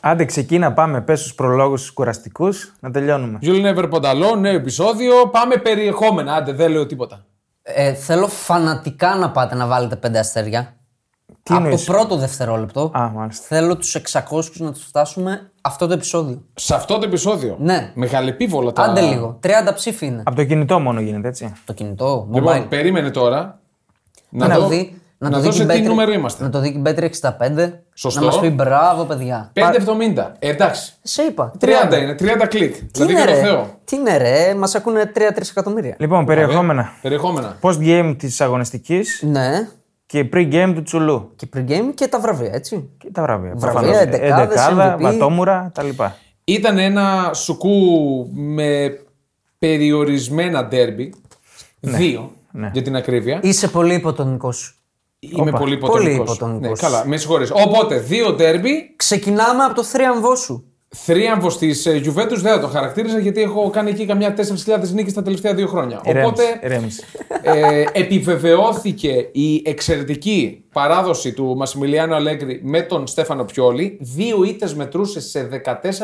Άντε, ξεκίνα, πάμε. Πες στου προλόγους τους κουραστικούς να τελειώνουμε. You'll never πονταλό, νέο επεισόδιο. Πάμε περιεχόμενα. Άντε, δεν λέω τίποτα. Ε, θέλω φανατικά να πάτε να βάλετε πέντε αστέρια. Τι Από το εννοείς? πρώτο δευτερόλεπτο Α, μάλιστα. θέλω τους 600 να τους φτάσουμε αυτό το επεισόδιο. Σε αυτό το επεισόδιο. Ναι. Μεγαλεπίβολα τα Άντε λίγο. 30 ψήφοι είναι. Από το κινητό μόνο γίνεται, έτσι. Το κινητό, mobile. Λοιπόν, περίμενε τώρα. Να, να, δω- το δει, να, να, το δει δω και σε η τι Μπέτρη- νούμερο είμαστε. Να το δει και η Μπέτρη 65. Σωστό. Να μας πει μπράβο, παιδιά. 5,70. Ε, εντάξει. Σε είπα. 30 είναι, 30 κλικ. Τι δηλαδή είναι, για το ρε. Θεό. Τι είναι, ρε. Μας ακούνε 3-3 εκατομμύρια. Λοιπόν, περιεχόμενα. Περιεχόμενα. Post game της αγωνιστικής Ναι. και pre-game του Τσουλού. Και pre-game και τα βραβεία, έτσι. Και τα βραβεία. Βραβεία, προφανώς. Ε, εντεκάδες, MVP. βατόμουρα, τα λοιπά. Ήταν ένα σουκού με περιορισμένα ντέρμπι. Ναι. Δύο, για την ακρίβεια. Είσαι πολύ υποτονικός σου. Είμαι πολύ Πολύ υποτονικός. Ναι, υποτονικός. καλά, με συγχωρείς. Οπότε, δύο ντέρμπι. Ξεκινάμε από το θρίαμβό σου. Θρίαμβος της Juventus ε, δεν θα το χαρακτήριζα γιατί έχω κάνει εκεί καμιά 4.000 νίκες τα τελευταία δύο χρόνια. Οπότε... Οπότε ε, επιβεβαιώθηκε η εξαιρετική παράδοση του Μασιμιλιάνο Αλέγκρι με τον Στέφανο Πιόλη. Δύο ήττες μετρούσε σε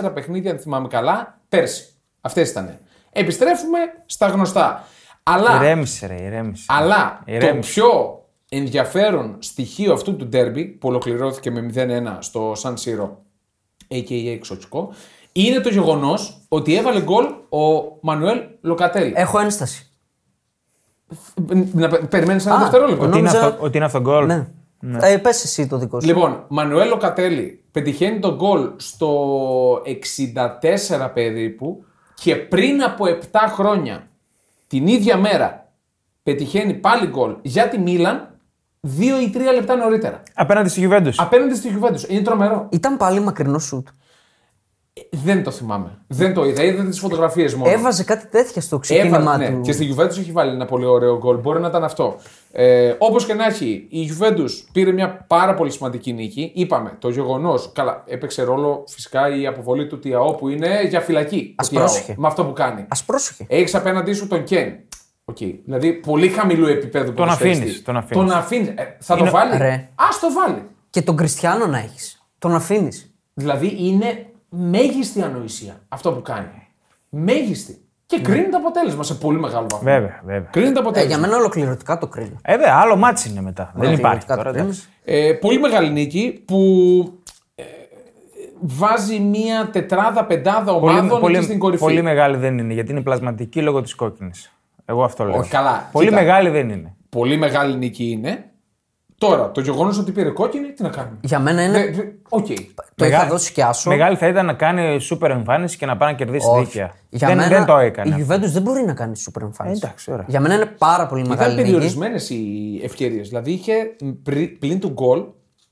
14 παιχνίδια, αν θυμάμαι καλά, πέρσι. Αυτές ήταν. Επιστρέφουμε στα γνωστά. Αλλά, Ηρέμησε, ρε, ηρέμησε. αλλά το Ηρέμησε. πιο ενδιαφέρον στοιχείο αυτού του ντέρμπι που ολοκληρώθηκε με 0-1 στο Σαν Σύρο, a.k.a. Εξωτσικό, είναι το γεγονός ότι έβαλε γκολ ο Μανουέλ Λοκατέλη. Έχω ένσταση. Να περιμένεις ένα Α, δευτερόλεπτο. Ότι είναι, νόμιζα- αυτό, ότι είναι αυτό γκολ. Ναι. Ε, Πες εσύ το δικό σου. Λοιπόν, Μανουέλ Λοκατέλη πετυχαίνει τον γκολ στο 64 περίπου και πριν από 7 χρόνια την ίδια μέρα πετυχαίνει πάλι γκολ για τη Μίλαν 2 ή 3 λεπτά νωρίτερα. Απέναντι στη Γιουβέντους. Απέναντι στη Γιουβέντους. Είναι τρομερό. Ήταν πάλι μακρινό σουτ. Δεν το θυμάμαι. Δεν το είδα. Είδα τις φωτογραφίες μόνο. Έβαζε κάτι τέτοια στο Έβαλε, ξεκίνημά ναι. του. Και στη Juventus έχει βάλει ένα πολύ ωραίο γκολ. Μπορεί να ήταν αυτό. Ε, Όπως και να έχει, η Juventus πήρε μια πάρα πολύ σημαντική νίκη. Είπαμε το γεγονός. Καλά, έπαιξε ρόλο φυσικά η αποβολή του Τιαό που είναι για φυλακή. Ας του Τιαό, πρόσεχε. Με αυτό που κάνει. Ας πρόσεχε. Έχεις απέναντί σου τον Κέν. Οκ. Δηλαδή πολύ χαμηλού επίπεδου Τον ποδοσφαιριστής. αφήνεις, τον αφήνεις. Τον αφήνεις. Ε, θα Είναι- το βάλει. ρε. Ας το βάλει. Και τον Κριστιανό να έχεις. Τον αφήνεις. Δηλαδή είναι μέγιστη ανοησία αυτό που κάνει. Μέγιστη. Και κρίνει το αποτέλεσμα σε πολύ μεγάλο βαθμό. Βέβαια, βέβαια. Κρίνει το Ναι. Ε, αποτέλεσμα. για μένα ολοκληρωτικά το κρίνω. Ε, βέβαια, άλλο μάτσι είναι μετά. Δεν υπάρχει Ολοκληρωτικά τώρα. το κρίνω. εντάξει. Ε, πολύ μεγάλη νίκη που ε, βάζει μια τετράδα, πεντάδα ομάδων Πολύ, εκεί στην πολύ, κορυφή. πολύ μεγάλη δεν είναι γιατί είναι πλασματική λόγω της κόκκινης. Εγώ αυτό λέω. Όχι, καλά, Πολύ κοίτα. μεγάλη δεν είναι. Πολύ μεγάλη νίκη είναι. Τώρα, το γεγονός ότι πήρε κόκκινη, τι να κάνουμε. Για μένα είναι. Ε, ε, Οκ. το Μεγάλη- είχα δώσει και άσο. Μεγάλη θα ήταν να κάνει σούπερ εμφάνιση και να πάει να κερδίσει Όχι. δίκαια. Για δεν, μένα, δεν το έκανε. Η Juventus δεν μπορεί να κάνει σούπερ εμφάνιση. Ε, εντάξει, ωραία. Για μένα είναι πάρα πολύ Ήταν μεγάλη νίκη. περιορισμένες οι ευκαιρίες. Δηλαδή, είχε πρι- πλην του γκολ,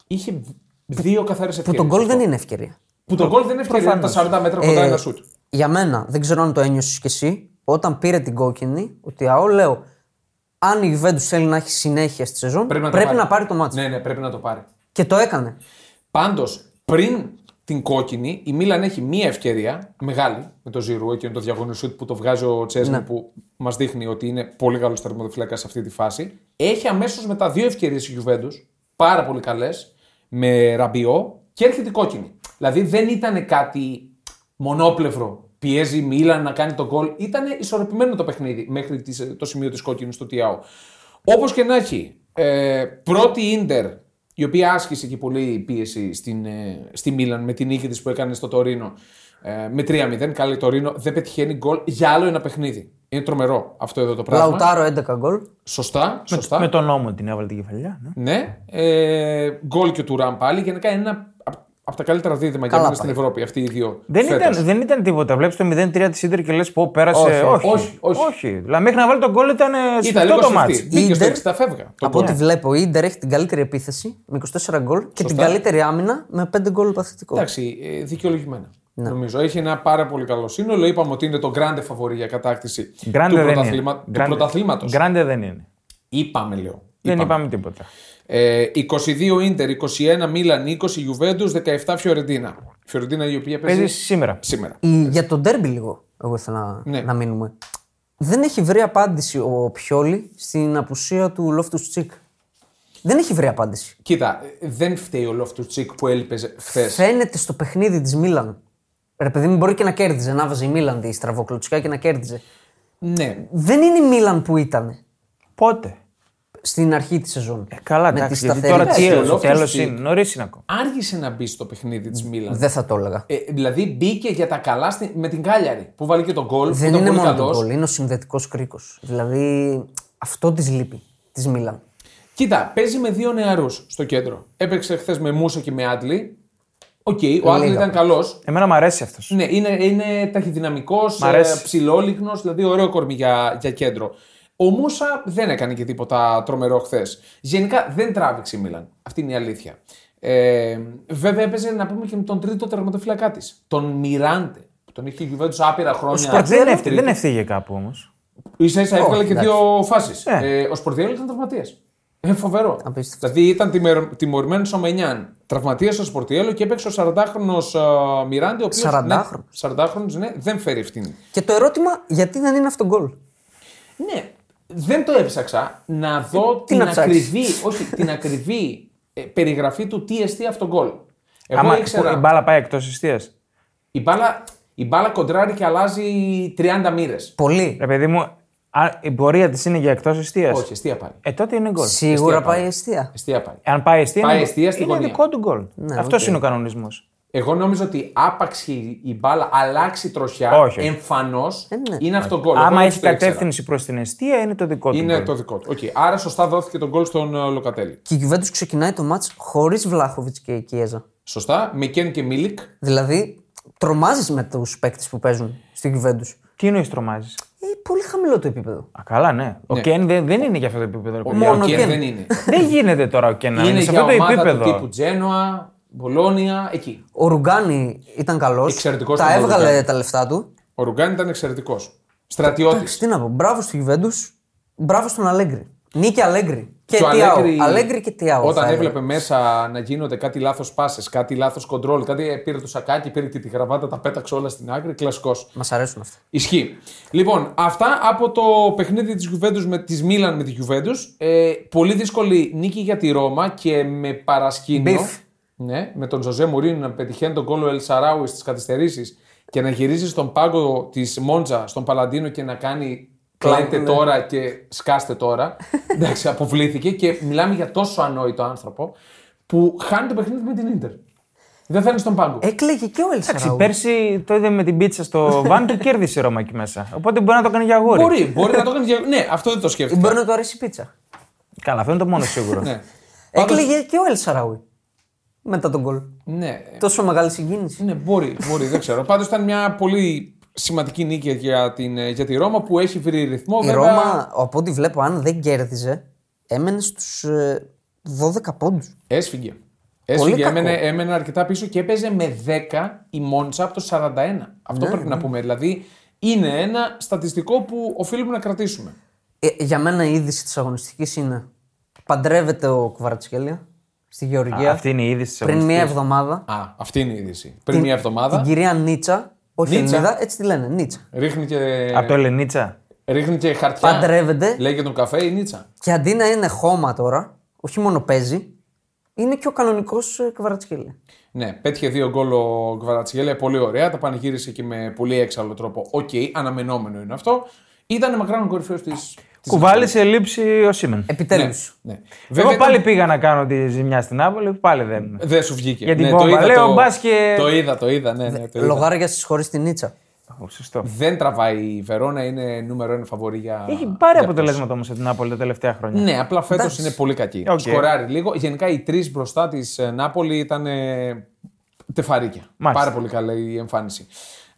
είχε δύο καθαρές ευκαιρίε. Που τον γκολ δεν είναι ευκαιρία. Που τον γκολ δεν είναι ευκαιρία. είναι Τα 40 μέτρα κοντά Ε, ένας σουτ. Για μένα, δεν ξέρω αν το ένιωσες κι εσύ, όταν πήρε την κόκκινη, ότι αό λέω, αν η Juventus θέλει να έχει συνέχεια στη σεζόν, πρέπει να, το πάρει το μάτσο. Ναι, ναι, πρέπει να το πάρει. Και το έκανε. Πάντως, πριν την κόκκινη, η Μίλαν έχει μία ευκαιρία μεγάλη με το Ζηρού, εκείνο το διαγωνισμό σουτ που το βγάζει ο Τσέσνη Ναι. που μας δείχνει ότι είναι πολύ καλός θερμοδοφυλάκα σε αυτή τη φάση. Έχει αμέσως μετά δύο ευκαιρίες η Γιουβέντου, πάρα πολύ καλές, με ραμπιό και έρχεται η κόκκινη. Δηλαδή δεν ήταν κάτι μονόπλευρο. Πιέζει η Μίλαν να κάνει τον γκολ. Ήταν ισορροπημένο το παιχνίδι μέχρι τις- ε, το σημείο της κόκκινης του Τιάου. Όπως και να έχει, ε, πρώτη ίντερ, η οποία άσκησε και πολύ πίεση στην, ε, στη Μίλαν με την νίκη της που έκανε στο Τωρίνο. Ε, με 3-0, καλή Τωρίνο, δεν πετυχαίνει γκολ για άλλο ένα παιχνίδι. Είναι τρομερό αυτό εδώ το πράγμα. Λαουτάρο 11 γκολ. Σωστά, σωστά. Με τον νόμο την έβαλε την κεφαλιά. Ναι. Ναι. Ε, γκολ και του Ραμ πάλι. Γενικά ένα από τα καλύτερα δίδυμα για Καλά μένα στην πάει. Ευρώπη αυτοί οι δύο. Δεν φέτος. ήταν, δεν ήταν τίποτα. Βλέπεις το 0-3 της Ίντερ και λες πω πέρασε. Όχι, Όχι, όχι, όχι. Δηλαδή, μέχρι να βάλει τον γκολ ήταν ε, Ήταν σφιχτό λίγο το σφιχτή. μάτι. Μπήκε Ίντερ- στο 60 φεύγα. Το ναι. Από γκολ. ό,τι βλέπω, η Ιντερ έχει την καλύτερη επίθεση με 24 γκολ και την καλύτερη άμυνα με 5 γκολ παθητικό. Εντάξει, ε, δικαιολογημένα. Νομίζω. Έχει ένα πάρα πολύ καλό σύνολο. Είπαμε ότι είναι το grande φαβορή για κατάκτηση Γκράντε του, δεν πρωταθλήμα... είναι. του πρωταθλήματος. Γκράντε δεν είναι. Είπαμε, λέω. Δεν Είπαμε. είπαμε τίποτα. Ε, 22 Ίντερ, 21 Μίλαν, 20 Ιουβέντους, 17 Φιωρεντίνα. Φιωρεντίνα η οποία παίζει Παίζει σήμερα. σήμερα. Η- για τον Ντέρμπι λίγο, εγώ ήθελα να, Ναι. να μείνουμε. Δεν έχει βρει απάντηση ο Πιόλη στην απουσία του Λόφτου Τσίκ. Δεν έχει βρει απάντηση. Κοίτα, ε, δεν φταίει ο Λόφτουρτσικ που έλπαιζε χθες. Φαίνεται στο παιχνίδι της Μίλαν. Ρε παιδί μου, μπορεί και να κέρδιζε. Να βάζει η Μίλαν τη στραβοκλωτσικά και να κέρδιζε. Ναι. Δεν είναι η Μίλαν που ήταν Πότε. στην αρχή της σεζόν. Ε, καλά, με τη εντάξει. γιατί σταθερή Τώρα της. τι ο είναι, Λόφτους τέλος τι- είναι. Νωρίς είναι ακόμα. Άργησε να μπει στο παιχνίδι της Μίλαν. Δεν θα το έλεγα. Ε, δηλαδή μπήκε για τα καλά στη- με την Κάλιαρη που βάλει και τον γκολ. που Δεν ήταν είναι πολύ μόνο το καλός. γκολ, είναι ο συνδετικός κρίκος. Δηλαδή αυτό της λείπει, της Μίλαν. Κοίτα, παίζει με δύο νεαρούς στο κέντρο. Έπαιξε χθες με Μούσο και με Άντλη. Οκ, ο Άντλη ήταν καλός. Εμένα μου αρέσει αυτός. Ναι, είναι, είναι ταχυδυναμικός, Μ' αρέσει. ψηλόλιγνος, δηλαδή ωραίο κορμί για, για κέντρο. Ο Μούσα δεν έκανε και τίποτα τρομερό χθες. Γενικά δεν τράβηξε η Μίλαν. Αυτή είναι η αλήθεια. Ε, βέβαια έπαιζε να πούμε και με τον τρίτο τερματοφύλακά της, τον Μιράντε, που τον είχε η Γιουβέντους άπειρα χρόνια. Δεν, έφυγε, δεν έφυγε κάπου όμως. σα ίσα έβγαλε και δύο φάσεις. Ε. Ε, ο Σπορδιέλο ήταν τραυματίας. Ε, φοβερό. Απίστευτο. Δηλαδή ήταν τιμερ- τιμωρημένος ο Μενιάν. Τραυματίας ο Σπορδιέλο και έπαιξε ο 40χρονο Μιράντε. Ο οποίος, 40χρονος. Ναι, 40χρονος, ναι, δεν φέρει ευθύνη. Και το ερώτημα, γιατί δεν είναι αυτό γκολ. Ναι, δεν το έψαξα Ε, να δω τι την, να ψάξεις. ακριβή, όχι, την ακριβή ε, περιγραφή του τι εστί αυτόν τον γκολ. Εγώ Άμα ήξερα. η μπάλα πάει εκτός αιστεία. Η μπάλα, η μπάλα κοντράρει και αλλάζει 30 μοίρες. Πολύ. Ρε παιδί μου, α, η πορεία της είναι για εκτός αιστεία. Όχι, αιστεία πάει. Ε, τότε είναι γκολ. Σίγουρα Εστία πάει πάμε. αιστεία. Αιστεία πάει. Αν πάει αιστεία, Πάει είναι- αιστεία στη είναι γωνία. δικό του γκολ. αυτό Ναι, οκ. είναι ο κανονισμός. Εγώ νόμιζα ότι άπαξ η, η μπάλα αλλάξει τροχιά. Όχι, όχι. Εμφανώς ναι. είναι αυτό γκολ. Εγώ Άμα δεν έχει το ήξερα. κατεύθυνση προς την αιστεία, είναι το δικό του. Είναι γκολ. το δικό του. Οκ, Άρα σωστά δόθηκε τον γκολ στον ε, Λοκατέλη. Και η Juventus ξεκινάει το μάτς χωρίς Βλάχοβιτ και Κιέζα. Σωστά. Με Κέν και Μίλικ. Δηλαδή, τρομάζεις με τους παίκτες που παίζουν στην Juventus. Τι εννοείς τρομάζεις. Ε, πολύ χαμηλό το επίπεδο. Α, καλά, ναι. Ο Κέν δεν, δεν είναι για αυτό το επίπεδο. ρε Ο, παιδιά. ο Κέν. Κέν δεν είναι. δεν γίνεται τώρα ο Κέν να είναι είναι σε για αυτό το ομάδα του επίπεδο. τύπου Τζένοα, Μπολόνια, εκεί. Ο Ρουγκάνι ήταν καλός. Εξαιρετικός Τα ήταν ο έβγαλε Ρουγκάνι. τα λεφτά του. Ο Ρουγκάν ήταν εξαιρετικός. Στρατιώτης. Εντάξει, τι να πω. Μπράβο στη Juventus. Μπράβο στον Αλέγκρι. Νίκη Αλέγκρι. Και Και ο Τιάο. Αλέγκρι- Αλέγκρι και Τιάο. Όταν θα έλεγα. έβλεπε μέσα να γίνονται κάτι λάθος πάσες, κάτι λάθος κοντρόλ, κάτι ε, πήρε το σακάκι, πήρε και τη γραβάτα, τα πέταξε όλα στην άκρη. Κλασικός. Μας αρέσουν αυτά. Ισχύει. Λοιπόν, αυτά από το παιχνίδι της Juventus με της Μίλαν με τη Juventus. Ε, πολύ δύσκολη νίκη για τη Ρώμα και με παρασκήνιο. Μπιφ. Ναι, με τον Ζωζέ Μουρίνο να πετυχαίνει τον κόλλο Ελσαράουι στις καθυστερήσεις και να γυρίζει στον πάγκο της Μόντζα, στον Παλαντίνο και να κάνει κλάιντε ναι. τώρα και σκάστε τώρα. Εντάξει, αποβλήθηκε και μιλάμε για τόσο ανόητο άνθρωπο που χάνει το παιχνίδι με την ντερ. Δεν θα είναι στον πάγκο. Έκλαιγε και ο Εντάξει, Ελσαράου. πέρσι το είδε με την πίτσα στο βαν και κέρδισε η Ρώμα εκεί μέσα. Οπότε μπορεί να το κάνει για αγόρι. Μπορεί, μπορεί ε, να το κάνει. για- Ναι, αυτό δεν το σκέφτηκα. Μπορεί να του αρέσει η πίτσα. Καλά, αυτό είναι το μόνο σίγουρο. Ναι. Πάντως- Έκλαιγε και ο Ελσαράου. Μετά τον γκολ. Ναι, Τόσο μεγάλη συγκίνηση. ναι μπορεί, μπορεί, δεν ξέρω. Πάντως ήταν μια πολύ σημαντική νίκη για, την, για τη Ρώμα που έχει βρει ρυθμό. Η βέβαια. Ρώμα, από ό,τι βλέπω, αν δεν κέρδιζε, έμενε ε, στου 12 πόντους. Έσφυγε. Έσφυγε, κακό. έμενε, έμενε αρκετά πίσω και έπαιζε με 10 η Μόντσα από το 41. Αυτό Ναι, πρέπει να πούμε. Δηλαδή είναι ένα στατιστικό που οφείλουμε να κρατήσουμε. Ε, για μένα η είδηση της αγωνιστικής είναι. Παντρεύεται ο Κουβαρατσχέλια στη Γεωργία. Αυτή είναι η είδηση της πριν μία εβδομάδα. Α, αυτή είναι η είδηση. Πριν μια εβδομάδα Την κυρία Νίτσα. Όχι Νίτσα. Ελληνίδα, έτσι τη λένε. Νίτσα. ρίχνει και, Από το Ελενίτσα. ρίχνει και χαρτιά. Παντρεύεται Λέει και τον καφέ η Νίτσα. και αντί να είναι χώμα τώρα, όχι μόνο παίζει, είναι και ο ε, κανονικό Κουβαρατσχέλια. Ναι, πέτυχε δύο γκολ ο Γκβαρατσιέλε, πολύ ωραία. Τα πανηγύρισε και με πολύ έξαλλο τρόπο. Οκ, αναμενόμενο είναι αυτό. Ήταν μακράν ο κορυφαίος της. Κουβάλισε λήψη ο Σίμεν. Επιτέλους. Ναι. Εγώ Βέβαια, πάλι ήταν- πήγα να κάνω τη ζημιά στην Άπολη, πάλι δεν. Δεν σου βγήκε. Ναι, Για την βόμβα. Λέω, μπας και- το είδα, το είδα. Ναι, ναι, το είδα. Λογάρια στις χωρίς τη Νίτσα. Ω, Σωστό. Δεν τραβάει η Βερόνα, είναι νούμερο ένα φαβορή για. Έχει πάρει για αποτελέσματα όμω από την Άπολη τα τελευταία χρόνια. Ναι, απλά φέτος είναι πολύ κακή. Οκ. Σκοράρει λίγο. Γενικά οι τρεις μπροστά της Νάπολη ήταν ε, τεφαρίκια. Μάλιστα. Πάρα πολύ καλή η εμφάνιση.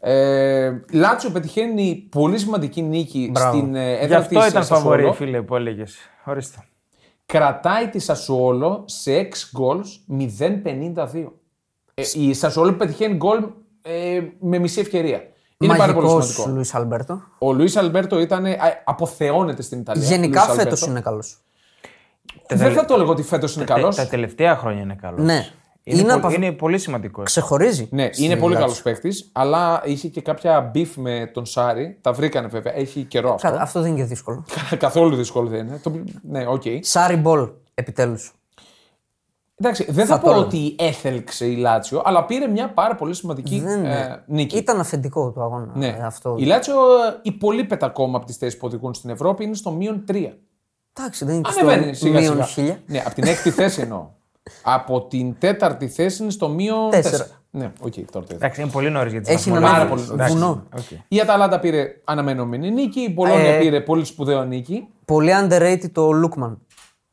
Ε, Λάτσιο πετυχαίνει πολύ σημαντική νίκη Μπράβο. στην ε, Γι' έδρα της αυτό ήταν Σασουόλο. φαβορή, φίλε, που έλεγες. Ορίστε. Κρατάει τη Σασουόλο σε 6 goals 0-52. Ε, η Σασουόλο πετυχαίνει γκολ ε, με μισή ευκαιρία. Είναι πάρα πολύ Μαγικό σημαντικό. Λουίς Αλμπέρτο. Ο Λουίς Αλμπέρτο ήταν, ε, α, αποθεώνεται στην Ιταλία. Γενικά Ε, Λουίς Αλμπέρτο. φέτο είναι καλός. Δεν θα το λέγω ότι φέτος είναι καλός. Τα τελευταία χρόνια είναι καλός. Ναι. Είναι, Είναι πολύ, από αυ- είναι πολύ σημαντικός. Ξεχωρίζει. Ναι, στην είναι πολύ Ελλάδα. καλό παίχτη, αλλά είχε και κάποια μπιφ με τον Σάρι. Τα βρήκανε βέβαια. Έχει καιρό αυτό. Κα- Αυτό δεν είναι και δύσκολο. Καθόλου δύσκολο δεν είναι. Το... Ναι, οκ. Σάρι Μπολ. Επιτέλους. Εντάξει, δεν θα, Θα το πω έλεγα. ότι έθελξε η Λάτσιο, αλλά πήρε μια πάρα πολύ σημαντική Δεν... ε, νίκη. Ήταν αφεντικό του αγώνα Ναι. ε, αυτό. Η Λάτσιο ε, υπολείπεται ακόμα από τις θέσεις που οδηγούν στην Ευρώπη, είναι στο μείον 3. Εντάξει, δεν είναι και στο Ανεβαίνει σιγά μείον σιγά. χίλια. Ναι, από την έκτη θέση εννοώ. από την τέταρτη θέση είναι στο μείον Τέσσερα. 4. Ναι, οκ, τώρα το είδα. Εντάξει, είναι πολύ νωρίς για τις Έχει έναν Πάρα άνθρωπο πολύ στο νωρίς. βουνό. Η Αταλάντα πήρε αναμενόμενη νίκη, η Μπολόνια Ε, πήρε πολύ σπουδαίο νίκη. Πολύ underrated το Lookman.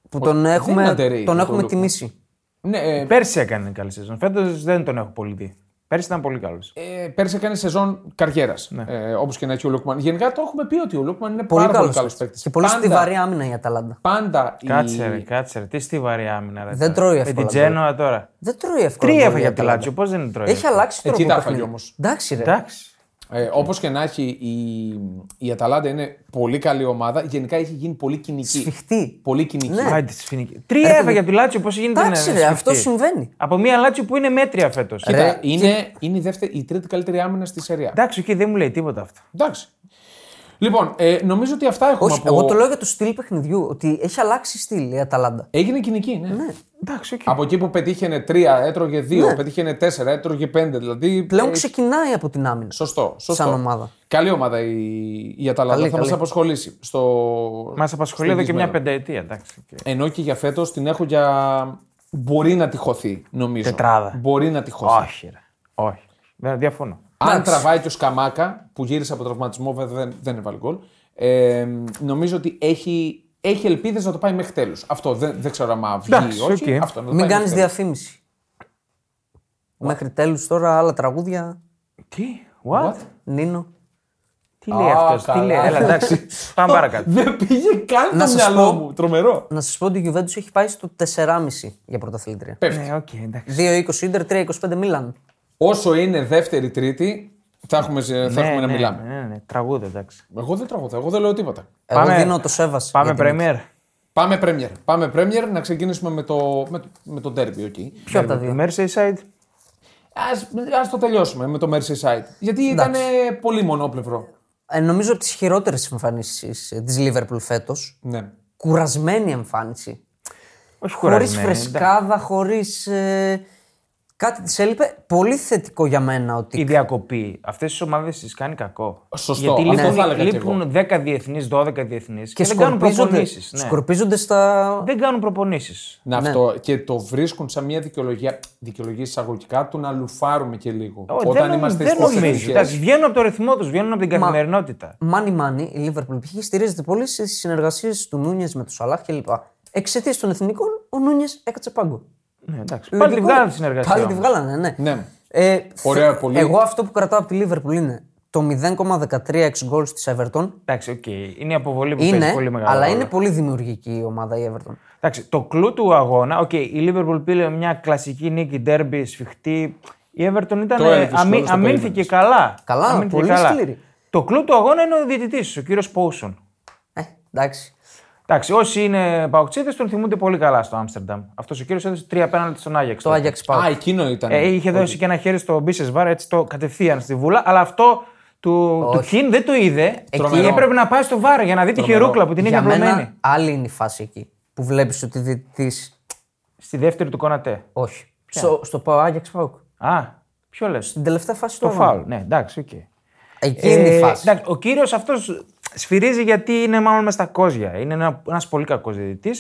Που τον έχουμε, underrated τον το έχουμε Lookman. τιμήσει. Ναι, ε, Πέρσι έκανε καλή σεζόν. Φέτος δεν τον έχω πολύ δει. Πέρσι ήταν πολύ καλός. ε, πέρσι έκανε σεζόν καριέρας. Ε, Όπως και να έχει ο Λούκμαν. Γενικά το έχουμε πει ότι ο Λούκμαν είναι Ναι. Πολύ πάρα πολύ καλός καλός. παίκτης. Και πολύ στιβαρή άμυνα η Αταλάντα. Πάντα Κάτσε, η- ρε, κάτσε. ρε. Τι στιβαρή άμυνα. ρε, Δεν τώρα. τρώει Με εύκολα την γκολ. Τζένοα τώρα. Δεν τρώει εύκολα. Τρία γκολ έφαγε η από τη Αταλάντα. Λάτσιο. Πώς δεν τρώει. Έχει αλλάξει τρόπο. Εκεί τα παιχνιδιού. έφαγε όμως. Εντάξει, ρε. Εντάξει. Ε, Όπως και να έχει, η, η Αταλάντα είναι πολύ καλή ομάδα. Γενικά έχει γίνει πολύ κοινική. Σφιχτή. Πολύ κοινική. Ναι. Άντε, τη φοινική. Τρία έφαγε από τη Λάτσιο. Πώς γίνεται να Εντάξει, ρε, αυτό σφιχτεί. συμβαίνει. Από μια Λάτσιο που είναι μέτρια φέτος. Κοίτα, Ρε, είναι, είναι η, δεύτερη, η τρίτη καλύτερη άμυνα στη Σεριά. Εντάξει, οκ, δεν μου λέει τίποτα αυτό. Εντάξει. Λοιπόν, ε, νομίζω ότι αυτά έχουμε Όχι, από- εγώ το λέω για το στυλ παιχνιδιού. Ότι έχει αλλάξει στυλ η Αταλάντα. Έγινε κοινική, ναι. Εντάξει, οκ. Από εκεί που πετύχαινε τρία, έτρωγε δύο, πετύχαινε τέσσερα, έτρωγε πέντε. Δηλαδή. Ναι. Πλέον ε, ξεκινάει από την άμυνα. Σωστό, σωστό. σαν ομάδα. Καλή ομάδα η, η Αταλάντα. Καλή, θα μας καλή. απασχολήσει. Στο... Μας απασχολεί στο εδώ και μια εγγυσμένο. πενταετία. Εντάξει, οκ. Ενώ και για φέτος την έχω για. Μπορεί να τυχωθεί, νομίζω. Τετράδα. Μπορεί να τυχωθεί. Όχι, ρε. Όχι. Δεν διαφωνώ. Αν Εντάξει. τραβάει και ο Σκαμάκα που γύρισε από τραυματισμό, βέβαια δεν, δεν έβαλε γκολ. Ε, νομίζω ότι έχει, έχει ελπίδες να το πάει μέχρι τέλους. Αυτό δεν, δεν ξέρω αν βγει Εντάξει, ή όχι. οκ. Αυτό, να το Μην πάει κάνεις μέχρι τέλους. διαφήμιση. Μέχρι τέλους τώρα άλλα τραγούδια. Τι, what? Νίνο. Τι λέει Α, αυτός, τι καλά. λέει. Έλα, εντάξει. Πάμε παρακάτω. Δεν πήγε καν Να το σας μυαλό πω- μου. Τρομερό. Να σας πω ότι η Juventus έχει πάει στο 4,5 για πρωταθλήτρια. Πέφτει. Ναι, οκ, εντάξει. 2-20 Ιντερ, 3-25 Μίλαν. Όσο είναι δεύτερη, τρίτη, θα έχουμε, θα έχουμε Ναι, να ναι, μιλάμε. Ναι, ναι, ναι, τραγούδι, εντάξει. Εγώ δεν τραγουδάω, εγώ δεν λέω τίποτα. Εγώ Πάμε- δίνω το Σέβα. Πάμε πρεμιέρ. Πάμε Premier. Πάμε Premier να ξεκινήσουμε με το, με, το- με το derby, okay. Ποιο από τα δύο. Merseyside. Ας, ας το τελειώσουμε με το Merseyside. Γιατί ήταν ε, πολύ μονόπλευρο. Ε, νομίζω από τις χειρότερες εμφανίσεις τη Λίβερπουλ φέτος. Ναι. Κουρασμένη εμφάνιση. Όχι Χωρί κουρασμένη. εντάξει. φρεσκάδα, χωρίς. κάτι της έλειπε. Πολύ θετικό για μένα ότι. Η διακοπή. Αυτές τις ομάδες τις κάνει κακό. Σωστό, Γιατί αυτό θα έλεγα λείπουν, κι λείπουν 10 διεθνεί, 12 διεθνείς και, δεν κάνουν ναι. σκορπίζονται, προπονήσεις. σκορπίζονται στα. Δεν κάνουν προπονήσεις. Να αυτό. Και το βρίσκουν σαν μια δικαιολογία, δικαιολογία εισαγωγικά του να λουφάρουμε και λίγο. Δεν, νομ- δεν στις νομίζω. υποθετικές. Εντάξει, Βγαίνουν από το ρυθμό τους, βγαίνουν από την καθημερινότητα. Money money, η Liverpool π.χ. στηρίζεται πολύ στις συνεργασίες του Νούνιες με τους Σαλάχ κλπ. Εξαιτίας των εθνικών, ο Νούνιες έκατσε πάγκο. Ναι, εντάξει. Πάλι τη Λογικό. βγάλανε τη συνεργασία. Πάλι τη όμως. βγάλανε, ναι. Ναι. Ε, Ωραία, θε- πολύ. Εγώ αυτό που κρατάω από τη Λίβερπουλ είναι το 0,13 εξ γκολ της Everton. Εντάξει, οκ. Είναι η αποβολή που Είναι, παίζει πολύ μεγάλο. αλλά ρόλο. είναι πολύ δημιουργική η ομάδα η Everton. Εντάξει, το κλου του αγώνα, οκ, η Liverpool πήρε μια κλασική νίκη, ντέρμπι, σφιχτή. Η Everton ήταν, Το έλεγες, αμυ- το όλο το αμήνθηκε περίμενες. καλά. Καλά, αμήνθηκε πολύ σκληρή. Το κλου του αγώνα είναι ο διαιτητής, ο κύριος Πόουσον. Ε, εντάξει. Εντάξει, όσοι είναι παοξίδες τον θυμούνται πολύ καλά στο Άμστερνταμ. Αυτός ο κύριος έδωσε τρία πέναλτι στον Άγιαξ. Το τότε. Ajax Α, Power. εκείνο ήταν. Ε, είχε δώσει και ένα χέρι στο Μπίσες Βάρα, έτσι το κατευθείαν στη βούλα, αλλά αυτό του, του Κιν δεν το είδε. Τρομερό. Έπρεπε να πάει στο Βάρα για να δει τη χερούκλα που την είχε Για απλωμένη. μένα άλλη είναι η φάση εκεί που βλέπεις ότι διαιτητή. Στη δεύτερη του Κονατέ. Όχι. Στο, στο Power Ajax Power. Α, ποιο λες. Την τελευταία φάση του Το αγώνα. φάουλ, ναι, εντάξει, οκ. Εκεί είναι η Ε, φάση. εντάξει, ο κύριος αυτός σφυρίζει γιατί είναι μάλλον μες στα κόζια. Είναι ένα πολύ κακός διαιτητής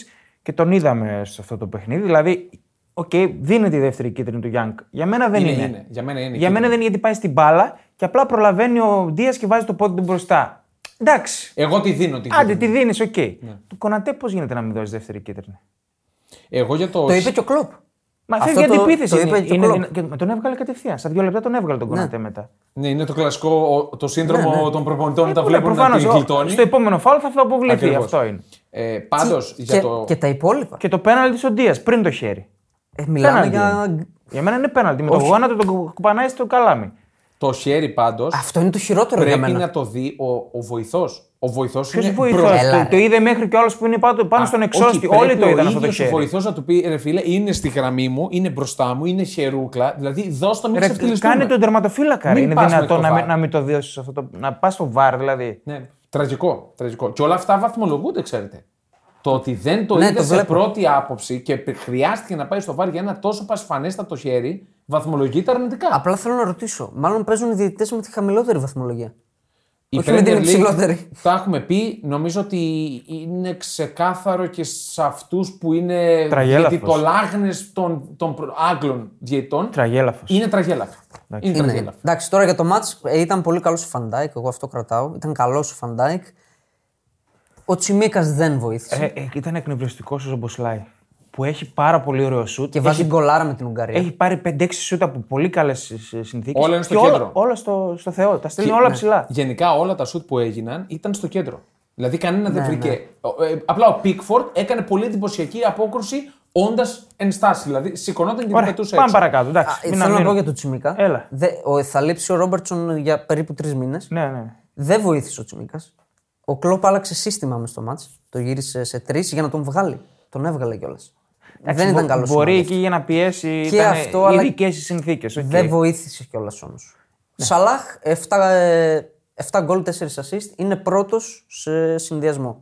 και τον είδαμε σε αυτό το παιχνίδι. Δηλαδή, οκ, δίνεται η δεύτερη κίτρινη του Γιάνκ. Για μένα δεν Είναι, είναι. είναι. Για μένα είναι Για μένα δεν είναι γιατί πάει στην μπάλα και απλά προλαβαίνει ο Ντία και βάζει το πόδι του μπροστά. Εντάξει. Εγώ τη δίνω την Άντε, κίτρινη. τη δίνεις, οκ. Ναι. Του Κονατέ πώς γίνεται να μην δώσεις δεύτερη κίτρινη. Εγώ για το. Το είπε και ο Κλοπ. Μα Αυτό φεύγει το- αντιπίθεση. το είναι- είπε και ο είναι Κλοπ. δυνα- και τον έβγαλε κατευθείαν. Στα δύο λεπτά τον έβγαλε τον Κονατέ μετά. Ναι, είναι το κλασικό ο- το σύνδρομο των προπονητών που τα Ναι, Ε, βλέπουν να προφανώς, την ο- γλιτώνει. Στο επόμενο φάουλ θα αποβληθεί. Ακριβώς. Αυτό είναι. Ε, Πάντως για και, το. και τα υπόλοιπα. Και το πέναλτι τη Οντία πριν το χέρι. Ε, μιλάμε για. είναι. Για μένα είναι πέναλτι. Με το γόνατο τον κου- κουπανάει στο καλάμι. Το χέρι πάντως Αυτό είναι το χειρότερο για πρέπει μένα. να το δει ο, ο βοηθός. Ο βοηθός Ποιος είναι βοηθός. μπροστά. Έλα, Το, ρε. το είδε μέχρι και ο άλλος που είναι πάνω, πάνω στον εξώστη. Όχι, Όλοι πρέπει το ο είδαν αυτό το ίδιος Ο χέρι. βοηθός να του πει ρε φίλε, είναι στη γραμμή μου, είναι μπροστά μου, είναι χερούκλα. Δηλαδή δώσ' το μην Ρε, ξεφτυλιστούμε. Κάνε τον τερματοφύλακα. ρε. Μην Είναι πας μέχρι δυνατό το να, μην- βαρ. να μην το δώσεις αυτό. Το, να πας στο βαρ, δηλαδή. Ναι. Τραγικό, τραγικό. Και όλα αυτά βαθμολογούνται, ξέρετε. Το ότι δεν το Ναι, είδε το σε βλέπω. πρώτη άποψη και π- χρειάστηκε να πάει στο βάρ για ένα τόσο πασφανέστατο χέρι, βαθμολογείται αρνητικά. Απλά θέλω να ρωτήσω. Μάλλον παίζουν οι διαιτητές με τη χαμηλότερη βαθμολογία. Η Όχι με την Premier League, υψηλότερη. Τα έχουμε πει. Νομίζω ότι είναι ξεκάθαρο και σε αυτούς που είναι Τραγέλαφος. διαιτητολάγνε των, των προ- Άγγλων διαιτητών. Τραγέλαφος. Είναι τραγέλαφα. Είναι Είναι. τραγέλαφα. Εντάξει, τώρα για το μάτς ε, ήταν πολύ καλό ο Φαντάικ. Εγώ αυτό κρατάω. Ήταν καλός ο Φαντάικ. Ο Τσιμίκας δεν βοήθησε. Ε, ε, ήταν εκνευριστικός ο Ζομποσλάι. Που έχει πάρα πολύ ωραίο σουτ. και βάζει γκολάρα με την Ουγγαρία. Έχει πάρει 5-6 σούτ από πολύ καλές συνθήκες. Όλα είναι στο κέντρο. Όλα, όλα στο, στο Θεό. Τα στέλνει όλα ψηλά. ναι, Γενικά όλα τα σουτ που έγιναν ήταν στο κέντρο. Δηλαδή κανένα δεν βρήκε. Ο- ε, απλά ο Πίκφορντ έκανε πολύ εντυπωσιακή απόκρουση όντας ενστάσεις. Δηλαδή σηκωνόταν και την Ωραία, πετούσε πάμε έτσι. παρακάτω. Α, Εντάξει, μην ε, θέλω να αμήνω. πω για τον Τσιμίκα. Έλα. Δε, ο, θα λείψει ο Ρόμπερτσον για περίπου τρεις μήνες. Ναι, ναι. Δεν βοήθησε ο Τσιμίκας. Ο Κλόπ άλλαξε σύστημα μες στο μάτς. Το γύρισε σε τρεις για να τον βγάλει. Τον έβγαλε κιόλας. Ε, Δεν Μπο- ήταν καλός. Μπορεί εκεί για να πιέσει. Και Και αυτό, αυτό, αλλά- ειδικέ οι συνθήκε. Δεν βοήθησε κιόλας όμως. Σαλάχ, 7, 7 γκολ, 4 assist. Είναι πρώτος σε συνδυασμό.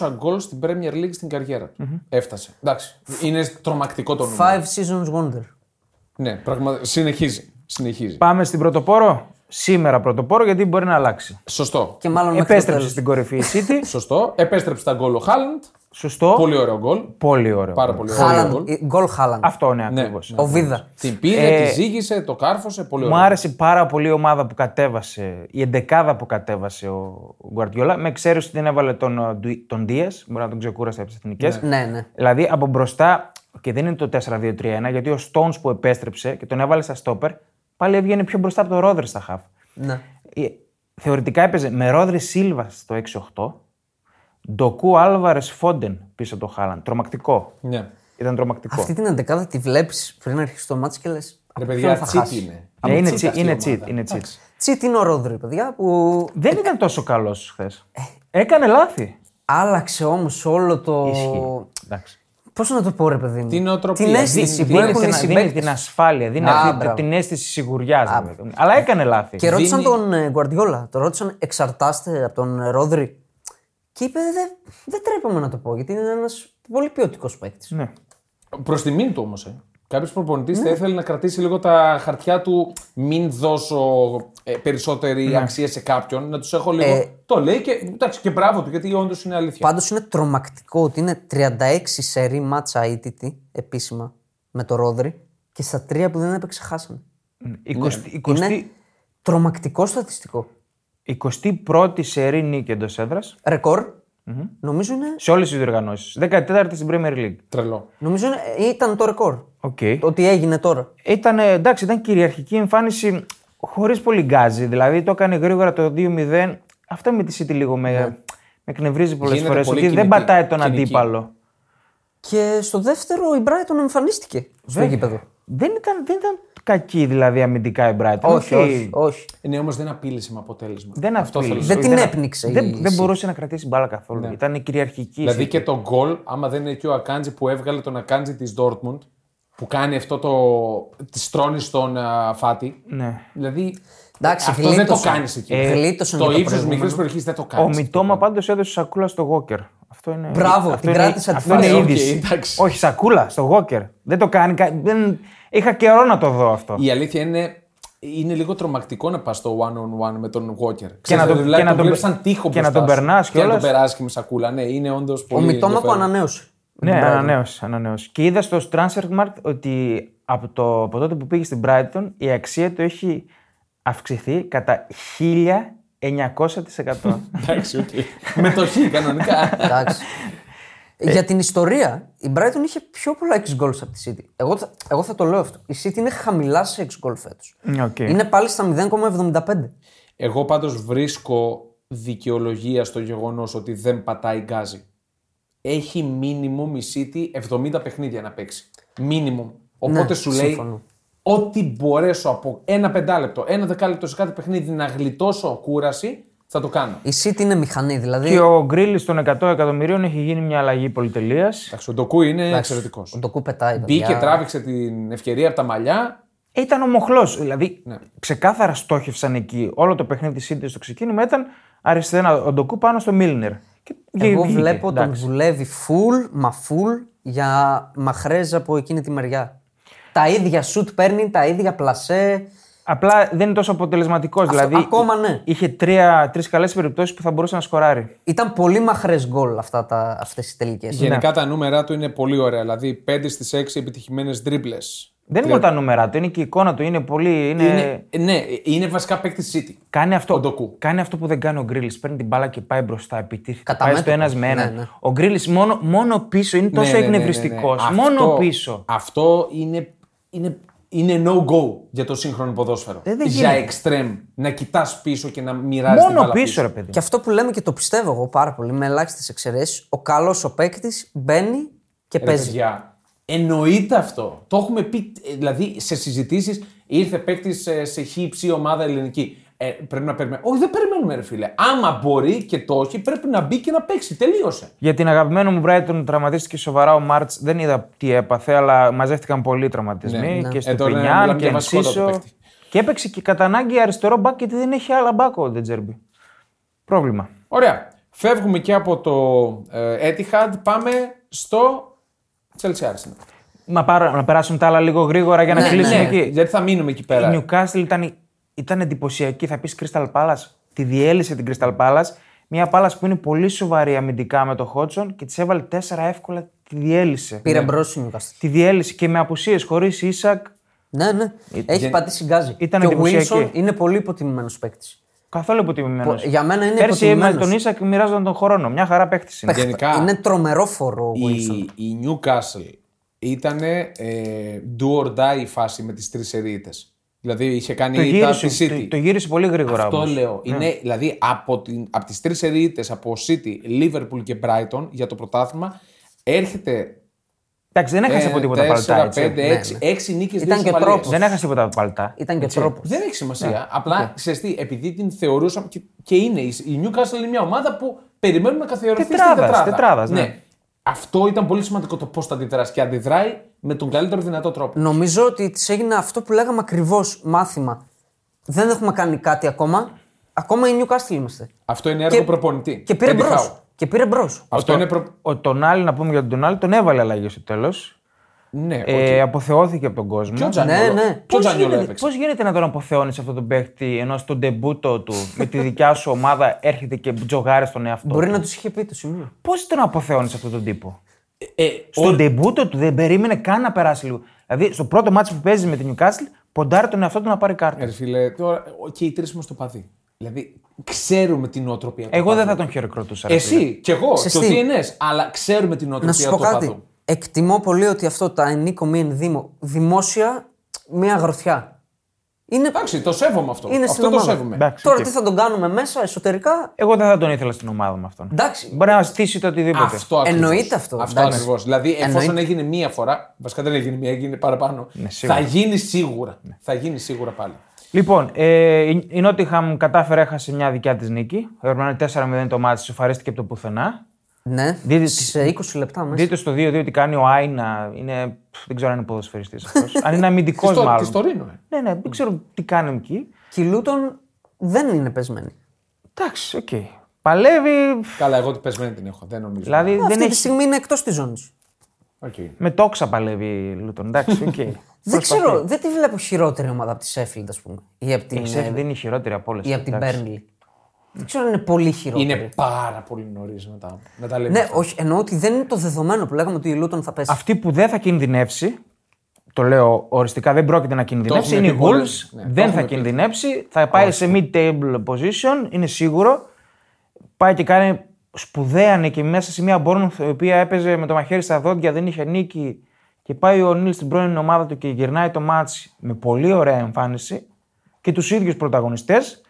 200 γκολ στην Premier League στην καριέρα του. Έφτασε. Εντάξει. Είναι τρομακτικό το νούμερο. Five seasons wonder. Ναι, πραγμα... συνεχίζει. συνεχίζει. Πάμε στην πρωτοπόρο. Σήμερα πρωτοπόρο γιατί μπορεί να αλλάξει. Σωστό. Και μάλλον μέχρι το Επέστρεψε τέλος. στην κορυφή η City. Σωστό. Επέστρεψε τα γκολ ο Χάλαντ. Σωστό. Πολύ ωραίο γκολ. Πολύ ωραίο. Πάρα πολύ ωραίο γκολ. Χάλαντ. ε, Γκολ Χάλαντ. Αυτό είναι ακριβώς. ναι. Ο Βίδα. Την πήρε, Ε, τη ζήγησε, το κάρφωσε. Πολύ Μου ωραίο. άρεσε πάρα πολύ η ομάδα που κατέβασε, η εντεκάδα που κατέβασε ο Γκουαρτιόλα. Με εξαίρεση ότι δεν έβαλε τον, ε, Ντου- τον Δίας, μπορεί να τον ξεκούρασε από τις εθνικές. Ναι, ναι. Δηλαδή από μπροστά, και δεν είναι το 4-2-3-1, γιατί ο Stones που επέστρεψε και τον έβαλε στα στόπερ, πάλι έβγαινε πιο μπροστά από τον Ρόδρε στα χαφ. ναι. Ε, Θεωρητικά έπαιζε με Ρόδρε Σίλβα στο 6-8, Ντοκού Άλβαρες Φόντεν πίσω από το Χάλαν. Τρομακτικό. Ναι. Ήταν τρομακτικό. Αυτή την αντεκάδα τη βλέπεις πριν αρχίσει το μάτς και λες. Ρε παιδιά, τσίτι είναι. Ναι, είναι τσίτη cheat, αυτή η είναι ομάδα. cheat, είναι cheat. Τσίτ είναι ο Ρόδρυ, παιδιά, που Δεν ήταν τόσο καλός χθες. Ε. Έκανε λάθη. άλλαξε όμως όλο το. Ισχύει. Εντάξει. Πώς να το πω, ρε παιδί μου. Την νοοτροπία. Την Δίνει- αίσθηση που Δίνει έχουν οι την, δίνει την συμπαίκτε. ασφάλεια, δίνει Α, αυτή- μπράβο. την αίσθηση σιγουριάς. Αλλά έκανε λάθη. Και ρώτησαν δίνει- τον ε, Γκουαρδιόλα, το ρώτησαν εξαρτάστε από τον ε, Ρόδρυ. Και είπε, δεν δεν τρέπομαι να το πω, γιατί είναι ένας πολύ ποιοτικός παίκτης. Ναι. Προς τιμήν του όμως. Ε. Κάποιος προπονητής θα ήθελε να κρατήσει λίγο τα χαρτιά του. Μην δώσω ε, περισσότερη Ναι. αξία σε κάποιον, να τους έχω λίγο. Ε, το λέει και, εντάξει, και μπράβο του, γιατί όντως είναι αλήθεια. Πάντως είναι τρομακτικό ότι είναι 36 σερή μάτσα αίτητη επίσημα με το Ρόδρυ και στα τρία που δεν έπαιξε χάσανε. Ναι. 20, Είναι τρομακτικό στατιστικό. 21η σερή νίκη εντός έδρας Ρεκόρ, νομίζω, είναι, σε όλες τις διοργανώσεις. 14η στην Premier League. Τρελό. νομίζω είναι- ε, ήταν το ρεκόρ. Okay. Το ότι έγινε τώρα. Ήταν, ε, εντάξει, ήταν κυριαρχική εμφάνιση χωρίς πολύ γκάζι. Δηλαδή το έκανε γρήγορα το 2-0. Αυτό με τη City λίγο με, με εκνευρίζει πολλές Ναι. Γίνεται φορές. πολύ Ότι δεν κινητή, πατάει τον κινική. αντίπαλο. Και στο δεύτερο η Brighton εμφανίστηκε στο γήπεδο. Δεν ήταν, δεν ήταν κακή δηλαδή αμυντικά η Brighton. Όχι, Οκ. όχι, όχι. Ναι, όμως δεν απείλησε με αποτέλεσμα. Δεν Αυτό απειλήσε. θέλω. Δεν την Ήταν- έπνιξε η Δεν, δεν City. μπορούσε να κρατήσει μπάλα καθόλου. Ήταν κυριαρχική. η Ναι. Δηλαδή City. και το γκολ, άμα δεν είναι και ο Ακάντζη που έβγαλε τον Ακάντζη της Dortmund, που κάνει αυτό το. της στρώνει στον α, Φάτι. Ναι. Δηλαδή. Εντάξει, αυτό δεν το γλίτωσαν. κάνεις εκεί. Ε, γλίτωσαν το για το ύψος προηγούμενο. μικρή περιοχή δεν το Ο κάνει. Μιτόμα πάντως έδωσε σακούλα στο Walker. Αυτό είναι. Μπράβο, αυτό την είναι- κράτησε Αυτό αντιφάση. είναι Ε, οκ, είδηση. εντάξει. Όχι, σακούλα στο Walker. Δεν το κάνει. κα- Δεν... Είχα καιρό να το δω αυτό. Η αλήθεια είναι, είναι λίγο τρομακτικό να πας στο one-on-one με τον Walker. Ξέρεις, Και να τον- δηλαδή, και να τον τον- βλέπεις σαν τείχο και να μπροστά τον σου. περνάς Και να τον κιόλας. περάσει και με σακούλα. Ναι, είναι όντως Ο πολύ. Μιτόμα που ενδιαφέρον. ανανέωσε. Ναι, ανανέωσε, ανανέωσε. Και είδα στο Transfermarkt ότι από, το, από τότε που πήγε στην Brighton η αξία του έχει αυξηθεί κατά 1900%. Εντάξει, οκ. με το χ κανονικά. Εντάξει. Ε. Για την ιστορία, η Brighton είχε πιο πολλά 6 goals από τη City. Εγώ, θα- εγώ θα το λέω αυτό. Η City είναι χαμηλά σε 6 goal φέτος. Ναι, οκ. Είναι πάλι στα 0,75. Εγώ πάντως βρίσκω δικαιολογία στο γεγονός ότι δεν πατάει γκάζι. Έχει minimum η City 70 παιχνίδια να παίξει. Minimum. Οπότε Ναι, σου λέει σύμφωνο. ό,τι μπορέσω από ένα πεντάλεπτο, ένα δεκάλεπτο σε κάθε παιχνίδι να γλιτώσω κούραση, θα το κάνω. Η City είναι μηχανή, δηλαδή. Και ο Γκρίλι των 100 εκατομμυρίων έχει γίνει μια αλλαγή πολυτελείας. Εντάξει, ο Ντοκού είναι εξαιρετικός. Ο Ντοκού πετάει. Μπήκε, παιδιά. τράβηξε την ευκαιρία από τα μαλλιά. Ήταν ο μοχλός. Δηλαδή, Ναι. ξεκάθαρα στόχευσαν εκεί. Όλο το παιχνίδι της City στο ξεκίνημα ήταν αριστερά ο Ντοκού πάνω στο Μίλνερ. Και Εγώ βγήκε, βλέπω τον εντάξει. δουλεύει full μα full για μαχρέζα από εκείνη τη μεριά. Τα ίδια σουτ παίρνει, τα ίδια πλασέ. Απλά δεν είναι τόσο αποτελεσματικός. Δηλαδή, ακόμα ναι. Είχε τρεις καλές περιπτώσεις που θα μπορούσε να σκοράρει. Ήταν πολύ μαχρές γκολ αυτά τα, αυτές οι τελικές. Γενικά τα νούμερα του είναι πολύ ωραία. Δηλαδή 5 στι 6 επιτυχημένε τρίπλε. Δεν είναι μόνο τα νούμερα του, είναι και η εικόνα του. Είναι πολύ. Ε, Είναι... Είναι, ναι, είναι βασικά παίκτη City. Κάνει, αυτό, Ο Ντοκού. κάνει αυτό που δεν κάνει ο Γκρίλη. Παίρνει την μπάλα και πάει μπροστά, επιτίθεται. Κατά Πάει στο μέτωπο. ένας με ένα. Ναι, ναι. Ο Γκρίλη μόνο, μόνο πίσω είναι τόσο Ναι, ναι, ναι, ναι, ναι. εκνευριστικό. Αυτό- Μόνο πίσω. Αυτό είναι, είναι, είναι no-go για το σύγχρονο ποδόσφαιρο. Ε, δεν για γίνεται. εξτρέμ. Να κοιτάς πίσω και να μοιράζεις την Μόνο μπάλα πίσω, ρε παιδί. Και αυτό που λέμε και το πιστεύω εγώ πάρα πολύ, με ελάχιστες εξαιρέσεις, ο καλός ο παίκτης μπαίνει και Ρε παίζει. παιδιά, εννοείται αυτό. Το έχουμε πει, ε, δηλαδή σε συζητήσεις ήρθε παίκτης σε, σε χ ή ψ ομάδα ελληνική. Ε, πρέπει να περιμένουμε. Όχι, δεν περιμένουμε, ρε φίλε. Άμα μπορεί και το όχι, πρέπει να μπει και να παίξει. Τελείωσε. Για την αγαπημένο μου Brighton τραυματίστηκε σοβαρά ο Μάρτ. Δεν είδα τι έπαθε, αλλά μαζεύτηκαν πολλοί τραυματισμοί Ναι. και Ε, στο τώρα Πινιάν μιλάμε και για βασικότατο Ενσίσο. παίκτη. Και έπαιξε και κατά ανάγκη αριστερό μπακ γιατί δεν έχει άλλα μπακ ο Ντετζέρμπι. Πρόβλημα. Ωραία. Φεύγουμε και από το ε, Etihad, πάμε στο Chelsea Arsenal. Μα πάρα- να περάσουμε τα άλλα λίγο γρήγορα για να Ναι, κλείσουμε ναι. εκεί. γιατί θα μείνουμε εκεί Η πέρα. Newcastle ήταν, ήταν εντυπωσιακή. Θα πεις Crystal Palace. Τη διέλυσε την Crystal Palace. Μια Palace που είναι πολύ σοβαρή αμυντικά με το Hodgson και της έβαλε τέσσερα εύκολα. Τη διέλυσε. Πήρε ναι. μπρο η Newcastle. Τη διέλυσε και με απουσίες χωρίς Ισακ. Ναι, ναι. Έχει γεν- πατήσει γκάζι. Ήταν και ο εντυπωσιακή. Wilson είναι πολύ υποτιμημένος παίκτης. Καθόλου υποτιμημένος. Πο- για μένα είναι Πέρσι με υποτιμημένος. τον Ισακ μοιράζονταν τον χρόνο. Μια χαρά παίχτη είναι. Ναι, Γενικά- Είναι τρομερό φορό ο Wilson. η, η Newcastle ήταν ε, do or die η φάση με τις τρεις ερείτες. Δηλαδή είχε κάνει Το ήττα γύρισε, στη το, City. το γύρισε πολύ γρήγορα. Αυτό όμως. Ναι. λέω. Είναι, δηλαδή από, την, από τις τρεις ερείτες από City, Liverpool και Brighton για το πρωτάθλημα έρχεται ε, Εντάξει, δεν έχασε από τίποτα παλτά. 4, 5, έτσι. 6, Ναι. νίκες, δύο Ήταν και ισοπαλίες. τρόπος. Δεν έχασε τίποτα παλτά. Ήταν και τρόπο. Ναι. Δεν έχει σημασία. Απλά ξέρεις τι, επειδή την θεωρούσαμε και, και είναι η η Newcastle είναι μια ομάδα που περιμένουμε να καθιερωθεί Τετράδας, στην τετράδας. τετράδας, ναι. Αυτό ήταν πολύ σημαντικό το πώς θα αντιδράσει και αντιδράει με τον καλύτερο δυνατό Ναι. τρόπο. Νομίζω ότι της έγινε αυτό που λέγαμε ακριβώς μάθημα. Δεν έχουμε κάνει κάτι ακόμα. Ακόμα η Newcastle είμαστε. Αυτό είναι έργο Και- προπονητή. Και πήρε Eddie Howe. μπρο. Και πήρε μπρος. Αυτό είναι. Προ... Ο Τονάλι, να πούμε για τον Τονάλι, τον έβαλε αλλαγή στο τέλος. Ναι, οκ. Ε, αποθεώθηκε από τον κόσμο. Ποιο Τζανιόλο. ναι, ναι. Ποιο Πώς Τζανιόλο γίνεται, έπαιξε. πώς γίνεται να τον αποθεώνεις αυτόν τον παίχτη ενώ στον τεμπούτο του με τη δικιά σου ομάδα έρχεται και τζογάρει στον εαυτό Μπορεί του. να τους είχε πει το σημείο. Πώς τον αποθεώνεις αυτόν τον τύπο. Ε, Στον ο- τεμπούτο του δεν περίμενε καν να περάσει λίγο. Δηλαδή, στο πρώτο μάτσο που παίζει με την Newcastle, ποντάρει τον εαυτό του να πάρει κάρτα. Ρε φίλε, τώρα ο- και οι τρεις είμαστε στο παδί. Δηλαδή ξέρουμε την νοοτροπία. του Εγώ δεν θα παδού. τον χειροκροτούσα. ρε φίλε. Εσύ και εγώ Σε και ο τι? DNS, αλλά ξέρουμε την Να σου νοοτροπία πω του κάτι. παδού. Εκτιμώ πολύ ότι αυτό τα ενίκο μείον δήμο δημόσια μία γροθιά. Είναι, Εντάξει, το σέβομαι αυτό. είναι στην αυτό το ομάδα. σέβομαι. Εντάξει, Τώρα οκ. τι θα τον κάνουμε μέσα εσωτερικά. Εγώ δεν θα τον ήθελα στην ομάδα μου αυτόν. Εντάξει. Μπορεί να στήσει το οτιδήποτε. Αυτό ακριβώς. Εννοείται αυτό, Αυτό εντάξει. ακριβώς. Δηλαδή, εφόσον Εννοείται. έγινε μία φορά, βασικά δεν έγινε μία, έγινε παραπάνω. σίγουρα. θα γίνει σίγουρα. Θα γίνει σίγουρα πάλι. Λοιπόν, ε, η- η Νότιχαμ κατάφερε, έχασε μια δικιά της νίκη. Έπρεπε να είναι 4-0 το μάτι, σοφαρίστηκε από το πουθενά. Ναι, Δείτε- σε 20 λεπτά μέσα. Δείτε στο 2-2 τι κάνει ο Άινα. Είναι, πφ, δεν ξέρω αν είναι ποδοσφαιριστής αυτός. αν είναι αμυντικός Της Το- μάλλον. της Τωρίνο, ε. Ναι, ναι, δεν ξέρω τι κάνει εκεί. Και η Λούτον δεν είναι πεσμένη. Εντάξει, οκ. Παλεύει. φ, Καλά, εγώ την πεσμένη την έχω, δεν νομίζω. Δηλαδή δεν Αυτή τη έχει. στιγμή είναι εκτός της ζώνης. Οκ. Με τόξα παλεύει η Λούτον. Εντάξει, οκ. Δεν ξέρω, δεν τη βλέπω χειρότερη ομάδα από τη Σέφιλντ, ας πούμε. Ή από την, Ξέρεις, δεν είναι η χειρότερη από όλες. ή από την Μπέρνλι. Δεν ξέρω αν είναι πολύ χειρότερη. Είναι πάρα πολύ νωρίς να τα, να τα λέμε. Ναι, αυτά. όχι, εννοώ ότι δεν είναι το δεδομένο που λέγαμε ότι η Λούτον θα πέσει. Αυτή που δεν θα κινδυνεύσει, το λέω οριστικά, δεν πρόκειται να κινδυνεύσει, είναι έχουμε η πει Wolves. πολλές. Ναι, το δεν θα έχουμε πει. κινδυνεύσει, θα πάει σε mid-table position, είναι σίγουρο. Πάει και κάνει σπουδαία νίκη μέσα σε μια Bournemouth η οποία έπαιζε με το μαχαίρι στα δόντια, δεν είχε νίκη. Και πάει ο Νίλ στην πρώην ομάδα του και γυρνάει το μάτς με πολύ ωραία εμφάνιση και τους ίδιους πρωταγωνιστές.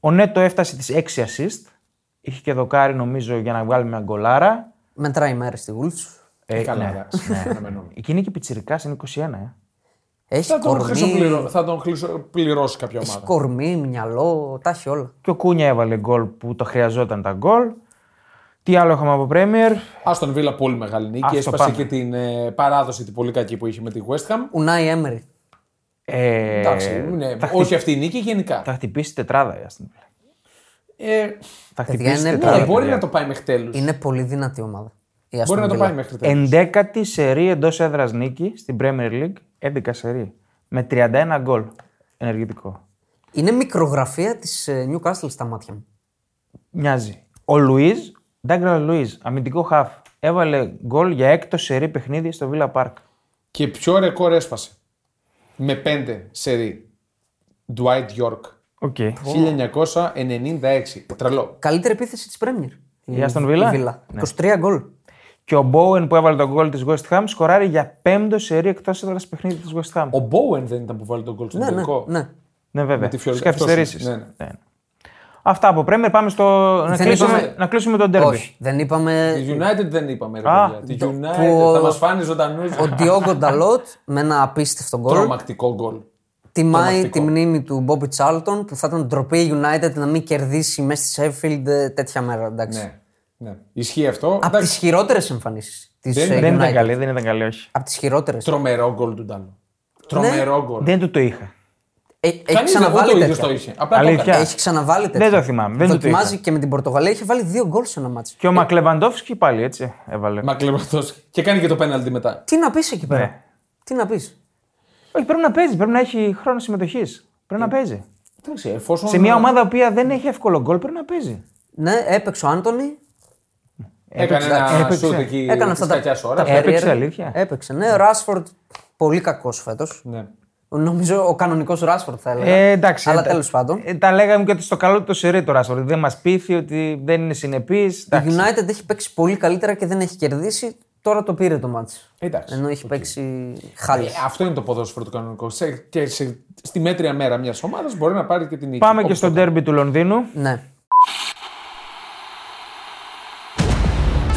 Ο Νέτο έφτασε τις 6 assist. Είχε και δοκάρι νομίζω για να βγάλει μια γκολάρα. Μετράει μέρε στη Wolves. Ε, Καλά, ναι. εντάξει. αναμενόμενο. Εκείνη και η Πιτσιρικάς είναι 21, ε. Έχει Θα τον, κορμί, χρυσοπληρω... θα τον χρυσοπληρώσει κάποια έχει ομάδα. κορμί, μυαλό, τα έχει όλα. Και ο Κούνια έβαλε γκολ που το χρειαζόταν τα γκολ. Τι άλλο είχαμε από Πρέμιερ. Άστον Βίλα πολύ μεγάλη νίκη. Αυτό Έσπασε πάμε. και την ε, παράδοση την πολύ κακή που είχε με τη West Ham. Ουνάι Έμερι. Ε, Εντάξει, ναι, όχι αυτή η νίκη γενικά. Θα χτυπήσει τετράδα η Aston Villa. Ε, ε, Θα Παιδιά, χτυπήσει είναι τετράδα, ναι, Καλά, μπορεί παιδιά. να το πάει μέχρι τέλους. Είναι πολύ δυνατή ομάδα. Η Aston Μπορεί να το Villa. πάει μέχρι τέλους. Εντέκατη σερή εντός έδρας νίκη στην Premier League. 11 σερή. Με 31 γκολ. Ενεργητικό. Είναι μικρογραφία της Newcastle στα μάτια μου. Μοιάζει. Ο Λουίζ, Ντάγκρα Λουίζ, αμυντικό χαφ. Έβαλε γκολ για έκτος σερή παιχνίδι στο Villa Park. Και ποιο ρεκόρ έσπασε. Με πέντε σερί. Dwight York. Οκ. 1996. Τρελό. Καλύτερη επίθεση της Premier. Η Aston Villa. Ναι. Η 23 γκολ. Και ο Bowen που έβαλε τον γκολ της West Ham σκοράρει για πέμπτο σερή εκτός έδρας παιχνίδι της West Ham. Ο Bowen δεν ήταν που βάλει τον κόλ στον Ναι, ναι, τελικό. ναι. Ναι, βέβαια. τη Στι Φιωρεν- καθυστερήσει. αυτός είναι. Ναι, Αυτά από Πρέμερ. Πάμε στο. Να Δεν κλείσουμε, είπαμε- να κλείσουμε τον τέρμι. Όχι, δεν είπαμε. Τη United δεν είπαμε. Ρε, Α, παιδιά. Τη το- United που- θα μας φάνει ζωντανούς. Ο Diogo Dalot με ένα απίστευτο γκολ. Τρομακτικό γκολ. Τιμάει τρομακτικό. τη μνήμη του Bobby Charlton που θα ήταν ντροπή η United να μην κερδίσει μέσα στη Sheffield ε, τέτοια μέρα. Εντάξει. Ναι. ναι. Ισχύει αυτό. Από τι Εντάξει, χειρότερες εμφανίσεις της Δεν- Δεν ήταν ε, United. καλή, δεν ήταν καλή, όχι. Από τις χειρότερες. Τρομερό γκολ του Ντάλλου. Τρομερό γκολ. Δεν του το είχα. Ναι. Ε, Έχει Κανείς δεν- ούτε ξαναβάλει ο ίδιος το τέτοια. είχε. Απλά το Αλήθεια. έκανε. Έχει ξαναβάλει τέτοια. Δεν το θυμάμαι, δεν το το Δοκιμάζει είχα. και με την Πορτογαλία. Είχε βάλει δύο γκολ σε ένα μάτσο. Και ο Μακλεβαντόφσκι πάλι έτσι έβαλε. Μα κλεβατός. Και κάνει και το πέναλτι μετά. Τι να πεις εκεί πέρα. Ναι. Τι να πεις. Όχι, πρέπει να παίζει, πρέπει να έχει χρόνο συμμετοχής. Πρέπει να παίζει. Εντάξει, εφόσον. Σε μια ομάδα που δεν έχει εύκολο γκολ πρέπει να παίζει. Ναι, έπαιξε ο Άντωνη. Έκανε ένα έπαιξε. σούτ εκεί. Έκανε αυτά τα. κακιάς τα ώρα. Έπαιξε, περίεργα. αλήθεια. Έπαιξε. Ναι, ο Ράσφορντ πολύ κακός φέτος. Ναι. Νομίζω ο κανονικός Ράσφορντ θα έλεγα. Ε, εντάξει, Αλλά ε, τέλος πάντων. Ε, τα λέγαμε και ότι στο καλό του το σερί το Ράσφορντ. Δεν μας πείθει ότι δεν είναι συνεπής. Η United έχει παίξει πολύ καλύτερα και δεν έχει κερδίσει. Τώρα το πήρε το μάτσο. Εντάξει, Ενώ έχει παίξει χάλια. Ε, αυτό είναι το ποδόσφαιρο του κανονικού. Σε, και σε, στη μέτρια μέρα μιας ομάδας μπορεί να πάρει και την νίκη. Πάμε και Όπως στο το- ντέρμπι του Λονδίνου. Ναι.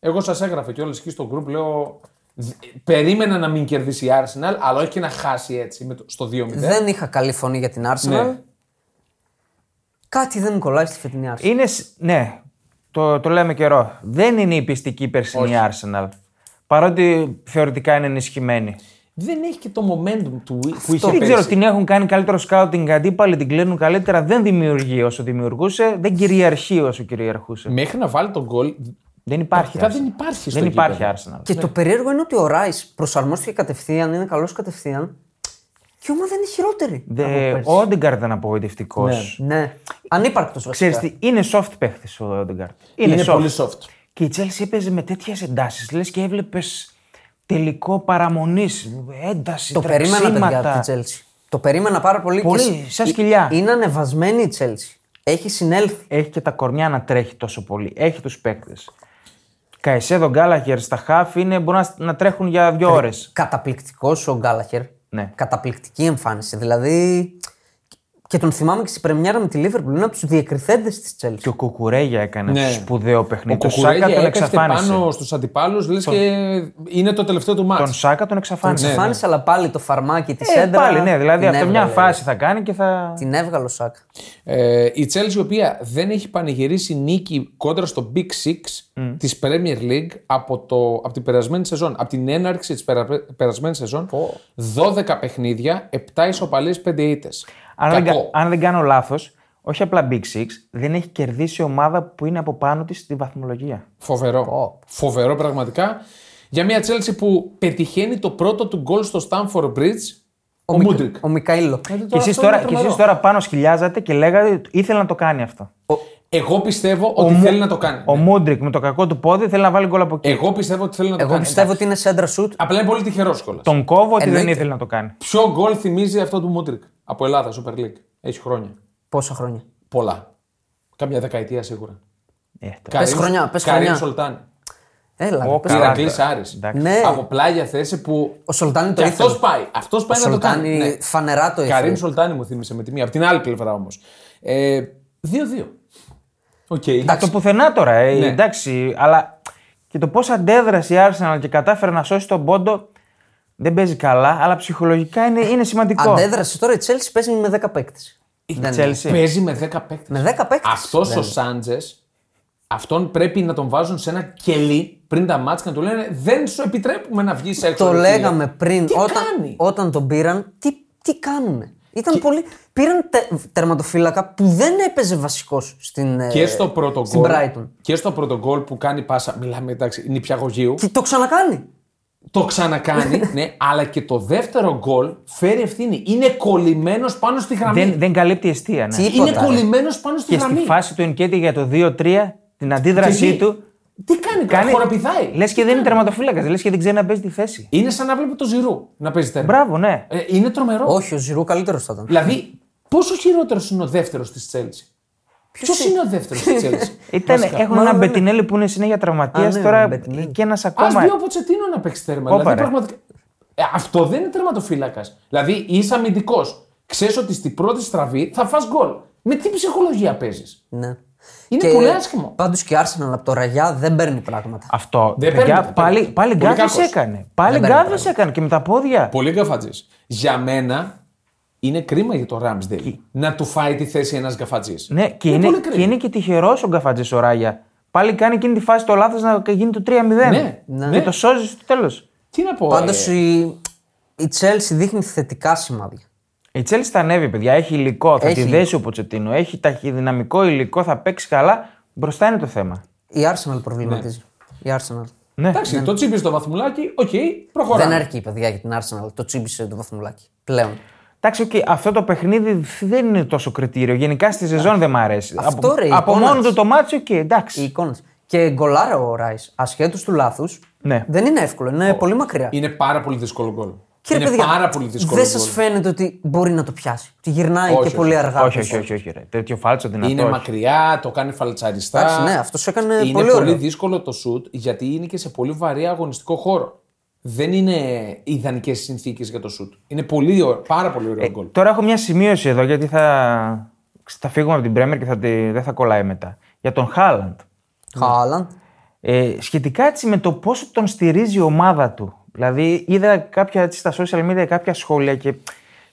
εγώ σας έγραφε κιόλας εκεί στο group, λέω. «Δ- Περίμενα να μην κερδίσει η Arsenal, αλλά όχι και να χάσει έτσι με το, στο 2-0. Δεν είχα καλή φωνή για την Arsenal. Ναι. Κάτι δεν μου κολλάει στη φετινή Arsenal. Είναι, σ- ναι, το, το λέμε καιρό. Δεν είναι η πιστική περσινή Arsenal. Παρότι θεωρητικά είναι ενισχυμένη. Δεν έχει και το momentum του, που είχε δεν πέρσι. ξέρω, την έχουν κάνει καλύτερο σκάουτινγκ αντίπαλοι, την κλείνουν καλύτερα. Δεν δημιουργεί όσο δημιουργούσε, δεν κυριαρχεί όσο κυριαρχούσε. Μέχρι να βάλει τον γκολ. Δεν υπάρχει. Αρχικά δεν Arsenal. υπάρχει στο Δεν υπάρχει γήπεδο. Arsenal. Και το περίεργο είναι ότι ο Ράι προσαρμόστηκε κατευθείαν, είναι καλός κατευθείαν. Και η ομάδα είναι χειρότερη. Δε- από Ο πέρσι. Όντεγκαρ ήταν απογοητευτικός. Ναι. Ανύπαρκτο Ξέρεις βασικά. τι, είναι soft παίχτης ο Όντεγκαρ. Είναι, Είναι soft. πολύ soft. Και η Chelsea έπαιζε με τέτοιες εντάσεις. Λες και έβλεπες τελικό παραμονής, ένταση, Το περίμενα, παιδιά, από τρεξίματα. την Τσέλση. Το περίμενα πάρα πολύ. Πολύ, και- σαν σκυλιά. Είναι ανεβασμένη η Τσέλση. Έχει συνέλθει. έχει και τα κορμιά να τρέχει τόσο πολύ. Έχει τους παίκτες. Καϊσέδο Γκάλαχερ στα χάφ είναι, μπορούν να, σ- να τρέχουν για Ε, δύο ώρες. Καταπληκτικός ο Γκάλαχερ. Ναι. Καταπληκτική εμφάνιση. Δηλαδή. Και τον θυμάμαι και στην Πρεμιέρα με τη Λίβερπουλ. Είναι από τους διακριθέντες της Τσέλση. Και ο Κουκουρέγια έκανε Ναι. σπουδαίο παιχνίδι. Ο τον Σάκα Κουκουρέγια τον έπεφτε εξαφάνισε. πάνω στους αντιπάλους, λες και είναι το τελευταίο του μάτς. Τον Σάκα τον Τον Ναι, εξαφάνισε. εξαφάνισε, αλλά πάλι το φαρμάκι της ναι, Ε, έντρα. πάλι, ναι, δηλαδή την αυτό μια έβγαλε. φάση θα κάνει και θα. Την έβγαλε ο Σάκα. Ε, η Chelsea, η οποία δεν έχει πανηγυρίσει νίκη κόντρα στο Big Six Mm. της Premier League από, το, από την περασμένη σεζόν, από την έναρξη της περα, περασμένης σεζόν, 12 παιχνίδια, 7 ισοπαλίες, 5 ήττες. Αν δεν, κα- Κακό. αν δεν κάνω λάθος, όχι απλά Big Six, δεν έχει κερδίσει ομάδα που είναι από πάνω της στη βαθμολογία. Φοβερό. Φοβερό πραγματικά. Για μια Chelsea που πετυχαίνει το πρώτο του γκολ στο Stamford Bridge, ο, Μικ- Μούντρικ. Ο Μικαήλο. Και εσείς τώρα, και εσείς τώρα πάνω σκυλιάζατε και λέγατε ότι ήθελε να το κάνει αυτό. Εγώ πιστεύω ότι Μου- θέλει να το κάνει. Ο Μούντρικ με το κακό του πόδι θέλει να βάλει γκολ από εκεί. Εγώ πιστεύω ότι θέλει να το Εγώ κάνει. πιστεύω ότι είναι σέντρα σουτ. Απλά είναι πολύ τυχερός κιόλας. Τον κόβω ότι δεν Εννοείται. ήθελε να το κάνει. Ποιο γκολ θυμίζει αυτό του Μούντρικ από Ελλάδα, Super League. Έχει χρόνια. Πόσα χρόνια. Πολλά. Κάμια δεκαετία σίγουρα. Ε, το- χρονιά, πες χρονιά. Σολτάν. Έλα. Ο ρε, πες καλά. τώρα. Ηρακλή Άρης. εντάξει. Ναι. Από πλάγια θέση που. Ο Σολτάνι το και αυτό ήθελε. πάει. Αυτός πάει να το κάνει. Σολτάνι Ναι. φανερά το ήθελε. Καρύμ Σολτάνη μου θύμισε με τη μία. Από την άλλη πλευρά όμως. Ε, 2-2. Οκ. Από το πουθενά τώρα, ε, Ναι. εντάξει. Αλλά και το πώς αντέδρασε η Arsenal και κατάφερε να σώσει τον πόντο δεν παίζει καλά, αλλά ψυχολογικά είναι, είναι σημαντικό. Αντέδρασε τώρα η Chelsea παίζει με 10 παίκτες. Η Chelsea. Παίζει με 10 παίκτες. Με 10 παίκτες. Αυτός ο Σάντζες, αυτόν πρέπει να τον βάζουν σε ένα κελί πριν τα μάτια και να του λένε Δεν σου επιτρέπουμε να βγεις έξω. Το ρε φίλε». λέγαμε πριν. Τι όταν, κάνει. όταν τον πήραν, τι, τι κάνουν. Ήταν πολύ... Πήραν τε, τερματοφύλακα που δεν έπαιζε βασικός στην, ε, Και στο πρώτο στην γκολ. Brighton. Και στο πρώτο γκολ που κάνει πάσα. Μιλάμε εντάξει, νηπιαγωγείου. Και το ξανακάνει. Το ξανακάνει, ναι, αλλά και το δεύτερο γκολ φέρει ευθύνη. Είναι κολλημένος πάνω στη γραμμή. Δεν, δεν καλύπτει αιστεία. Ναι. Τι- Είναι Τίποτα, ρε. κολλημένος πάνω στη Και στη γραμμή. φάση του Ενκέτη για το 2-3, την Και αντίδρασή εκεί, του. Τι κάνει, κάνει... χοροπηδάει. Λες και δεν είναι τερματοφύλακας, λες και δεν ξέρει να παίζει τη θέση. Είναι σαν να βλέπει το ζυρού να παίζει τέρμα. Μπράβο, ναι. Ε, είναι τρομερό. Όχι, ο Ζηρού καλύτερος θα ήταν. Δηλαδή, πόσο χειρότερος είναι ο δεύτερος της Τσέλση. Ποιος είναι ο δεύτερος τη Τσέλση. Ήταν, έχουν Μάλλον ένα δεν- Μπετινέλη που είναι συνέχεια ναι, Α, ναι, τραυματία. ο Τώρα Μπετινέλη. και ένας Α ακόμα. μπει ο Ποτσετίνο να παίξει τέρμα. Όπα, δηλαδή, ρε. πραγματικά... ε, αυτό δεν είναι τερματοφύλακας. Δηλαδή, είσαι αμυντικός. Ξέρεις ότι στην πρώτη στραβή θα φας γκολ. Με τι ψυχολογία παίζεις. Ναι. Είναι πολύ άσχημο. Πάντως και η Arsenal από το Ραγιά δεν παίρνει πράγματα. Αυτό. Δεν παιδιά, παίρνει, δεν πάλι παίρνει. πάλι Πολύ γκάθος κακός. έκανε. Πάλι Δεν παίρνει γκάθος έκανε και με τα πόδια. Πολύ γκαφατζή. Για μένα είναι κρίμα για το Ράμσδελ να του φάει τη θέση ένας γκαφατζής. Ναι, και είναι, πολύ και, κρίμα. είναι και τυχερός ο Γκαφατζής ο Ράγια. Πάλι κάνει εκείνη τη φάση το λάθος να γίνει το 3-0. Ναι, ναι. Και το σώζει στο τέλος. Τι να πω. Πάντως ε, η, η Chelsea δείχνει θετικά σημάδια. Η Τσέλση θα ανέβει, παιδιά. Έχει υλικό. Θα Έχει τη δέσει ο Ποτσετίνο. Έχει ταχυδυναμικό υλικό. Θα παίξει καλά. Μπροστά είναι το θέμα. Η Arsenal προβληματίζει. Η Arsenal. Ναι. Εντάξει, το τσίπησε το βαθμουλάκι, οκ, προχωράμε. Δεν αρκεί, παιδιά, για την Arsenal. Το τσίμπησε το βαθμουλάκι. Πλέον. Εντάξει, οκ, αυτό το παιχνίδι δεν είναι τόσο κριτήριο. Γενικά στη σεζόν δεν μ' αρέσει. Αυτό, από ρε, η από εικόνα μόνο της. του το μάτσο, οκ, Οι εντάξει. εικόνες. Και γκολάρα ο Ράις, ασχέτως του λάθους, Ναι. δεν είναι εύκολο. Είναι πολύ μακριά. Είναι πάρα πολύ δύσκολο γκολ. Κύριε είναι παιδιά, πάρα πολύ δύσκολο Δεν γκολ. σα φαίνεται ότι μπορεί να το πιάσει. Ότι γυρνάει Όχι, και όχι, πολύ όχι. αργά. Όχι, πίσω. όχι, όχι, όχι, ρε. Τέτοιο φάλτσο δυνατό. Είναι όχι. μακριά, το κάνει φαλτσαριστά. Εντάξει, ναι, αυτός έκανε είναι πολύ ωραίο. δύσκολο το σουτ γιατί είναι και σε πολύ βαρύ αγωνιστικό χώρο. Δεν είναι ιδανικές συνθήκες για το σουτ. Είναι πολύ, ω- πάρα πολύ Ε, ωραίο γκολ. Τώρα έχω μια σημείωση εδώ γιατί θα, θα φύγουμε από την Πρέμερ και θα τη, δεν θα κολλάει μετά. Για τον Χάλαντ. Χάλαντ. Ε, σχετικά έτσι με το πόσο τον στηρίζει η ομάδα του. Δηλαδή, είδα κάποια έτσι, στα social media κάποια σχόλια και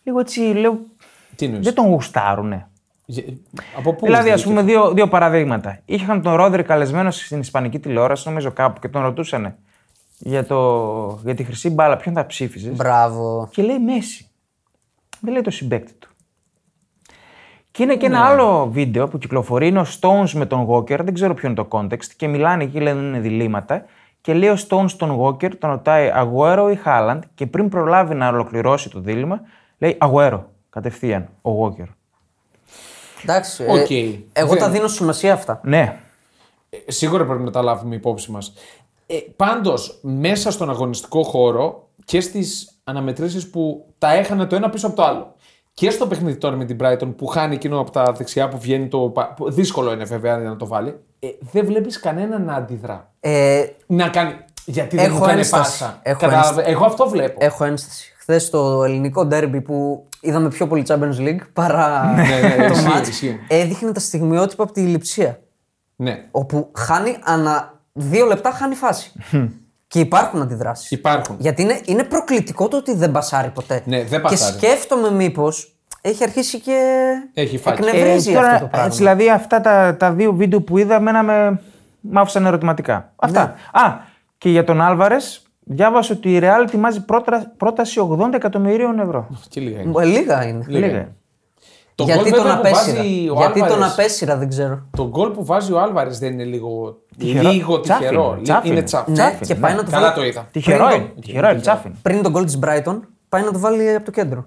λίγο έτσι λέω. Τι εννοείς? Δεν τον γουστάρουνε. Γε- Από πού δηλαδή, α βγήκε? πούμε, δύο, δύο παραδείγματα. Είχαν τον Ρόδρυ καλεσμένο στην Ισπανική τηλεόραση, νομίζω κάπου, και τον ρωτούσανε για, το, για τη χρυσή μπάλα, ποιον θα ψήφιζες. Μπράβο. Και λέει Μέση. Δεν λέει το συμπέκτη του. Και είναι και ένα άλλο βίντεο που κυκλοφορεί, είναι ο Stones με τον Walker, δεν ξέρω ποιο είναι το context, και μιλάνε εκεί, λένε είναι διλήμματα. Και λέει ο Stones τον Walker, τον ρωτάει Αγουέρο ή Χάλαντ, και πριν προλάβει να ολοκληρώσει το δίλημα, λέει Αγουέρο, κατευθείαν, ο Walker. Εντάξει. Οκ. ε, εγώ τα Δεν- δίνω σημασία αυτά. Ναι, Ε, Σίγουρα πρέπει να τα λάβουμε υπόψη μας. Ε, Πάντως, μέσα στον αγωνιστικό χώρο και στις αναμετρήσεις που τα έχανε το ένα πίσω από το άλλο. Και στο παιχνίδι τώρα με την Brighton που χάνει εκείνο από τα δεξιά που βγαίνει το. πα- που Δύσκολο είναι βέβαια να το βάλει. Ε, δεν βλέπεις κανένα να αντιδρά. Ε, Να κάνει. Γιατί δεν Έχω μου κάνει ένσταση. πάσα. Έχω Ε, Κατάλαβες. ένσταση. Εγώ αυτό βλέπω. έχω ένσταση. Χθες το ελληνικό ντέρμπι που είδαμε πιο πολύ Champions League παρά ναι, ναι, το ισχύει, μάτς, ισχύει. έδειχνε τα στιγμιότυπα από τη λειψία. Ναι. όπου χάνει ανά δύο λεπτά χάνει φάση. Hm. και υπάρχουν αντιδράσεις. Υπάρχουν. Γιατί είναι, είναι προκλητικό το ότι δεν μπασάρει ποτέ. Ναι, δεν και μπασάρει. σκέφτομαι μήπως έχει αρχίσει και. Έχει φάκι. Εκνευρίζει Ε, τώρα, αυτό το πράγμα. Έτσι, δηλαδή, αυτά τα, τα δύο βίντεο που είδα, μένα με μ' άφησαν ερωτηματικά. Αυτά. Ναι. Α, και για τον Άλβαρες, διάβασα ότι η Real ετοιμάζει πρότρα- πρόταση 80 εκατομμυρίων ευρώ. Τι λίγα είναι. Ε, Λίγα είναι. Λίγα. Λέγε. Το γκολ Γιατί τον βέβαια που απέσυρα. βάζει ο Γιατί τον Άλβαρες- απέσυρα δεν ξέρω. Το γκολ που βάζει ο Άλβαρες δεν είναι λίγο. Τυχερό. Λίγο Τσάφι τυχερό. είναι, τσάφι Είναι είναι. τσάφι. Ναι, Τσάφι, και ναι. πάει να το Καλά βάλει. το είδα. Τυχερό Πριν είναι. Τυχερό είναι, τσάφιν. Πριν τον γκολ της Brighton, πάει να το βάλει από το κέντρο.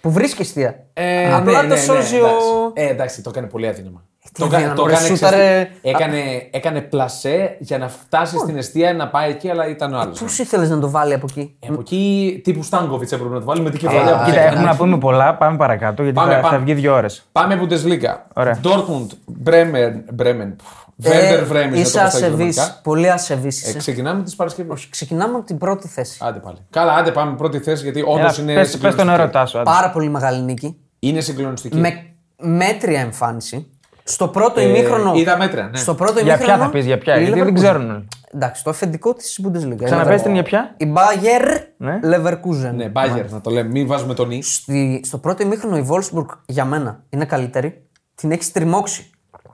Που βρίσκει εστία. Ε, Απλά ναι, το ναι, σώζει ναι, ο. εντάξει. Ε, εντάξει, το έκανε πολύ αδύναμα. τι αδύναμο, ρε, ξέρεις σούταρε- τι, έκανε, έκανε πλασέ για να φτάσει στην αιστεία να πάει εκεί, αλλά ήταν ο άλλος. Πώς ήθελες να το βάλει από εκεί. Ε, από εκεί τύπου Στάνκοβιτ έπρεπε να το βάλουμε την κεφαλιά Ε, που Κοίτα, έκανε. έχουμε να πούμε πολλά. Πάμε παρακάτω, γιατί Πάμε, θα, πάμε. θα βγει δύο ώρες. Πάμε Bundesliga. Ωραία. Dortmund, Bremen, Bremen. Ε, Βέρντερ Βρέμι. να το Είσαι πω στα ασεβή. γερμανικά. Πολύ ασεβής είσαι. Ε, ξεκινάμε τη Παρασκευή. Όχι, ξεκινάμε από την πρώτη θέση. Άντε πάλι. Καλά, άντε πάμε πρώτη θέση γιατί όντω Έλα, είναι. Πες πες τον συγκλονιστική. ερωτά σου. άντε. Πάρα πολύ μεγάλη νίκη. Είναι συγκλονιστική. Με μέτρια εμφάνιση. Στο πρώτο ημίχρονο. Ε, είδα μέτρα, ναι. Στο πρώτο Για ποια ημίχρονο, θα πεις, για ποια. η Γιατί δεν Leverkusen. ξέρουν. όλοι. Εντάξει, το αφεντικό της Bundesliga. Ξαναπες την για ποια? Η Bayer Ναι. Leverkusen. Ναι, Μπάγκερ να το λέμε, μην βάζουμε τον νη. Στη- στο πρώτο ημίχρονο η Wolfsburg για μένα είναι καλύτερη. Την έχει τριμώξει.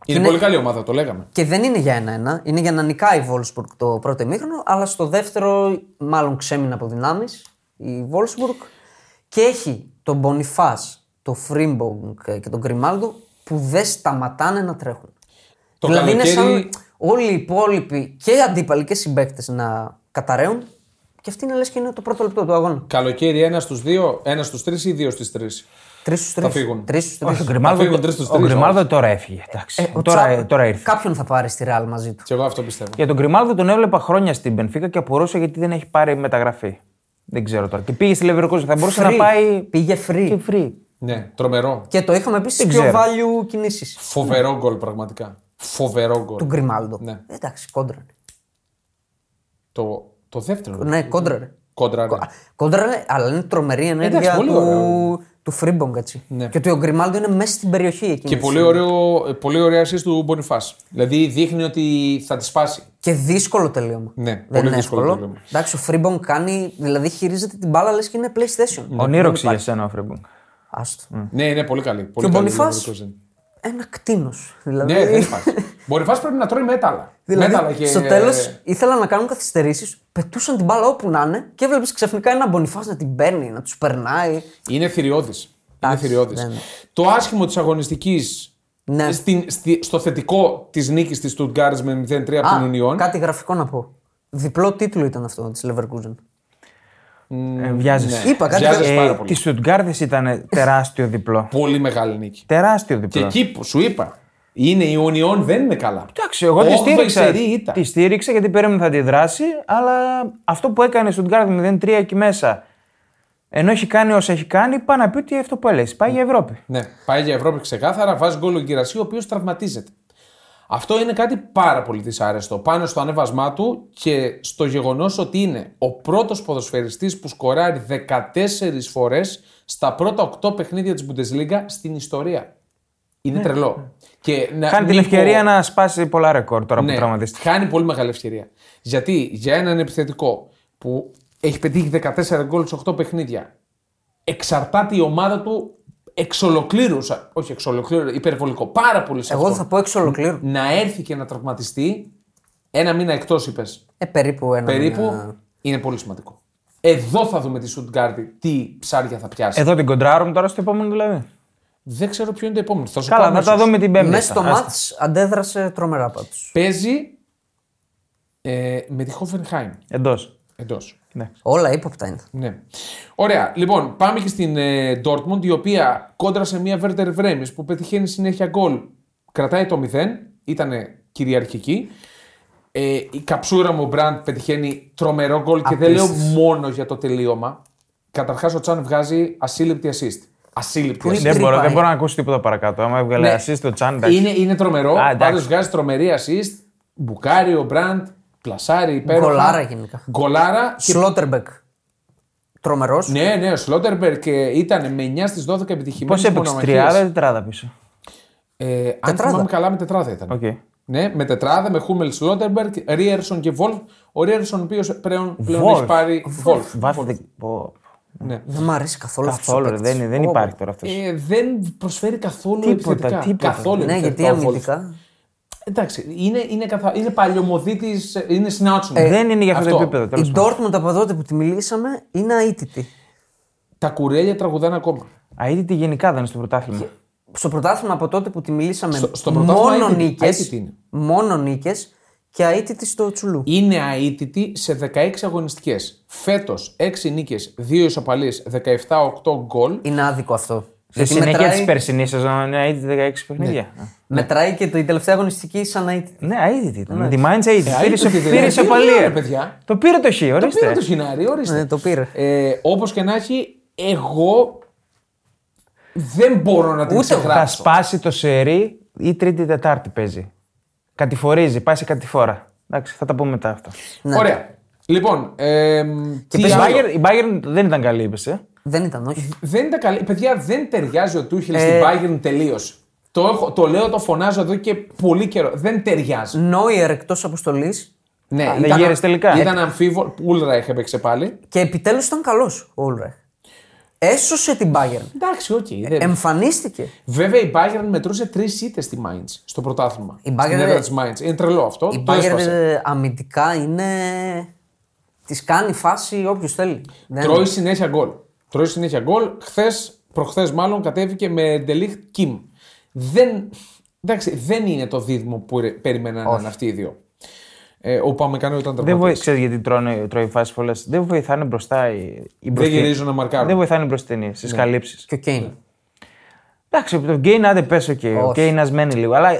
Είναι, πολύ καλή ομάδα, το λέγαμε. Και δεν είναι για ένα-ένα. Είναι για να νικάει η Wolfsburg το πρώτο ημίχρονο, αλλά στο δεύτερο μάλλον ξέμεινε από δυνάμεις η Wolfsburg. Και έχει τον Μπονιφά, τον Φρίμπονγκ και τον Γκριμάλντο που δεν σταματάνε να τρέχουν. Το δηλαδή είναι σαν καλοκαίρι- όλοι οι υπόλοιποι και οι αντίπαλοι και οι συμπαίκτες να καταραίουν και αυτή είναι λες και είναι το πρώτο λεπτό του αγώνα. Καλοκαίρι ένα στους δύο, ένα στους τρεις ή δύο στις τρεις. Τρεις στους τρει. Θα φύγουν. Τρεις στους Όχι, ο τρει. Γκριμάλδο- φύγουν τρεις Ε, στους Ο τρεις, Γκριμάλδο τώρα έφυγε. εντάξει. Τώρα ε, τώρα ήρθε. Ε, Κάποιον θα πάρει στη Ρεάλ μαζί του. Και εγώ αυτό πιστεύω. Για τον Γκριμάλδο τον έβλεπα χρόνια στην Πενφύκα και απορούσα γιατί δεν έχει πάρει μεταγραφή. Δεν ξέρω τώρα. Και πήγε στη Λεβερκόζη. Θα μπορούσε Free. να πάει. Πήγε free. Και free. Ναι, τρομερό. Και το είχαμε πει στι Δεν πιο ξέρω. value κινήσεις. Φοβερό γκολ πραγματικά. Φοβερό γκολ. Του Γκριμάλντο. Ναι. Εντάξει, κόντρα. Το, το δεύτερο. Ναι, κόντρα. ρε. Κόντρα. ναι. Α, Κόντρα, ρε, αλλά είναι τρομερή ενέργεια πολύ του, του Φρίμπονγκ έτσι. Ναι. Και ότι ο Γκριμάλντο είναι μέσα στην περιοχή εκείνης. Και τη πολύ, στιγμή. ωραίο, ε, πολύ ωραία assist του Μπονιφά. Δηλαδή δείχνει ότι θα τη σπάσει. Και δύσκολο τελείωμα. Ναι, δεν πολύ είναι δύσκολο εύκολο. τελείωμα. Εντάξει, ο Φρίμπονγκ κάνει, δηλαδή χειρίζεται την μπάλα λες και είναι PlayStation. Ονείροξη για σένα ο Φρίμπονγκ. Άστο. Ναι, είναι πολύ καλή. Πολύ ο καλή Μπονιφάς? η Leverkusen. Ένα κτίνος. Δηλαδή... Ναι, δεν υπάρχει. Μπονιφάς πρέπει να τρώει μέταλλα. Δηλαδή, μέταλλα και... στο τέλος ήθελαν να κάνουν καθυστερήσεις, πετούσαν την μπάλα όπου να είναι και έβλεπε ξαφνικά ένα μπονιφάς να την παίρνει, να τους περνάει. Είναι θηριώδης. Είναι Εντάξει, θηριώδης. ναι, ναι. Το άσχημο της αγωνιστικής Ναι. στο θετικό της νίκης της Stuttgart με 0-3 από Α, την Union. Κάτι γραφικό να πω. Διπλό τίτλο ήταν αυτό της Leverkusen. Ε, Βιάζεσαι. Είπα κάτι. Βιάζεσαι. Ε, πάρα πολύ. τη Σουτγκάρδη ήταν τεράστιο διπλό. Πολύ μεγάλη νίκη. τεράστιο Και διπλό. εκεί που σου είπα, είναι η Union δεν είναι καλά. Εντάξει, εγώ τη Όγδοη στήριξα. σερή ήταν. Τη στήριξα γιατί περίμενα θα αντιδράσει, αλλά αυτό που έκανε η Stuttgart 0-3 εκεί μέσα, ενώ έχει κάνει όσα έχει κάνει, πάει να πει ότι αυτό που έλεγες. Πάει για Ευρώπη. Ναι, πάει για Ευρώπη ξεκάθαρα, βάζει γκολ ο Γκυρασί, ο οποίος τραυματίζεται. Αυτό είναι κάτι πάρα πολύ δυσάρεστο. Πάνω στο ανέβασμά του και στο γεγονός ότι είναι ο πρώτος ποδοσφαιριστής που σκοράρει 14 φορές στα πρώτα 8 παιχνίδια της Bundesliga στην ιστορία. Είναι τρελό. Και να Ναι. Χάνει την μην ευκαιρία πω- να σπάσει πολλά ρεκόρ τώρα που ναι, τραυματίστηκε. Χάνει πολύ μεγάλη ευκαιρία. Γιατί για έναν επιθετικό που έχει πετύχει 14 γκολ σε 8 παιχνίδια, εξαρτάται η ομάδα του εξ ολοκλήρου. σα- Όχι εξ ολοκλήρου, υπερβολικό. Πάρα πολύ σε Εγώ αυτό. θα πω εξ ολοκλήρου. Να έρθει και να τραυματιστεί ένα μήνα εκτός, είπες. Ε, περίπου ένα. Περίπου μήνα. είναι πολύ σημαντικό. Εδώ θα δούμε τη Σουτγκάρδη τι ψάρια θα πιάσει. Εδώ την κοντράρουμε τώρα στο επόμενο δηλαδή. Δεν ξέρω ποιο είναι το επόμενο. Θα σου Καλά, πω θα τα αμέσως. δούμε την Πέμπτη. Μέσα στο Άστα. μάτ αντέδρασε τρομερά πάντως. Παίζει ε, με τη Χόφενχάιμ Εντό. εντό. Όλα ύποπτα είναι. Ναι. Ωραία. Λοιπόν, πάμε και στην ε, Dortmund, η οποία κόντρα σε μια Werder Βρέμι που πετυχαίνει συνέχεια γκολ. Κρατάει το 0, ήταν κυριαρχική. Ε, η καψούρα μου ο Μπραντ πετυχαίνει τρομερό γκολ και δεν λέω μόνο για το τελείωμα. Καταρχάς, ο Τσάν βγάζει ασύλληπτη assist. Ασύλληπτη είναι assist. Δεν μπορώ, τρύπα, δεν ε. μπορώ να ακούσω τίποτα παρακάτω. Άμα έβγαλε Ναι. assist το τσάν, εντάξει. Είναι, είναι τρομερό. Α, εντάξει. Πάντως βγάζει τρομερή assist. Μπουκάρει ο Μπραντ, πλασάρει υπέροχα. Γκολάρα γενικά. Γκολάρα και Σλότερμπεκ. Τρομερός. Ναι, ναι, ο Σλότερμπερκ ε, ήταν με 9 στι 12 επιτυχημένε. Πώς έπαιξε τριάδα ή τετράδα πίσω. Ε, αν Τετράδα. θυμάμαι καλά, με τετράδα ήταν. Οκ. Ναι, με τετράδα, με Χούμελ Σλότερμπερκ, Ρίερσον και Βολφ. Ο Ρίερσον, ο οποίος πλέον, πλέον Wolf. έχει πάρει. Βολφ. Βάφεται. πω, Ναι. Δεν μου αρέσει καθόλου αυτός. Καθόλου, ρε, δεν, είναι- δεν υπάρχει τώρα αυτός. Ε, δεν προσφέρει καθόλου Τίποτα, επιθετικά. τίποτα. Καθόλου Ναι, επιθετικά γιατί ο Wolf. αμυντικά. Εντάξει, είναι, είναι, καθα... είναι παλιωμοδίτης, ε, είναι συνάτσουνο. δεν είναι για αυτό, το επίπεδο. τέλος Η πάντων. Dortmund από τότε που τη μιλήσαμε είναι αίτητη. Τα κουρέλια τραγουδάνε ακόμα. Αίτητη γενικά δεν είναι στο πρωτάθλημα. Στο πρωτάθλημα από τότε που τη μιλήσαμε Στο- στο πρωτάθλημα μόνο αίτητη. νίκες. Αίτητη είναι. Μόνο νίκες και αίτητη στο Τσουλού. είναι αίτητη σε 16 αγωνιστικές. Φέτος 6 νίκε, 2 ισοπαλίε, 17-8 γκολ. Είναι άδικο αυτό. Στη Γιατί συνέχεια μετράει- της περσινής σεζόν ναι, είναι αίτητη 16 παιχνίδια. Μετράει και την τελευταία αγωνιστική σαν αίτητη. Ναι, αίτητη ήταν. Με Τη Μάιντ αίτητη. Πήρε αίτητη, σε- δηλαδή. Πήρε Τι σε λέω, ρε, παλία. παιδιά. Το πήρε το χ, Το πήρε ορίστε. το χινάρι, ορίστε. Ναι, το πήρε. Ε, Όπως και να έχει, εγώ δεν μπορώ να την Ούτε εγώ. Θα ξεγράψω. σπάσει το σερί ή τρίτη τετάρτη παίζει. Κατηφορίζει, πάει σε κατηφόρα. Εντάξει, θα τα πούμε μετά αυτά. Ναι. Ωραία. Λοιπόν, ε, τι Η άλλο. Bayern, η Bayern δεν ήταν καλή, είπες. Ε. Δεν ήταν, όχι. Ε. Δεν ήταν καλή. Παιδιά, δεν ταιριάζει ο Τούχελ στην Bayern τελείως. Το, έχω- το λέω, το φωνάζω εδώ και πολύ καιρό. Δεν ταιριάζει. Νόιερ εκτός αποστολής Ναι, δεν γύρισε ε. τελικά. Ήταν αμφίβολο. Ούλραχ έπαιξε πάλι. και επιτέλους ήταν καλός ο Όλρεχ. Έσωσε την Bayern. Εντάξει, Ε, οκ. δεν- Εμφανίστηκε. Βέβαια η Bayern μετρούσε τρεις ήττες στη Mainz στο πρωτάθλημα. Η Bayern Στην είναι- έδρα της Mainz. Είναι τρελό αυτό. Η το Bayern έσπασε. ε, αμυντικά είναι. Τη κάνει φάση όποιος θέλει. Δεν- Τρώει συνέχεια γκολ. Τρώει συνέχεια γκολ. Χθες, προχθές μάλλον, κατέβηκε με Ντελίχ Κιμ. Δεν, εντάξει, δεν είναι το δίδυμο που ρε- περίμεναν να είναι αυτοί οι δύο. Ε, ο Παμεκανό ήταν Δεν βοη... τραυματίας. Ξέρεις γιατί τρώνε, τρώει φάσεις πολλές. Δεν βοηθάνε μπροστά οι, οι Δεν μπροστινοί. γυρίζουν να μαρκάρουν. Ναι. Δεν βοηθάνε οι μπροστινοί στις καλύψεις. Και ο Κέιν. Εντάξει, το Γκέιν άντε πέσω και ο Όχι. Γκέιν ασμένει λίγο. Αλλά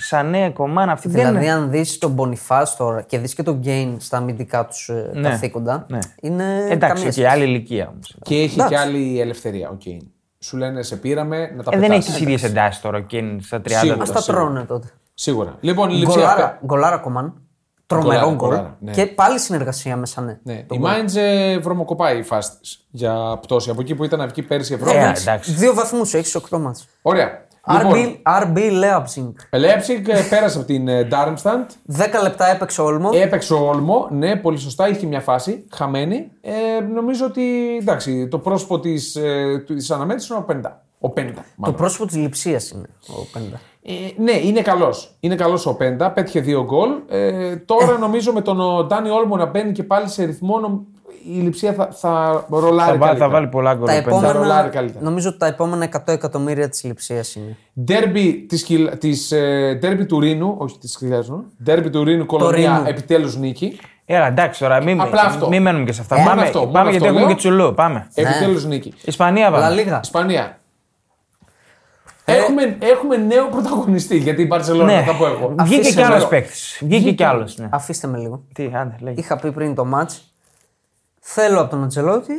σαν νέα κομμάνα αυτή δεν Δηλαδή, είναι. αν δεις τον Boniface τώρα και δεις και τον Γκέιν στα αμυντικά τους Ναι. καθήκοντα, Ναι. είναι. Εντάξει, καμία και άλλη ηλικία όμως. Και έχει Εντάξει. και άλλη ελευθερία ο Κέιν. Σου λένε σε πήραμε να τα Ε, πετάσεις. δεν έχει τις ίδιες εντάσεις τώρα ο Γκέιν στα 30. Σίγουρα. του. Ας τα σίγουρα. τρώνε τότε. Σίγουρα. Λοιπόν, η Λιψία. Γκολάρα, γκολάρα κομμάν. Τρομερό Γκολάρα, γκολ. γκολάρα, ναι. Και πάλι συνεργασία με Σανέ. Ναι. Το Η γκολ. Μάιντζ ε, βρωμοκοπάει η φάση της για πτώση. Από εκεί που ήταν να βγει πέρσι η Ευρώπη. Ε, εντάξει. Δύο βαθμούς, έχεις 8 μάτς. Ωραία. Λοιπόν, RB, RB Leipzig. Leipzig, ε, πέρασε από την ε, Darmstadt. 10 λεπτά έπαιξε ο Όλμο. Ε, Έπαιξε ο Όλμο, ναι, πολύ σωστά. Είχε μια φάση χαμένη. Ε, νομίζω ότι εντάξει, το πρόσωπο της ε, της αναμέτρησης είναι ο Πέντα. Ο Πέντα, το μάλλον. πρόσωπο της λειψίας είναι ο Πέντα. Ε, ναι, είναι καλός. Είναι καλός ο Πέντα. Πέτυχε δύο γκολ. Ε, τώρα νομίζω με τον ο Ντάνι Όλμο να μπαίνει και πάλι σε ρυθμό, νομ- η λειψία θα, θα ρολάρει. Θα, βά- θα καλύτερα. βάλει πολλά γκολ. Τα ο Πέντα. επόμενα, ρολάρει καλύτερα. νομίζω ότι τα επόμενα 100 εκατομμύρια της λειψίας είναι. Ντέρμπι της, Χιλ- της, ε, ντέρμπι του Ρήνου, όχι της Χιλιάζου, ντέρμπι του Ρήνου, Κολονία, Ρήνου. επιτέλους νίκη. Έλα, εντάξει τώρα, μην, Απλά αυτό. μην μένουμε και σε αυτά. Μόνο πάμε, αυτό, μόνο πάμε αυτό γιατί έχουμε λέω. και τσουλού. Πάμε. Επιτέλους νίκη. Ισπανία πάμε. Λα Λίγα. Ισπανία. Έχουμε, έχουμε νέο πρωταγωνιστή για την Barcelona, Ε, Ναι. θα πω εγώ. Βγήκε κι Αφήστε άλλος με. παίκτης. Βγήκε κι άλλος. Ναι. Αφήστε με λίγο. Τι, άντε, λέει. Είχα πει πριν το μάτς. Θέλω από τον Ατσελότη,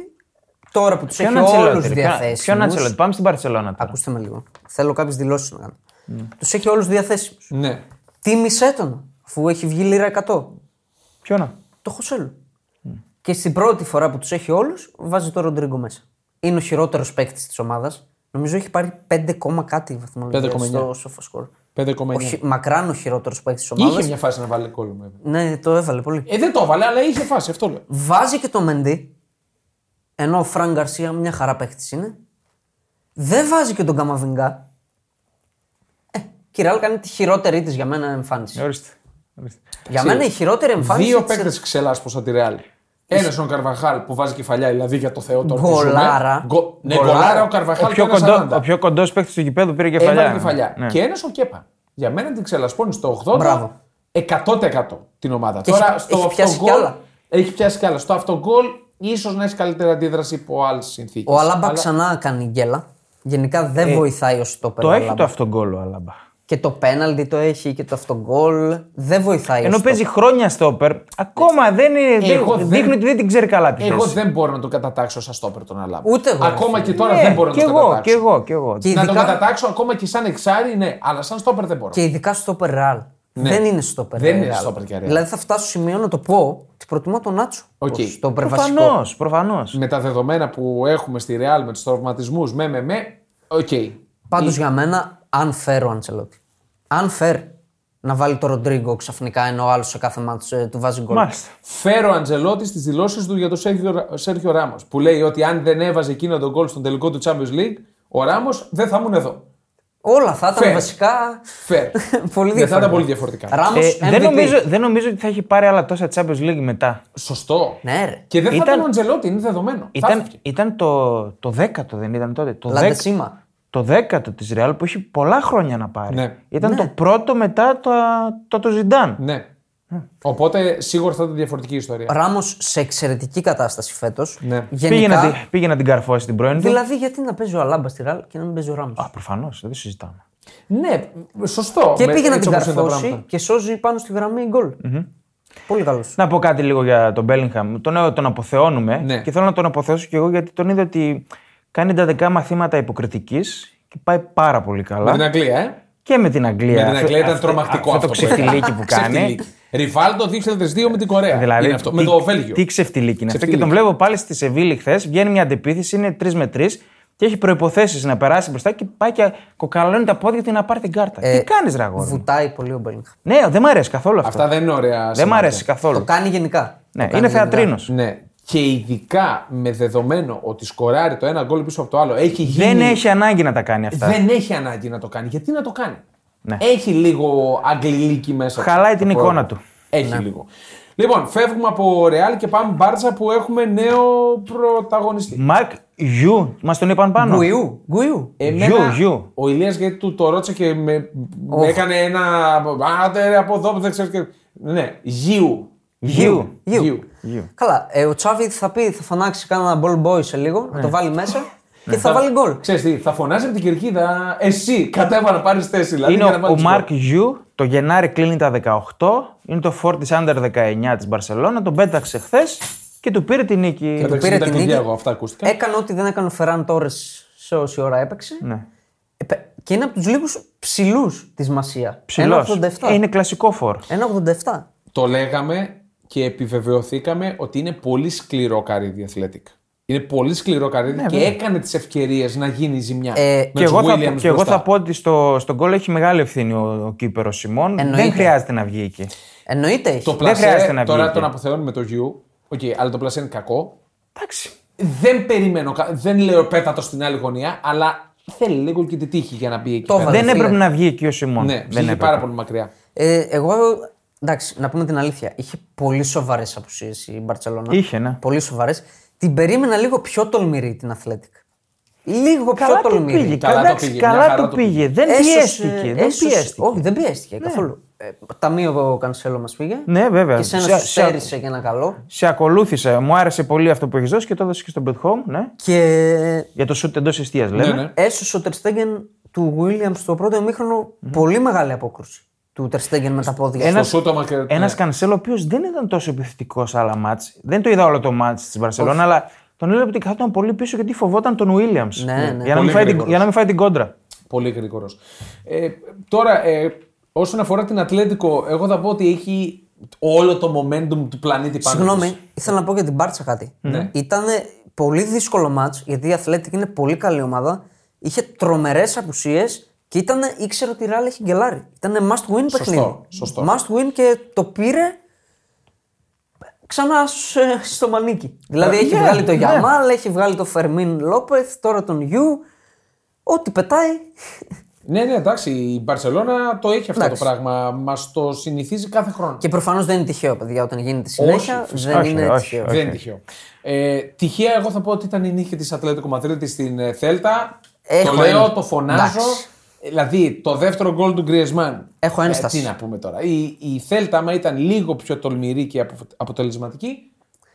τώρα που τους έχει Ποιον Αντσελότη, όλους ρε, διαθέσιμους. Ποιον Αντσελότη, πάμε στην Παρσελόνα τώρα. Ακούστε με λίγο. Θέλω κάποιες δηλώσεις να κάνω. Τους έχει όλους διαθέσιμους. Ναι. Τίμησε τον, αφού έχει βγει λίρα 100. Ποιον. α? Το Χωσέλου. Και στην πρώτη φορά που τους έχει όλους, βάζει το Ροντρίγκο μέσα. Είναι ο χειρότερος παίκτης της ομάδας. Νομίζω έχει πάρει 5, κόμμα κάτι βαθμολογία 5,9. στο σοφοσκορ. 5,9. Μακράν ο χειρότερος παίκτης της ομάδα. Είχε μια φάση να βάλει κόλλο. βέβαια. Ναι, το έβαλε πολύ. Ε, δεν το έβαλε, αλλά είχε φάση, αυτό λέω. Βάζει και το Μεντί. Ενώ ο Φραν Γκαρσία μια χαρά παίχτη είναι. Δεν βάζει και τον Καμαβινγκά. Ε, η Ρεάλ κάνει τη χειρότερη της για μένα εμφάνιση. Ορίστε. Ορίστε. για μένα η χειρότερη εμφάνιση. Δύο της- ε- παίκτε ξελάσπω από τη Ρεάλ. Ένας ο Καρβαχάλ που βάζει κεφαλιά, δηλαδή για το Θεό τώρα. τι Γκολάρα. ζούμε. Γκο- Ναι, Γκολάρα. γκολάρα ο Ο Καρβαχάλ. πιο, το 1,40. κοντό, ο πιο κοντός παίκτης του γηπέδου πήρε κεφαλιά. Έβαλε Ε, κεφαλιά. Ναι. Και ένας ο Κέπα. Για μένα την ξελασπώνει στο 80 Μπράβο. 100% την ομάδα. Και έχει- έχει πιάσει αυτογκόλ- κι άλλα. Έχει πιάσει κι άλλα. Στο αυτογκόλ ίσως να έχει καλύτερη αντίδραση υπό άλλες συνθήκες. Ο Αλάμπα ξανά κάνει γκέλα. Γενικά δεν βοηθάει ο στόπερ. Το ο έχει Αλάμπα. το αυτόν γκολ ο Αλάμπα. Και το πέναλτι το έχει και το αυτογκόλ. Δεν βοηθάει. ο Ενώ στόπερ. παίζει χρόνια στόπερ, ακόμα δεν, είναι, δεν- Ε, Εγώ δεν- δείχνει ότι δεν την ξέρει καλά τη Εγώ θέση. δεν μπορώ να τον κατατάξω σαν στόπερ τον Αλάμπα. Ούτε εγώ, Ακόμα ρε και τώρα Ναι, δεν μπορώ να κι τον εγώ, κατατάξω. κι εγώ, κι εγώ. Και- Να τον Ειδικά- κατατάξω ακόμα και σαν εξάρι, ναι, αλλά σαν στόπερ δεν μπορώ. Και ειδικά στόπερ ρεάλ. Δεν είναι στόπερ Δεν είναι Ρεάλ. στόπερ και Ρεάλ. Δηλαδή θα φτάσω στο σημείο να το πω ότι προτιμώ τον Νάτσο. Οκ. ως Στόπερ βασικό. Προφανώς, προφανώς. Με τα δεδομένα που έχουμε στη Ρεάλ, με τους τραυματισμούς, με, με, με. Οκ. Πάντως για μένα, αν φέρει ο Αντσελότη. Αν φέρει να βάλει το Ροντρίγκο ξαφνικά ενώ ο άλλος σε κάθε μάτσο ε, του βάζει γκολ. Μάλιστα. Φέρω Αντζελότη τι δηλώσεις του για τον Σέρχιο, Σέρχιο Ράμο. Που λέει ότι αν δεν έβαζε εκείνο τον γκολ στον τελικό του Champions League, ο Ράμο δεν θα ήμουν εδώ. Όλα θα ήταν Fair. βασικά. Φέρ. πολύ δεν θα ήταν διαφορετικά. πολύ διαφορετικά. Ράμο Ε, δεν, νομίζω, δεν νομίζω ότι θα έχει πάρει άλλα τόσα Champions League μετά. Σωστό. Ναι, ρε. Και δεν θα Ήταν- ήταν ο Αντζελότη, είναι δεδομένο. Θα Ήταν, έφυγε. ήταν το, το δέκατο, δεν ήταν τότε. Το Λαντεσίμα. δέκα- Το δέκατο της Ρεάλ που έχει πολλά χρόνια να πάρει. Ναι. Ήταν το πρώτο μετά το, το, το Ζιντάν. Ναι. Οπότε σίγουρα θα ήταν διαφορετική η ιστορία. Ράμος σε εξαιρετική κατάσταση φέτος. Ναι. Πήγε, να, Γενικά. τη- πήγε να την καρφώσει την πρώην του. Δηλαδή, γιατί να παίζει ο Αλάμπα στη Ραλ και να μην παίζει ο Ράμος. Α, προφανώς, δεν το συζητάμε. Ναι, σωστό. Και Με- πήγε να έτσι την όπως είναι τα καρφώσει πράγματα. και σώζει πάνω στη γραμμή γκολ. Πολύ καλός. Να πω κάτι λίγο για τον Μπέλιγχαμ. Τον, ε, τον αποθεώνουμε Ναι. και θέλω να τον αποθεώσω κι εγώ γιατί τον είδα ότι κάνει τα δεκά μαθήματα υποκριτικής και πάει πάρα πολύ Με καλά. την Αγγλία, ε. Και με την Αγγλία. Με την Αυτό- Αγγλία ήταν αυτό- τρομακτικό Αυτό αυτό. το που έκανε. ξεφτιλίκι που κάνει. Ξεφτιλίκι. Ριβάλτο 2002 με την Κορέα. Δηλαδή, είναι αυτό. τι, με το Βέλγιο. Τι ξεφτιλίκι είναι αυτό. Και Ξεφτιλίκι. τον βλέπω πάλι στη Σεβίλη χθες. Βγαίνει μια αντεπίθεση, είναι 3 με 3 και έχει προποθέσει να περάσει μπροστά και πάει και κοκαλώνει τα πόδια του να πάρει την κάρτα. Ε, Τι κάνεις, Ραγόρ. Βουτάει πολύ ο Μπέλιγχαμ. Ναι, δεν μ' αρέσει καθόλου αυτό. Αυτά δεν είναι ωραία. δεν μ' σημάδια. αρέσει καθόλου. Το κάνει γενικά. Ναι, Το κάνει είναι γενικά. θεατρίνος. Ναι. Και ειδικά με δεδομένο ότι σκοράρει το ένα γκολ πίσω από το άλλο. Έχει γίνει... Δεν έχει ανάγκη να τα κάνει αυτά. δεν έχει ανάγκη να το κάνει. Γιατί να το κάνει. Ναι. Έχει λίγο αγγλική μέσα. του. Χαλάει την Το εικόνα πρόγραμμα. του. Ναι. Έχει λίγο. Λοιπόν, φεύγουμε από Ρεάλ και πάμε Μπάρτσα που έχουμε νέο πρωταγωνιστή. Μαρκ Γιου, μας τον είπαν πάνω. Γκουιού. Γκουιού. Γιου, Γιου. ο Ηλίας γιατί του το ρώτησε και με, με έκανε ένα. Άντε ρε, από εδώ που δεν ξέρω. Και... Ναι, Γιου. Γιου. Γιου. Γιου. Καλά. Ε, ο Τσάβη θα πει, θα φανάξει κανένα ball boy σε λίγο, να Ναι. το βάλει μέσα και θα βάλει γκολ. Ξέρεις τι, θα φωνάζει από την κερκίδα εσύ κατέβα να πάρεις θέση. Δηλαδή, Είναι για να ο, ο βάλεις Μαρκ γκολ. Γιου, το Γενάρη κλείνει τα 18, είναι το Fortis Under 19 της Μπαρσελόνα, τον πέταξε χθες και του πήρε την νίκη. Ε- του Εντάξει, πήρε ήταν την και νίκη. Διάγο, αυτά ακούστηκαν. Έκανε ό,τι δεν έκανε ο Φεράν Τόρε σε όση ώρα έπαιξε. Ναι. Ε, παι- Και είναι από τους λίγους ψηλούς της Μασία. Ψηλός. 1,87. Ε, είναι κλασικό φόρ. 1,87. Το λέγαμε και επιβεβαιωθήκαμε ότι είναι πολύ σκληρό καρύδι Athletic. Είναι πολύ σκληρό καρύδι και Ναι, βέβαια. έκανε τις ευκαιρίες να γίνει η ζημιά. Ε, με Και τους εγώ, θα, Williams και εγώ μπροστά. θα πω ότι στο, στον γκολ έχει μεγάλη ευθύνη ο, ο κύπερος Σιμών. Εννοείται. Δεν χρειάζεται να βγει εκεί. Εννοείται έχει. Το πλασέ, χρειάζεται να βγει τώρα εκεί. τον αποθεώνουμε το γιου. Οκ, αλλά το πλασέ είναι κακό. Εντάξει. Δεν περιμένω, κα- δεν λέω πέτα το στην άλλη γωνία, αλλά θέλει λίγο και τη τύχη για να μπει εκεί. Το πέρα. έβαλε. Δεν φίλε. έπρεπε να βγει εκεί ο Σιμών. Ναι, δεν πήγε έπρεπε. πάρα πολύ μακριά. Ε, εγώ, εντάξει, να πούμε την αλήθεια. Είχε πολύ σοβαρές απουσίες η Μπαρσελόνα. Είχε, ναι. Πολύ σοβαρές. Την περίμενα λίγο πιο τολμηρή την Αθλέτικ. Λίγο Καλά πιο το τολμηρή. πήγε. Καλά το εντάξει, πήγε, μια Καλά χαρά το το πήγε. πήγε. Δεν Έσωσε- πιέστηκε. Δεν έσωσε- πιέστηκε. Όχι, δεν πιέστηκε καθόλου. Ε, ταμείο ο Κανσέλο μας πήγε. Ναι, βέβαια. Και σένα Σε- σου σε- στέρισε και ένα καλό. Σε ακολούθησε. Μου άρεσε πολύ αυτό που έχεις δώσει και το έδωσες και στον Bet Home. Ναι. Και Για το σουτ εντός αιστεία λέμε. Ναι, ναι. έσωσε ο Τερστέγγεν του Βίλιαμ στο πρώτο ημίχρονο πολύ μεγάλη απόκρουση. Του Τερστέγγεν με τα πόδια. Ένας Ένας- σούτο μακριά. ναι. Ένα Κανσέλο, ο οποίος δεν ήταν τόσο επιθετικός σε άλλα μάτ. Δεν το είδα όλο το μάτ της Μπαρσελόνα, αλλά τον έλεγα ότι καθόταν πολύ πίσω γιατί φοβόταν τον Βίλιαμ. Ναι, ναι. Για, να Πολύ μην φάει την- γρήγορος. για να μην φάει την κόντρα. Πολύ γρήγορος. Ε, τώρα, ε, όσον αφορά την Ατλέντικο, εγώ θα πω ότι έχει όλο το momentum του πλανήτη πάνω. της. Συγγνώμη, ήθελα να πω για την Μπάρτσα κάτι. Ναι. Ήταν πολύ δύσκολο μάτς, γιατί η Αθλέτικ είναι πολύ καλή ομάδα. Είχε τρομερές απουσίες και ήταν, ήξερε ότι η Ράλ έχει γκελάρει. Ήταν must win παιχνίδι. σωστό. Must win και το πήρε ξανά σε- στο μανίκι. Δηλαδή έχει ναι, βγάλει το ναι. Γιαμάλ, έχει βγάλει το Φερμίν Λόπεθ, τώρα τον Γιου. Ό,τι πετάει. Ναι, ναι, εντάξει, η Μπαρσελόνα το έχει αυτό Εντάξει. το πράγμα. Μας το συνηθίζει κάθε χρόνο. Και προφανώς δεν είναι τυχαίο, παιδιά, όταν γίνεται συνέχεια. φυσικά, δεν όχι, είναι όχι, τυχαίο. όχι. Δεν είναι τυχαίο. Ε, τυχαία, εγώ θα πω ότι ήταν η νύχη της Ατλέτικο Μαδρίτη στην ε, Θέλτα. Έχω το λέω, ένα. το φωνάζω. Εντάξει. Ε, Δηλαδή, το δεύτερο γκολ του Γκριεσμάν. Ε, Έχω ένσταση. τι να πούμε τώρα. Η, η Θέλτα, άμα ήταν λίγο πιο τολμηρή και απο- αποτελεσματική,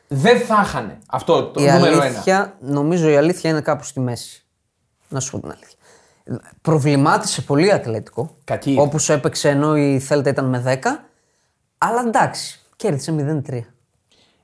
δεν θα χάνε. Αυτό το η νούμερο ένα. αλήθεια, νομίζω η αλήθεια είναι κάπου στη μέση. Να σου πω την αλήθεια. Προβλημάτισε πολύ η Ατλέτικο. Κακή ήταν. Όπως έπαιξε ενώ η Θέλτα ήταν με 10. Αλλά εντάξει, κέρδισε 0-3.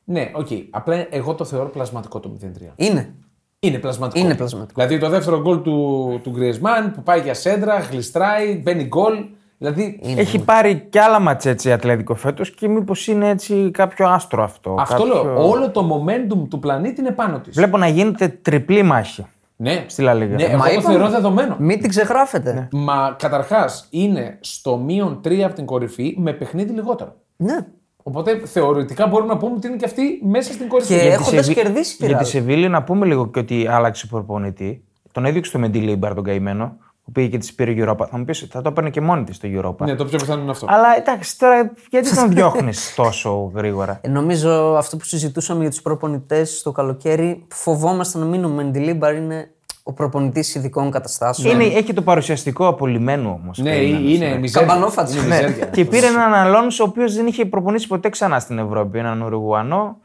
Ναι, οκ. Απλά εγώ το θεωρώ πλασματικό το 0-3. Είναι. Είναι πλασματικό. Είναι πλασματικό. Δηλαδή το δεύτερο γκολ του, του Γκριεσμάν που πάει για σέντρα, γλιστράει, μπαίνει γκολ. Δηλαδή Έχει πάρει κι άλλα μάτς έτσι Ατλέτικο φέτος και μήπως είναι έτσι κάποιο άστρο αυτό. αυτό κάποιο- λέω. Όλο το momentum του πλανήτη είναι πάνω της. Βλέπω να γίνεται τριπλή μάχη. Ναι, Στη La Liga. Ναι, εγώ το είπαμε, θεωρώ δεδομένο. Μην την ξεγράφετε. Ναι. Μα καταρχάς είναι στο μείον 3 από την κορυφή με παιχνίδι λιγότερο. Ναι. Οπότε θεωρητικά μπορούμε να πούμε ότι είναι και αυτή μέσα στην κορυφή. Και- Για τη έχοντας Σεβί- κερδίσει τη Για τη Real. Σεβίλη να πούμε λίγο και ότι άλλαξε προπονητή. Τον έδιωξε το Μεντί Λίμπαρ τον καημένο, που πήγε και της πήρε Europa. Θα μου πεις, θα το έπαιρνε και μόνη της το Europa. Ναι, το πιο πιθανό είναι αυτό. Αλλά εντάξει, τώρα γιατί τον διώχνεις τόσο γρήγορα. Ε, νομίζω αυτό που συζητούσαμε για τους προπονητές το καλοκαίρι, φοβόμαστε να μείνουμε. Μεντιλίμπαρ είναι ο προπονητής ειδικών καταστάσεων. Είναι, έχει το παρουσιαστικό απολυμμένο όμως. ναι, είναι μιζέρια. Καμπανόφατζι. Είναι Ναι. μιζέρια. Και πήρε έναν Αλόνσο ο οποίος δεν είχε προπονήσει ποτέ ξανά στην Ευρώπη. Έναν Ουρουγουανό.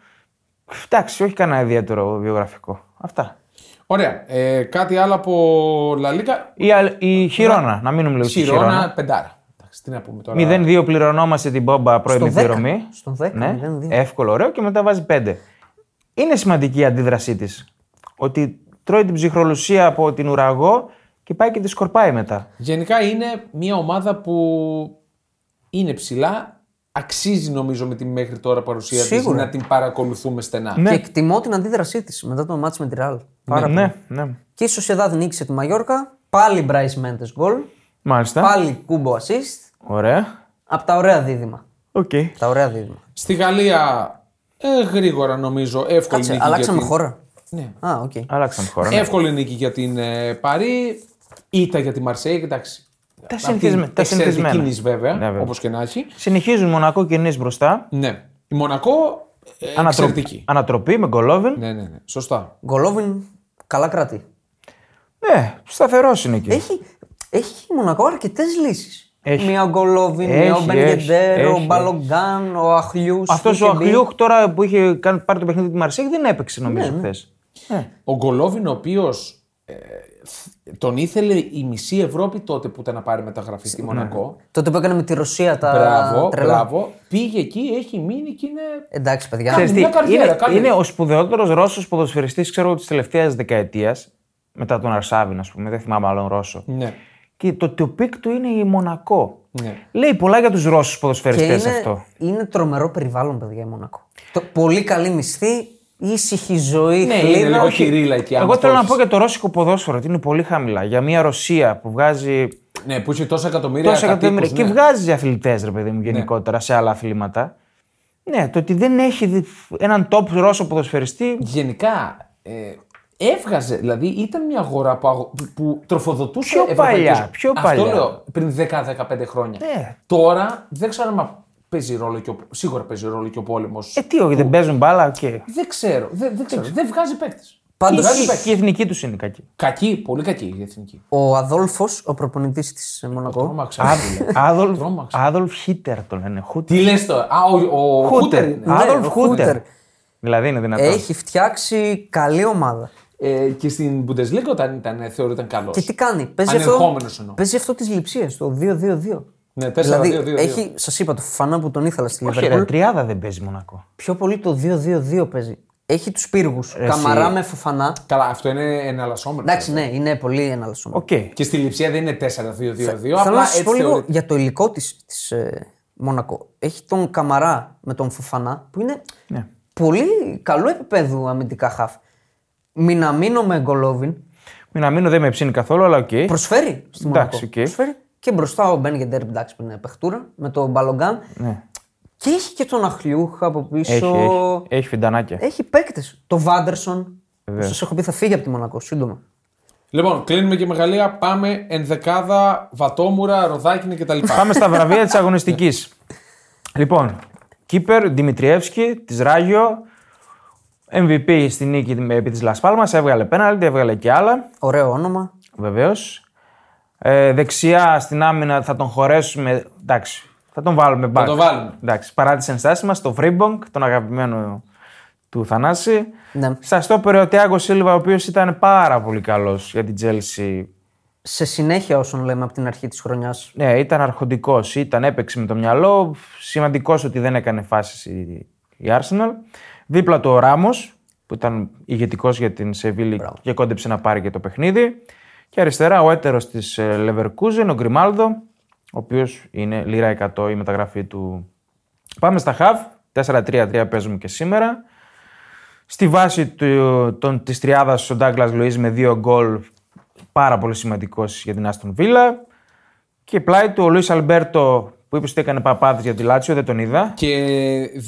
Εντάξει, όχι κανένα ιδιαίτερο βιογραφικό. Αυτά. Ωραία. Ε, κάτι άλλο από Λαλίκα. Η, Αλ- η Χιρόνα, να μείνουμε λίγο στη Χιρόνα, Χιρόνα. πεντάρα. Εντάξει, τι να πούμε τώρα. 0-2 πληρωνόμαστε την μπόμπα πρώιμη ε, Στο 10. πληρωμή. Στο 10, Ναι, 0-2. εύκολο, ωραίο και μετά βάζει 5. Είναι σημαντική η αντίδρασή της. Ότι τρώει την ψυχρολουσία από την ουραγό και πάει και τη σκορπάει μετά. Γενικά είναι μια ομάδα που είναι ψηλά, αξίζει νομίζω με τη μέχρι τώρα παρουσία της Σίγουρα. να την παρακολουθούμε στενά. Ναι. Και εκτιμώ την αντίδρασή της μετά το μάτς με τη Ρεάλ. Πάρα πολύ. ναι, ναι. Και η Σοσιαδάδ νίκησε τη Μαγιόρκα. Πάλι Bryce Μέντε γκολ. Μάλιστα. Πάλι κούμπο assist. Ωραία. Από τα ωραία δίδυμα. Οκ. Τα ωραία δίδυμα. Στη Γαλλία ε, γρήγορα νομίζω εύκολη Κάτσε, νίκη. αλλάξαμε για την... χώρα. Ναι. Α, οκ. Okay. Αλλάξαμε χώρα. Ε, ναι. Εύκολη νίκη για την ε, Παρή, ήττα για τη Μαρσέη, εντάξει. Τα συνηθισμέ- τα συνηθισμένα. Κίνης, βέβαια, Ναι, βέβαια. όπως και να έχει. Συνεχίζουν Μονακό και Νις μπροστά. Ναι. Η Μονακό ε, Ανατροπή, εξαιρετική. ανατροπή με Γκολόβιν. Ναι, Ναι, ναι, ναι. Σωστά. Γκολόβιν καλά κρατεί. σταθερό Ναι, είναι εκεί. Έχει, έχει η Μονακό αρκετές λύσεις. Έχει. Μία ο Γκολόβιν, Έχει, μία ο έχει, Μπενγκεντέρ, ο έχει. Μπαλογκάν, ο Αχλιούς. Αυτός ο Αχλιούχ τώρα που είχε κάνει- πάρει το παιχνίδι τη Μαρσέικ δεν έπαιξε νομίζω ναι, χθε. Ο Γκολόβιν, ο οποίος τον ήθελε η μισή Ευρώπη τότε που ήταν να πάρει μεταγραφή Ναι. στη Μονακό. Τότε που έκανε με τη Ρωσία τα Μπράβο, τρελά. μπράβο. Πήγε εκεί, έχει μείνει και είναι. Εντάξει, παιδιά. Ξέρεις τι, μια καριέρα, είναι, καλή. είναι ο σπουδαιότερος Ρώσος ποδοσφαιριστής, ξέρω, της τελευταίας δεκαετίας. Μετά τον Αρσάβιν, ας πούμε, δεν θυμάμαι άλλον Ρώσο. Ναι. Και το, το πικ του είναι η Μονακό. Ναι. Λέει πολλά για τους Ρώσους Και ποδοσφαιριστές είναι, αυτό. είναι τρομερό περιβάλλον, παιδιά, η Μονακό. Το πολύ καλή μισθή, ήσυχη ζωή, Ναι, χλίδα. είναι λίγο όχι. χειρίλα εκεί. άμα Εγώ θέλω να θώσεις. πω για το ρώσικο ποδόσφαιρο ότι είναι πολύ χαμηλά. Για μια Ρωσία που βγάζει Ναι, που είχε τόσα εκατομμύρια. τόσα εκατομμύρια κατοίκους, και ναι. βγάζει αθλητές, ρε παιδί μου, γενικότερα σε άλλα αθλήματα. Ναι, το ότι δεν έχει δι- έναν top Ρώσο ποδοσφαιριστή. Γενικά ε, έβγαζε, δηλαδή ήταν μια αγορά που, αγο- που τροφοδοτούσε Πιο ευρωπαϊκούς. παλιά, πιο παλιά. Αυτό λέω πριν 10-15 χρόνια. Ναι. Τώρα δεν ξέρω αν παίζει ρόλο και ο, σίγουρα παίζει ρόλο και ο πόλεμος. Ε, τι, όχι, δεν παίζουν μπάλα και. δεν ξέρω, δεν, δεν ξέρω, δεν βγάζει παίκτες. Πάντως- βγάζει Και παίκτες. η εθνική τους είναι κακή. Κακή, πολύ κακή η εθνική. Ο Αδόλφος, ο προπονητής της Μονακό. Τρόμαξα. φίλε. Άδολφ, Τρόμαξα. Άδολφ Χίτερ το λένε. Χούτερ. Τι λες τώρα, Α, ο, ο Χούτερ είναι. Α. Άδολφ ο Χούτερ. Χούτερ. Δηλαδή είναι δυνατόν. Ε, Έχει φτιάξει καλή ομάδα. Ε, και στην Bundesliga όταν ήταν, θεωρείται καλός. Και τι κάνει, παίζει αυτό, Ανερχόμενος εννοώ. παίζει αυτό τη λειψία, το 2-2-2. Ναι, 4-2-2-2. Δηλαδή, έχει, σας είπα, το φανά που τον ήθελα στη Όχι, ρε, Λιβερπούλ. τριάδα δεν παίζει μονακό. Πιο πολύ το 2-2-2 παίζει. Έχει τους πύργους. Καμαρά με φοφανά. Καλά, αυτό είναι εναλλασσόμενο. Εντάξει, ναι, είναι πολύ εναλλασσόμενο. Οκ. Και στη Λιψία δεν είναι 4-2-2-2. Θέλω απλά να σα έτσι πω λίγο θεωρείται. για το υλικό της της, ε, Μονακό. Έχει τον Καμαρά με τον Φοφανά που είναι Ναι. πολύ καλού επίπεδου αμυντικά χαφ. Μιναμίνο με Γκολόβιν Μην αμήνω δεν με ψήνει καθόλου, αλλά οκ. προσφέρει στη Μονακό. Ε, Εντάξει, οκ. Προσφέρει. Και μπροστά ο Μπένγκεντερ, εντάξει, που είναι παιχτούρα, με τον Μπαλογκάν. Ναι. Και έχει και τον Αχλιούχ από πίσω. Έχει, έχει, έχει φιντανάκια. Έχει παίκτες. Το Βάντερσον. Βεβαίως. Σας έχω πει θα φύγει από τη Μονακό σύντομα. Λοιπόν, κλείνουμε και μεγαλεία. Πάμε ενδεκάδα, βατόμουρα, ροδάκινη κτλ. Πάμε στα βραβεία της αγωνιστικής. λοιπόν, Κύπερ, Δημητριεύσκη, της Ράγιο. MVP στη νίκη με- επί της Λασπάλμα. Έβγαλε πέναλτι, έβγαλε και άλλα. Ωραίο όνομα. Βεβαίως. Ε, δεξιά στην άμυνα θα τον χωρέσουμε. Εντάξει, θα τον βάλουμε back. τον βάλουμε. Εντάξει, παρά τις ενστάσεις μας, τον Φρίμπονγκ, τον αγαπημένο του Θανάση. Ναι. Στα στόπερ ο Τιάγκο Σίλβα, ο οποίος ήταν πάρα πολύ καλός για την Τζέλση. Σε συνέχεια όσων λέμε από την αρχή της χρονιάς. Ναι, ήταν αρχοντικός, ήταν, έπαιξε με το μυαλό. Σημαντικός ότι δεν έκανε φάσεις η, η Arsenal. Δίπλα του ο Ράμος, που ήταν ηγετικός για την Σεβίλη και κόντεψε να πάρει και το παιχνίδι. Και αριστερά ο έτερος της Leverkusen, ο Γκριμάλδο, ο οποίος είναι λίρα 100 η μεταγραφή του. Πάμε στα χαβ. 4-3-3 παίζουμε και σήμερα. Στη βάση του, των, της τριάδας ο Ντάγκλας Λουίς με δύο γκολ πάρα πολύ σημαντικός για την Άστον Βίλα. Και πλάι του ο Λουίς Αλμπέρτο που είπες ότι έκανε παπάδες για τη Λάτσιο, δεν τον είδα. και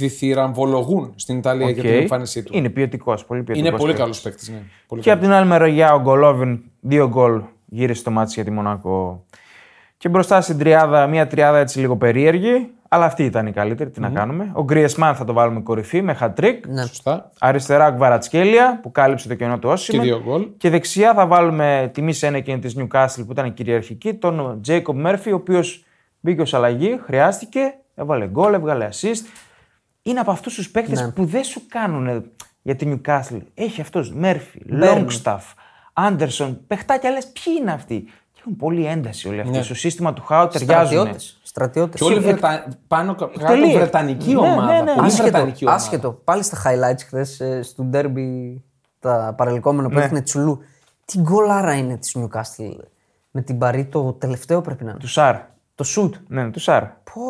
διθυραμβολογούν στην Ιταλία για την Οκ. εμφάνισή του. Είναι ποιοτικός, πολύ ποιοτικός. Είναι πολύ παίκτης. καλός παίκτης. Ναι. Πολύ Και από την άλλη μεριά ο Γκολόβιν, δύο γκολ γύρισε το μάτς για τη Μονακό. Και μπροστά στην τριάδα, μια τριάδα έτσι λίγο περίεργη, αλλά αυτή ήταν η καλύτερη, τι να κάνουμε. Ο Γκριεσμάν θα το βάλουμε κορυφή με χατρίκ. ναι. καλός. Σωστά. Αριστερά Γκβαρατσκέλια που κάλυψε το κενό του Όσιμεν. Και δύο γκολ. Και δεξιά θα βάλουμε τιμή σε ένα εκείνη της Newcastle που ήταν κυριαρχική, τον Jacob Murphy, ο οποίος μπήκε ως αλλαγή, χρειάστηκε, έβαλε γκολ, έβγαλε assist. Είναι από αυτούς τους παίκτες Ναι. που δεν σου κάνουν για τη Newcastle. Έχει αυτός Murphy, Longstaff, Anderson, παιχτάκια λες, ποιοι είναι αυτοί. Και έχουν πολύ ένταση όλοι Ναι. αυτοί. Στο σύστημα του Χάου ταιριάζουν. Στρατιώτε. Στρατιώτες. Και όλοι Βρετα... πάνω κα- κάτω Τελεία. βρετανική ε, Ναι, ομάδα. ναι, ναι. Πολύ Άσχετο, βρετανική ομάδα. άσχετο. Πάλι στα highlights χθες στο ντέρμπι τα παρελκόμενα Ναι. που έδειχνε Τσουλού. Τι γκολάρα είναι της Νιουκάστιλ. Με την παρή το τελευταίο πρέπει να είναι. ναι, Του Σάρ. Το σουτ. Ναι, του Σάρ. Πω.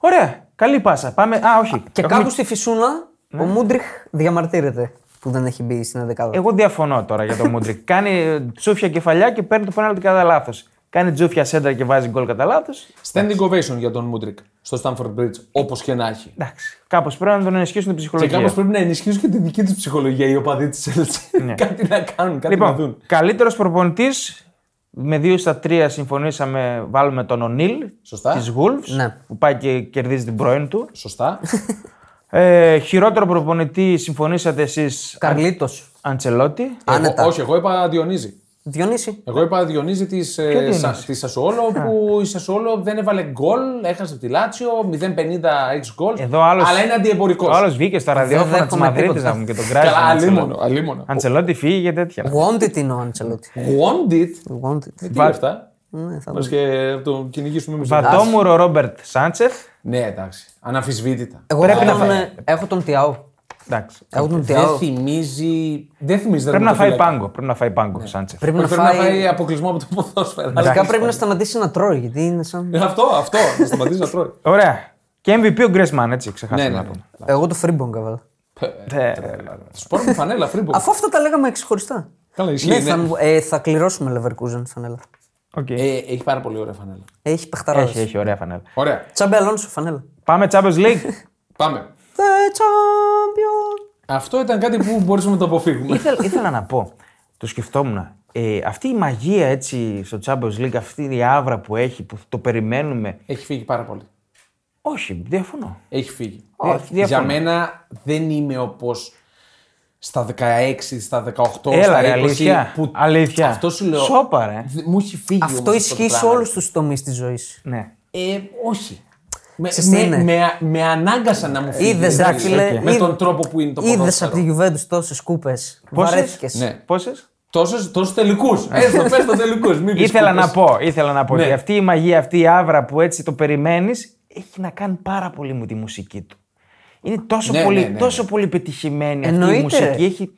Ωραία. Καλή πάσα. Πάμε. Α, όχι. Και Έχουμε- κάπου στη Φυσούνα Ναι. ο Μούντριχ διαμαρτύρεται που δεν έχει μπει στην δεκάδα. Εγώ διαφωνώ τώρα για τον Μούντρικ. Κάνει τσούφια κεφαλιά και παίρνει το πέναλτι κατά λάθος. Κάνει τσούφια σέντρα και βάζει γκολ κατά λάθος. Standing ovation για τον Μούντρικ στο Stanford Bridge, όπως και να Ναι. έχει. Εντάξει. Κάπως πρέπει να τον ενισχύσουν την Και ψυχολογία. κάπως πρέπει να ενισχύσουν και τη δική τους ψυχολογία οι οπαδοί της Έλτσε. Ναι. κάτι να κάνουν, κάτι να Λοιπόν, δουν. καλύτερος προπονητής. Με δύο στα τρία συμφωνήσαμε, βάλουμε τον Ονίλ Σωστά. της Wolves Ναι. που πάει και κερδίζει την πρώην του. Σωστά. Ε, χειρότερο προπονητή συμφωνήσατε εσείς, Καρλίτος. Αντσελότη. Άνετα. Εγώ- όχι, εγώ είπα Διονύζη. Διονύση. Εγώ είπα Διονύζη ε, τη Διονύζη? Σασουόλο που η Σασουόλο δεν έβαλε γκολ, έχασε από τη Λάτσιο 0-50 έξι γκολ. Εδώ άλλος- Αλλά είναι Ο αντιεμπορικό. άλλος βγήκε στα ραδιόφωνα της δέχομαι Μαδρίτης τίποτα. να μου και τον κράζει. Καλά, αλίμονο. αλίμονο. Αντσελότη φύγει και τέτοια. Wanted είναι ο Αντσελότη. Want it. Wanted. Τι είναι αυτά. Ναι, θα Μα δούμε. και να το κυνηγήσουμε εμείς. Βατόμουρο Ρόμπερτ Σάντσεφ. Ναι, εντάξει. Αναμφισβήτητα. Εγώ Πρέπει έχω να τον- έχω τον Τιάο. Εντάξει. Έχω τον Ε, Δεν Τιάο. θυμίζει. Δεν θυμίζει Πρέπει να φάει τερματοφύλακα. πάγκο. Πρέπει να φάει πάγκο ο Σάντσεφ. Πρέπει να Ναι. Πρέπει να φάει φάει. αποκλεισμό από το ποδόσφαιρο. Ε, Βασικά πρέπει να σταματήσει να τρώει, γιατί είναι σαν. Αυτό, αυτό. Να σταματήσει να τρώει. Ωραία. Και MVP ο Γκρέσμαν, έτσι, Ναι, ξεχάσαμε ναι. να ναι. πούμε. Εγώ το Φρίμπονγκ έβαλα. Ε, Σπορ με φανέλα, φρίμπο. Αφού αυτά τα λέγαμε ξεχωριστά. Καλά, ισχύει. Ναι, ναι. θα, μου- ε, θα κληρώσουμε Leverkusen φανέλα. οκ. Ε, έχει πάρα πολύ ωραία φανέλα. Έχει Έχει, παιχταράδε. έχει, ωραία φανέλα. Ωραία. Τσάμπε Αλόνσο φανέλα. Πάμε Champions League. Πάμε. The champion. Αυτό ήταν κάτι που μπορούσαμε να το αποφύγουμε. ήθελα, ήθελα να πω, το σκεφτόμουν. Ε, αυτή η μαγεία έτσι στο Champions League, αυτή η άβρα που έχει, που το περιμένουμε. έχει φύγει πάρα πολύ. Όχι, διαφωνώ. Έχει φύγει. Όχι, Για διαφωνώ. μένα δεν είμαι όπως στα 16, στα 18, στα Έλα, 20. ρε, αλήθεια. Που... Αλήθεια. Αυτό σου λέω. Σόπα, ρε. Δε- Μου έχει φύγει. όμως Αυτό ισχύει το σε πράγμα. όλους τους τομείς της ζωής. Ναι. Ε, όχι. Με, Ξέρεις τι με, είναι. με, με ανάγκασαν να μου φύγει. Είδες, δηλαδή, ρε φίλε, Με τον είδ- τρόπο που είναι το Είδες ποδόσφαιρο. από τη Γιουβέντους τόσες κούπες. Πόσες? Βαρέθηκες. Ναι. Πόσες? Τόσους, τόσους Ε. τελικούς. Έστω, πες το τελικούς. Μην πεις Ήθελα να κούπες. πω, ήθελα να πω Ναι. ότι αυτή η μαγεία, αυτή η άβρα που έτσι το περιμένεις, έχει να κάνει πάρα πολύ με τη μουσική του. Είναι τόσο, Ναι, πολύ, ναι, ναι, ναι. τόσο πολύ πετυχημένη Εννοείται. αυτή η μουσική. Έχει...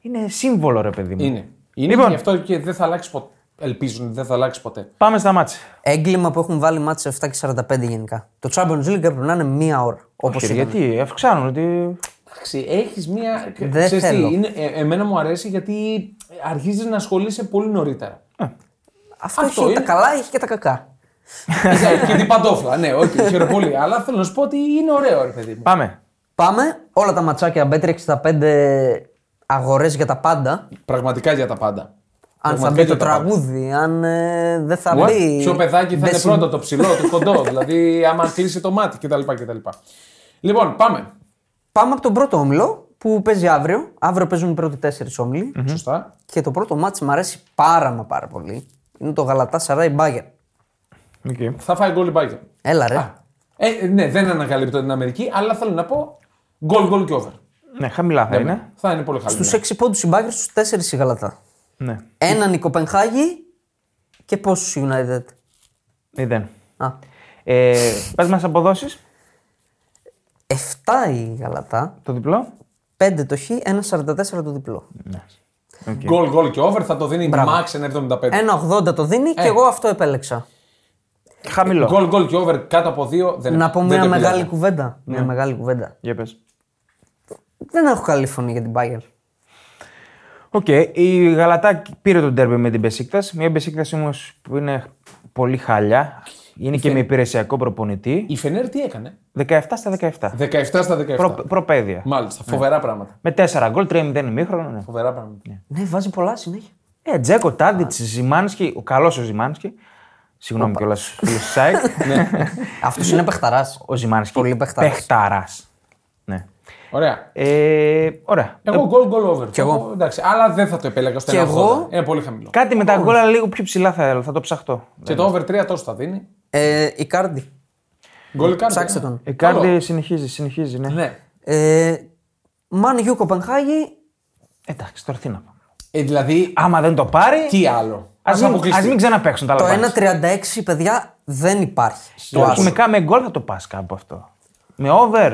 Είναι σύμβολο, ρε παιδί μου. Είναι. Είναι Λοιπόν. γι' αυτό και δεν θα αλλάξει ποτέ. Ελπίζουν, δεν θα αλλάξει ποτέ. Πάμε στα μάτια. Έγκλημα που έχουν βάλει μάτσε 7 και 45 γενικά. Το Champions League έπρεπε να είναι μία ώρα. Όπως Όχι, γιατί αυξάνουν ότι. Εντάξει, έχεις μία. Δεν Ξέρεις τι, θέλω. είναι- ε, εμένα μου αρέσει γιατί αρχίζεις να ασχολείσαι πολύ νωρίτερα. Αυτό, Αυτό έχει είναι. τα καλά, έχει και τα κακά. Εντάξει, και την παντόφλα. Ναι, όχι, χαίρομαι πολύ. Αλλά θέλω να σου πω ότι είναι ωραίο, ρε παιδί μου. Πάμε. Πάμε. Όλα τα ματσάκια Μπέτρι 65 αγορές για τα πάντα. Πραγματικά για τα πάντα. Αν θα Πραγματικά μπει για το τα πάντα. τραγούδι, αν ε, δεν θα What? μπει. Ποιο παιδάκι θα δεν είναι συ- πρώτο, το ψηλό, το κοντό. δηλαδή, άμα κλείσει το μάτι κτλ. κτλ. Λοιπόν, πάμε. Πάμε από τον πρώτο όμιλο που παίζει αύριο. Αύριο παίζουν οι πρώτοι τέσσερις όμιλοι. Σωστά. Και το πρώτο μάτι μου αρέσει πάρα μα πάρα πολύ. Είναι το Γαλατά Σαράι Μπάγκερ. Okay. Θα φάει γκολ η Bayern. Έλα ρε. Ε, ναι, δεν ανακαλύπτω την Αμερική, αλλά θέλω να πω γκολ, γκολ και over. Ναι, χαμηλά θα είναι. Θα είναι πολύ χαμηλό. Στου 6 πόντους η Μπάγκερ, στου 4 η Γαλατά. Ναι. Έναν η Κοπενχάγη και πόσους η United. Μηδέν. Α, Ε, Πες μας αποδόσεις 7 η Γαλατά, το διπλό. Ναι. 5 το Χ, 1,44 το διπλό. Γκολ, γκολ και over θα το δίνει max ένα 75. 1,80 το δίνει Ε. και εγώ αυτό επέλεξα. Χαμηλό. Γκολ, γκολ και over κάτω από δύο δεν Να πω Ε, δεν μια το Ναι. μεγάλη επιλέγω. κουβέντα. Μια μεγάλη κουβέντα. Για πες. Δεν έχω καλή φωνή για την Bayern. Οκ, η Γαλατά πήρε τον τέρμπι με την Πεσίκτα. Μια Πεσίκτα όμως που είναι πολύ χαλιά. Είναι και με υπηρεσιακό προπονητή. Η Φενέρ τι έκανε. 17 στα 17. 17 στα 17. Προ, προπαίδεια. Μάλιστα, φοβερά πράγματα. Με 4 γκολ, 3-0 ημίχρονο. Ναι. Φοβερά πράγματα. Ναι, βάζει πολλά συνέχεια. Ε, Τζέκο, Τάντιτ, Ζημάνσκι, ο καλός ο Ζημάνσκι. Συγγνώμη κιόλας, φίλος της ΣΑΕΚ. Αυτός είναι παιχταράς. Ο Ζημάνσκι. Πολύ παιχταράς. παιχταράς. Ναι. Ωραία. Ε, ωραία. Εγώ γκολ, γκολ over. Κι εγώ. Εντάξει, αλλά δεν θα το επέλεγα στο Κι 1,80. εγώ. Είναι πολύ χαμηλό. Κάτι με τα γκολ, αλλά λίγο πιο ψηλά θα, θα το ψαχτώ. Και το over 3 τόσο θα δίνει. Ε, η Κάρντι. Γκολ κάτω. Ε, Ψάξτε τον. Η Κάρντι Ε, συνεχίζει, συνεχίζει, ναι. Ναι. Ε, Μαν Γιου Κοπενχάγη. Εντάξει, τώρα τι να πω. Ε, δηλαδή, Άμα δεν το πάρει, τι άλλο. ας Ας μην, ας αποκλειστεί. μην ξαναπαίξουν τα Το λαμπάκια. 1,36 παιδιά δεν υπάρχει. Το όχι, με, κα- με γκολ θα το πας κάπου αυτό. Με over,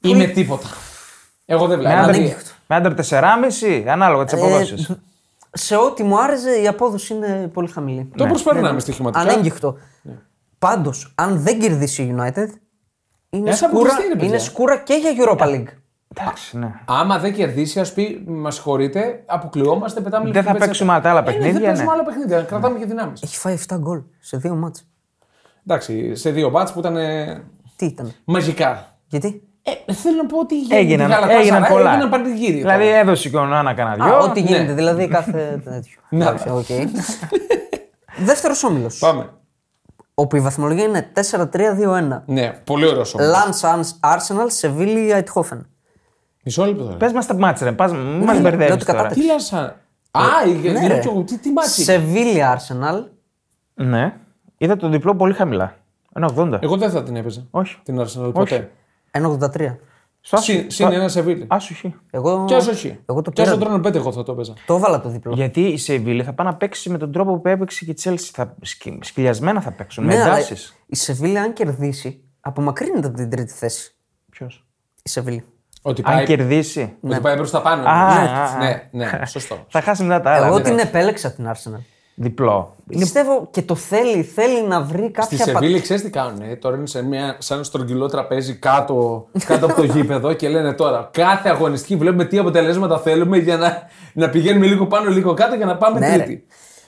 Ή με τίποτα. Εγώ δεν με βλέπω. under, Δηλαδή, με under 4,5, ανάλογα τις αποδόσεις. Ε, σε ό,τι μου άρεσε η απόδοση είναι πολύ χαμηλή. Ναι, Το προσπερνάμε στοιχηματικά. Ναι. Ανέγγιχτο. Πάντως, αν δεν κερδίσει η United, Είναι, Ένας σκούρα, αποκλειστή είναι, παιδιά. Ναι. είναι σκούρα και για Europa League. Εντάξει, ναι. Άμα δεν κερδίσει, ας πει, μας συγχωρείτε, αποκλειόμαστε, πετάμε Δεν θα παίξουμε τα άλλα Ναι, παιχνίδια, δεν παίζουμε ναι. άλλα παιχνίδια, κρατάμε και δυνάμεις. Έχει φάει 7 γκολ σε δύο μάτς. Εντάξει, σε δύο μπάτς που ήταν ε, Τι ήταν. μαγικά. Γιατί. Ε, θέλω να πω ότι για Έγιναν, τη Γαλατάσαραη έγιναν πολλά. Έγιναν πανηγύρι. Δηλαδή έδωσε και ο Νάνα κανένα Α, δυο. ό,τι ναι. γίνεται. Δηλαδή κάθε τέτοιο. Ναι. Εντάξει, οκ. Δεύτερος όμιλος. Πάμε. όπου η βαθμολογία είναι 4-3-2-1. Ναι, πολύ ωραίος σώμα. Λάντ Arsenal, Σεβίλη, Αιτχόφεν. Μισό λεπτό τώρα. Πες μας τα μάτσε, ρε. Πας, μας Ναι, λέω μπερδεύει ότι τώρα. κατάπτυξε. Τι λάσα. Α, Ε, η ναι, ναι, ρε. και εγώ, τι, τι μάτσι. Σεβίλη Arsenal. Ναι. Είδα το διπλό πολύ χαμηλά. Ένα 80. Εγώ δεν θα την έπαιζα. Όχι. Την Arsenal ποτέ. 1,83. Στο άσο- Συν, στο- συν ένα Σεβίλη. άσο χ. Εγώ... Κι ας όχι. Εγώ το Κι ας πήρα. τον τρώνε πέντε, εγώ θα το έπαιζα. Το έβαλα το διπλό. Γιατί η Σεβίλη θα πάει να παίξει με τον τρόπο που έπαιξε και η Τσέλση. Θα... σκυ- Σκυλιασμένα θα παίξουν. με Ναι, αλλά εντάσεις. η Σεβίλη, αν κερδίσει, απομακρύνεται από την τρίτη θέση. Ποιος. Η Σεβίλη. Ότι πάει, Αν κερδίσει. ότι πάει προς τα πάνω. Α, ναι, α, α. ναι, ναι, σωστό. Θα χάσει μετά τα άλλα. Εγώ βέβαια. την επέλεξα την Arsenal. Διπλό. Είναι... Πιστεύω και το θέλει, θέλει να βρει Στη κάποια Σεβίλη, ξέρεις τι κάνουν. ε, Τώρα είναι σε μια, σαν στρογγυλό τραπέζι κάτω, κάτω από το γήπεδο και λένε τώρα κάθε αγωνιστική βλέπουμε τι αποτελέσματα θέλουμε για να, να πηγαίνουμε λίγο πάνω, λίγο κάτω για να πάμε Ναι, ρε. τρίτη.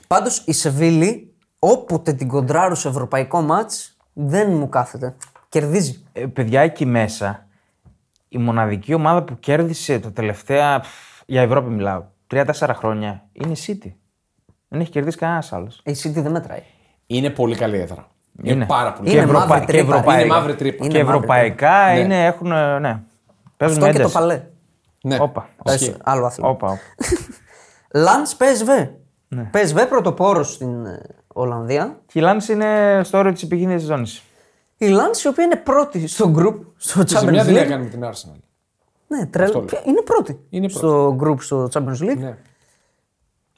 Πάντως η Σεβίλη, όποτε την κοντράρω σε ευρωπαϊκό μάτς, δεν μου κάθεται. Κερδίζει. Ε, παιδιά εκεί μέσα, η μοναδική ομάδα που κέρδισε τα τελευταία. πφ, Για Ευρώπη μιλάω. 3-4 χρόνια είναι η City. Δεν έχει κερδίσει κανένας άλλος. Η City δεν μετράει. Είναι πολύ καλή έδρα. Είναι, Είναι. πάρα πολύ Είναι καλή. μαύρη Ευρωπα- και τρύπα, ρε. ευρωπαϊκά. Είναι μαύρη τρύπα. Και Είναι μαύρη ευρωπαϊκά τρύπα. είναι, έχουν. ε, Ναι. Παίζουν Αυτό και το ένταση. παλέ. Ναι. Όπα. Πες, άλλο άθλημα. Όπα, όπα. Λαντ PSV. Ναι. PSV πρωτοπόρος στην ε, Ολλανδία. Και η Λάνση είναι στο όριο της επικίνδυνης ζώνης. Η Λαντ η οποία είναι πρώτη στο group στο Σε μια Champions δεν League. έκανε με την Arsenal. Ναι, τρελ... Αυτό λέω. Ποια- Είναι πρώτη Είναι στο group στο Champions League. Ναι.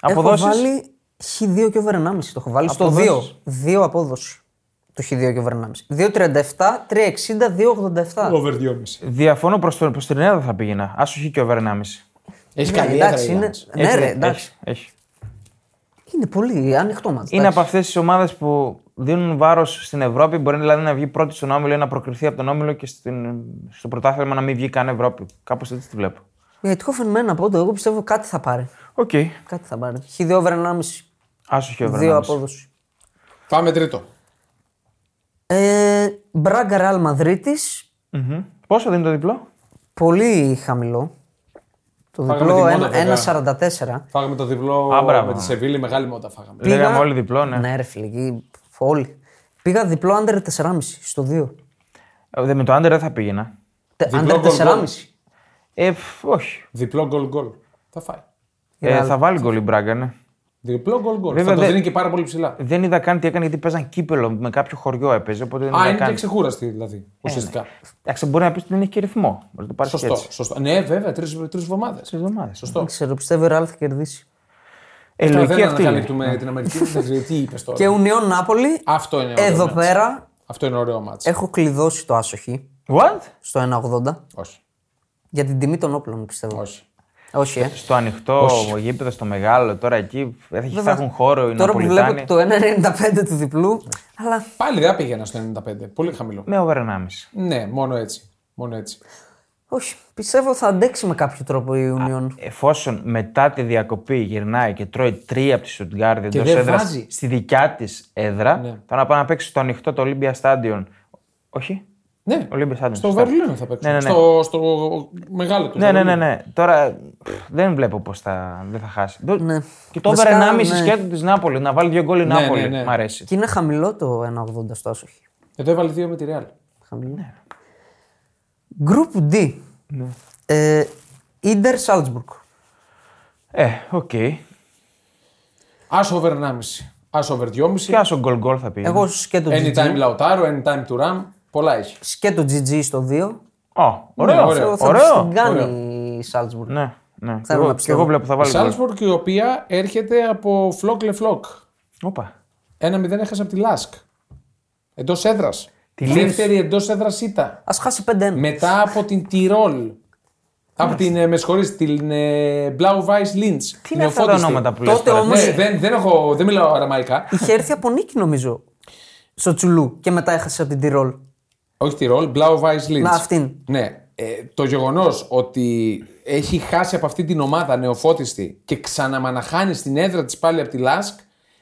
Έχω Αποδόσεις. βάλει χ2 και over 1,5. Το έχω βάλει Αποδόσεις. στο 2. 2 απόδοση. Το χ2 και over 1,5. 2,37, 3,60, 2,87. Over 2,5. Διαφωνώ προς τον προς την Ελλάδα θα πήγαινα. Άσο χ και over 1,5. Έχει Ναι, καλή έδρα. εντάξει, η είναι- Λάνς. Ναι, Έχει- ρε, έχει- εντάξει. έχει. Είναι πολύ ανοιχτό μάτι. Είναι από αυτές τις ομάδες που δίνουν βάρος στην Ευρώπη. Μπορεί δηλαδή να βγει πρώτη στον όμιλο ή να προκριθεί από τον όμιλο και στην, στο πρωτάθλημα να μην βγει καν Ευρώπη. Κάπως έτσι τη βλέπω. Η Αιτχόφεν με ένα πόντο, εγώ πιστεύω κάτι θα πάρει. Οκ. Okay. Κάτι θα πάρει. Χ2 over 1,5. Άσο χ over 2 1,5. απόδοση. Πάμε τρίτο. Ε, Μπράγκα Ραλ Μαδρίτης, Μμμ. Πόσο δίνει το διπλό. Πολύ χαμηλό. Το Φάγαμε διπλό τη μόνα, ένα- βέβαια. 1,44. Φάγαμε το διπλό Α, μπράβο. με τη Σεβίλη, μεγάλη μότα φάγαμε. Λέγαμε όλοι διπλό, ναι. Ναι, ρε φίλε, εκεί όλοι. Πήγα διπλό under 4,5 στο 2. Ε, δε- Με το άντερ δεν θα πήγαινα. Τε- Διπλό Under γκολ, 4,5. Ε, φ, όχι. Διπλό γκολ γκολ. Θα φάει. Ε, θα βάλει γκολ η Μπράγκα, ναι. Διπλό γκολ γκολ. Βέβαια, Θα το δεν- δίνει και πάρα πολύ ψηλά. Δεν είδα καν τι έκανε γιατί παίζαν κύπελο με κάποιο χωριό έπαιζε. Οπότε δεν Α, είδα είναι και καν. ξεκούραστη Ε, δηλαδή. Ουσιαστικά. Εντάξει, μπορεί να πεις ότι δεν έχει και ρυθμό. Μπορεί να το πάρεις και Σωστό, ναι. έτσι. σωστό. Ναι, βέβαια, τρεις εβδομάδε. Τρει εβδομάδε. Σωστό. Δεν ξέρω, πιστεύω η Ραλ θα κερδίσει. Ε, Τώρα λογική δεν αυτή. είναι. Ναι. ανακαλύπτουμε την Αμερική. δεν ξέρω τι είπες τώρα. Και Ουνιόν Νάπολη. Αυτό είναι ωραίο. Εδώ μάτς. πέρα Αυτό είναι ωραίο μάτσο. έχω κλειδώσει το άσοχη What? στο 1,80 Όχι. για την τιμή των όπλων, πιστεύω. Όχι. Όχι, ε. Στο ανοιχτό γήπεδο, στο μεγάλο, τώρα εκεί θα έχει- θα έχουν χώρο οι Τώρα που βλέπω Ναπολιτάνοι. το 1,95 του διπλού, αλλά Πάλι δεν πήγαινα στο 95. Πολύ χαμηλό. Με over 1,5. Ναι, μόνο έτσι. Μόνο έτσι. όχι. Πιστεύω θα αντέξει με κάποιο τρόπο η Ουνιόν. Εφόσον μετά τη διακοπή γυρνάει και τρώει τρία από τη Σουτγκάρδη εντός δεν έδρας βάζει. στη δικιά της έδρα, Ναι. τώρα να πάει να παίξει στο ανοιχτό το Olympia Stadion. Όχι. Ναι. Olympia Stadion. Στο σωστά. Βερολίνο θα παίξουν. Ναι, ναι, ναι. Στο, στο μεγάλο του. Ναι, ναι, ναι, Βερολίνου. ναι. Τώρα πφ, δεν βλέπω πώς θα, δεν θα χάσει. Το- Ναι. Και το over Βασικά, 1,5 ναι. σκέτο της Νάπολη. Να βάλει δύο γκολ η Νάπολη. ναι, ναι. Μ' αρέσει. Και είναι χαμηλό το 1,80 στο άσοχη. Εδώ Ε, έβαλε δύο με τη Ρεάλ. Χαμηλό. Group D. Ε, Ιντερ Σάλτσμπουργκ. Ε, οκ. Άσο over 1,5. Άσο over 2,5. Και άσο γκολ γκολ θα πει. Εγώ σκέτο GG. Anytime Λαουτάρο, anytime του Ραμ. Πολλά έχει. Σκέτο GG στο 2. Ω, ωραίο. ωραίο. ωραίο. Ναι, Θα τους την κάνει η Σάλτσμπουργκ. Ναι, ναι. Και Θέλω να εγώ, και πιστεύω. εγώ βλέπω θα Η βάλει γκολ. Σάλτσμπουργκ η οποία έρχεται από φλόκ λε φλόκ. Όπα. Ένα μηδέν έχασε από τη Λάσκ. Εντός έδρας. Τη Τη Λίρς. δεύτερη εντός έδρας ήταν. Ας χάσει 5-1. Μετά από την Τυρόλ. από την, ε, με συγχωρείς, την ε, Blau Weiss Lynch. Τι είναι αυτά τα ονόματα που λες Τότε τώρα. όμως- Ναι, δεν, δεν, έχω, δεν μιλάω αραμαϊκά. Είχε έρθει από νίκη νομίζω στο Τσουλού και μετά έχασε από την Τυρόλ. Όχι τη ρολ, Μπλάου Βάις Λίντ. Να, αυτήν. Ναι. Ε, το γεγονός ότι έχει χάσει από αυτή την ομάδα νεοφώτιστη και ξαναμαναχάνει στην έδρα της πάλι από τη Λάσκ